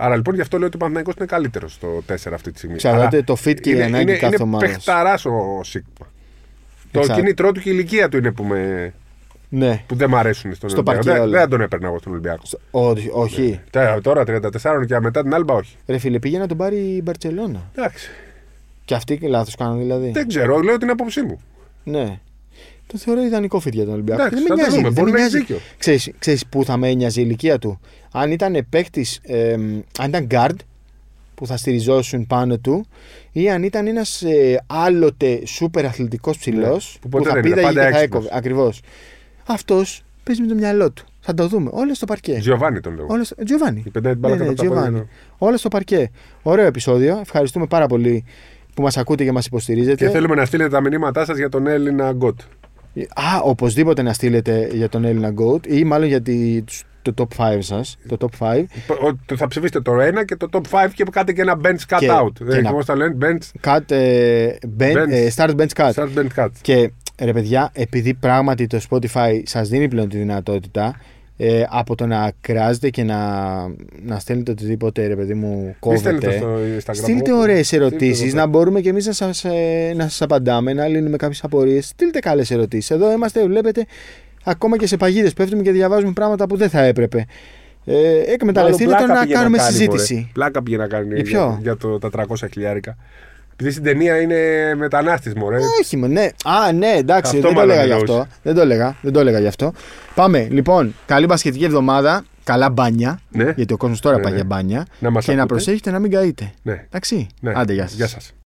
Speaker 1: Άρα λοιπόν γι' αυτό λέω ότι ο Παναθηναϊκός είναι καλύτερος στο 4 αυτή τη στιγμή.
Speaker 2: Εξαρτάται
Speaker 1: Αλλά
Speaker 2: το fit και η
Speaker 1: είναι-
Speaker 2: ανάγκη
Speaker 1: είναι,
Speaker 2: κάθε
Speaker 1: Είναι
Speaker 2: ομάδας.
Speaker 1: παιχταράς ο Σίγμα. Το
Speaker 2: Εξάρτητα.
Speaker 1: κινητρό του και η ηλικία του είναι που, με,
Speaker 2: Ναι.
Speaker 1: που δεν μ' αρέσουν στον
Speaker 2: Στο
Speaker 1: Ολυμπιακό.
Speaker 2: παρκέ
Speaker 1: Δεν,
Speaker 2: όλα.
Speaker 1: δεν θα τον έπαιρνα εγώ στον Ολυμπιακό.
Speaker 2: Όχι,
Speaker 1: Ναι,
Speaker 2: όχι.
Speaker 1: Τώρα- Τώρα 34 και μετά την άλμπα όχι.
Speaker 2: Ρε φίλε, πήγε να τον πάρει η Μπαρσελόνα.
Speaker 1: Εντάξει.
Speaker 2: Και αυτοί λάθο κάνανε δηλαδή.
Speaker 1: Δεν ξέρω, λέω την άποψή μου.
Speaker 2: Ναι. Το θεωρώ ιδανικό fit για τον Ολυμπιακό.
Speaker 1: Εντάξει,
Speaker 2: δεν με
Speaker 1: θα το
Speaker 2: νοιάζει.
Speaker 1: δούμε.
Speaker 2: δεν
Speaker 1: Μπορεί
Speaker 2: με
Speaker 1: να έχει
Speaker 2: νοιάζει.
Speaker 1: δίκιο.
Speaker 2: Ξέρεις, ξέρεις πού θα με ένοιαζε η ηλικία του. Αν ήταν παίκτης, αν ήταν guard που θα στηριζόσουν πάνω του ή αν ήταν ένας ε, άλλοτε σούπερ αθλητικός ψηλό
Speaker 1: Ναι, που ποτέ
Speaker 2: θα
Speaker 1: δεν είναι,
Speaker 2: πήδαγε
Speaker 1: πάντα
Speaker 2: και θα
Speaker 1: έξυπνος.
Speaker 2: έκοβε. Ακριβώς. Αυτός παίζει με το μυαλό του. Θα το δούμε. Όλα στο παρκέ.
Speaker 1: Γιωβάνι τον λέω.
Speaker 2: Όλα στο... Giovanni.
Speaker 1: Η πεντάτη μπάλα
Speaker 2: Ναι, ναι,
Speaker 1: κατά τα πόδια,
Speaker 2: Giovanni.
Speaker 1: ναι.
Speaker 2: Όλα στο παρκέ. Ωραίο επεισόδιο. Ευχαριστούμε πάρα πολύ που μας ακούτε και μας υποστηρίζετε.
Speaker 1: Και θέλουμε να στείλετε τα μηνύματά σας για τον Έλληνα Γκοτ.
Speaker 2: Α, οπωσδήποτε να στείλετε για τον Έλληνα Goat ή μάλλον για τη- τους- το top 5 σας, το top 5,
Speaker 1: Ότι Θα ψηφίσετε το 1 και το top 5 και κάντε και ένα bench cut
Speaker 2: Και-
Speaker 1: out.
Speaker 2: και
Speaker 1: Ε,
Speaker 2: να-
Speaker 1: Πώ τα λένε, bench,
Speaker 2: cut, ε, ben-
Speaker 1: Bench.
Speaker 2: ε, start bench cut.
Speaker 1: start bench cut.
Speaker 2: Και ρε παιδιά, επειδή πράγματι το Spotify σας δίνει πλέον τη δυνατότητα ε, από το να κράζετε και να, να στέλνετε οτιδήποτε ρε παιδί μου
Speaker 1: Μη στέλνετε
Speaker 2: κόβετε.
Speaker 1: στο Instagram.
Speaker 2: Στείλτε
Speaker 1: όπου-
Speaker 2: ωραίες
Speaker 1: στείλτε
Speaker 2: ερωτήσεις,
Speaker 1: εδώ.
Speaker 2: να μπορούμε και εμείς να σας ε, να σας απαντάμε, να λύνουμε κάποιες απορίες. Στείλτε καλές ερωτήσεις. Εδώ είμαστε, βλέπετε, ακόμα και σε παγίδες. Πέφτουμε και διαβάζουμε πράγματα που δεν θα έπρεπε. Ε, εκμεταλλευτείτε
Speaker 1: Μάλλον
Speaker 2: το
Speaker 1: πλάκα
Speaker 2: να
Speaker 1: πήγε
Speaker 2: κάνουμε
Speaker 1: κάνει,
Speaker 2: συζήτηση.
Speaker 1: μωρέ. Πλάκα πήγε να κάνει
Speaker 2: Για
Speaker 1: για,
Speaker 2: ποιο?
Speaker 1: για το, τα 300 χιλιάρικα. Επειδή στην ταινία είναι μετανάστης, μωρέ.
Speaker 2: Όχι, μα, ναι. Α, ναι, εντάξει,
Speaker 1: Αυτό
Speaker 2: δεν το
Speaker 1: μάλλον
Speaker 2: έλεγα γι'
Speaker 1: εννοούσε.
Speaker 2: αυτό. Δεν το έλεγα, δεν το έλεγα γι' αυτό. Πάμε, λοιπόν, καλή μπασχετική εβδομάδα. Καλά μπάνια.
Speaker 1: Ναι.
Speaker 2: Γιατί ο κόσμος τώρα
Speaker 1: Ναι,
Speaker 2: πάει
Speaker 1: ναι.
Speaker 2: για μπάνια.
Speaker 1: Να μας
Speaker 2: και να
Speaker 1: ακούτε.
Speaker 2: προσέχετε να μην καείτε.
Speaker 1: Ναι.
Speaker 2: Εντάξει.
Speaker 1: ναι.
Speaker 2: Άντε, γεια σας.
Speaker 1: Γεια σας.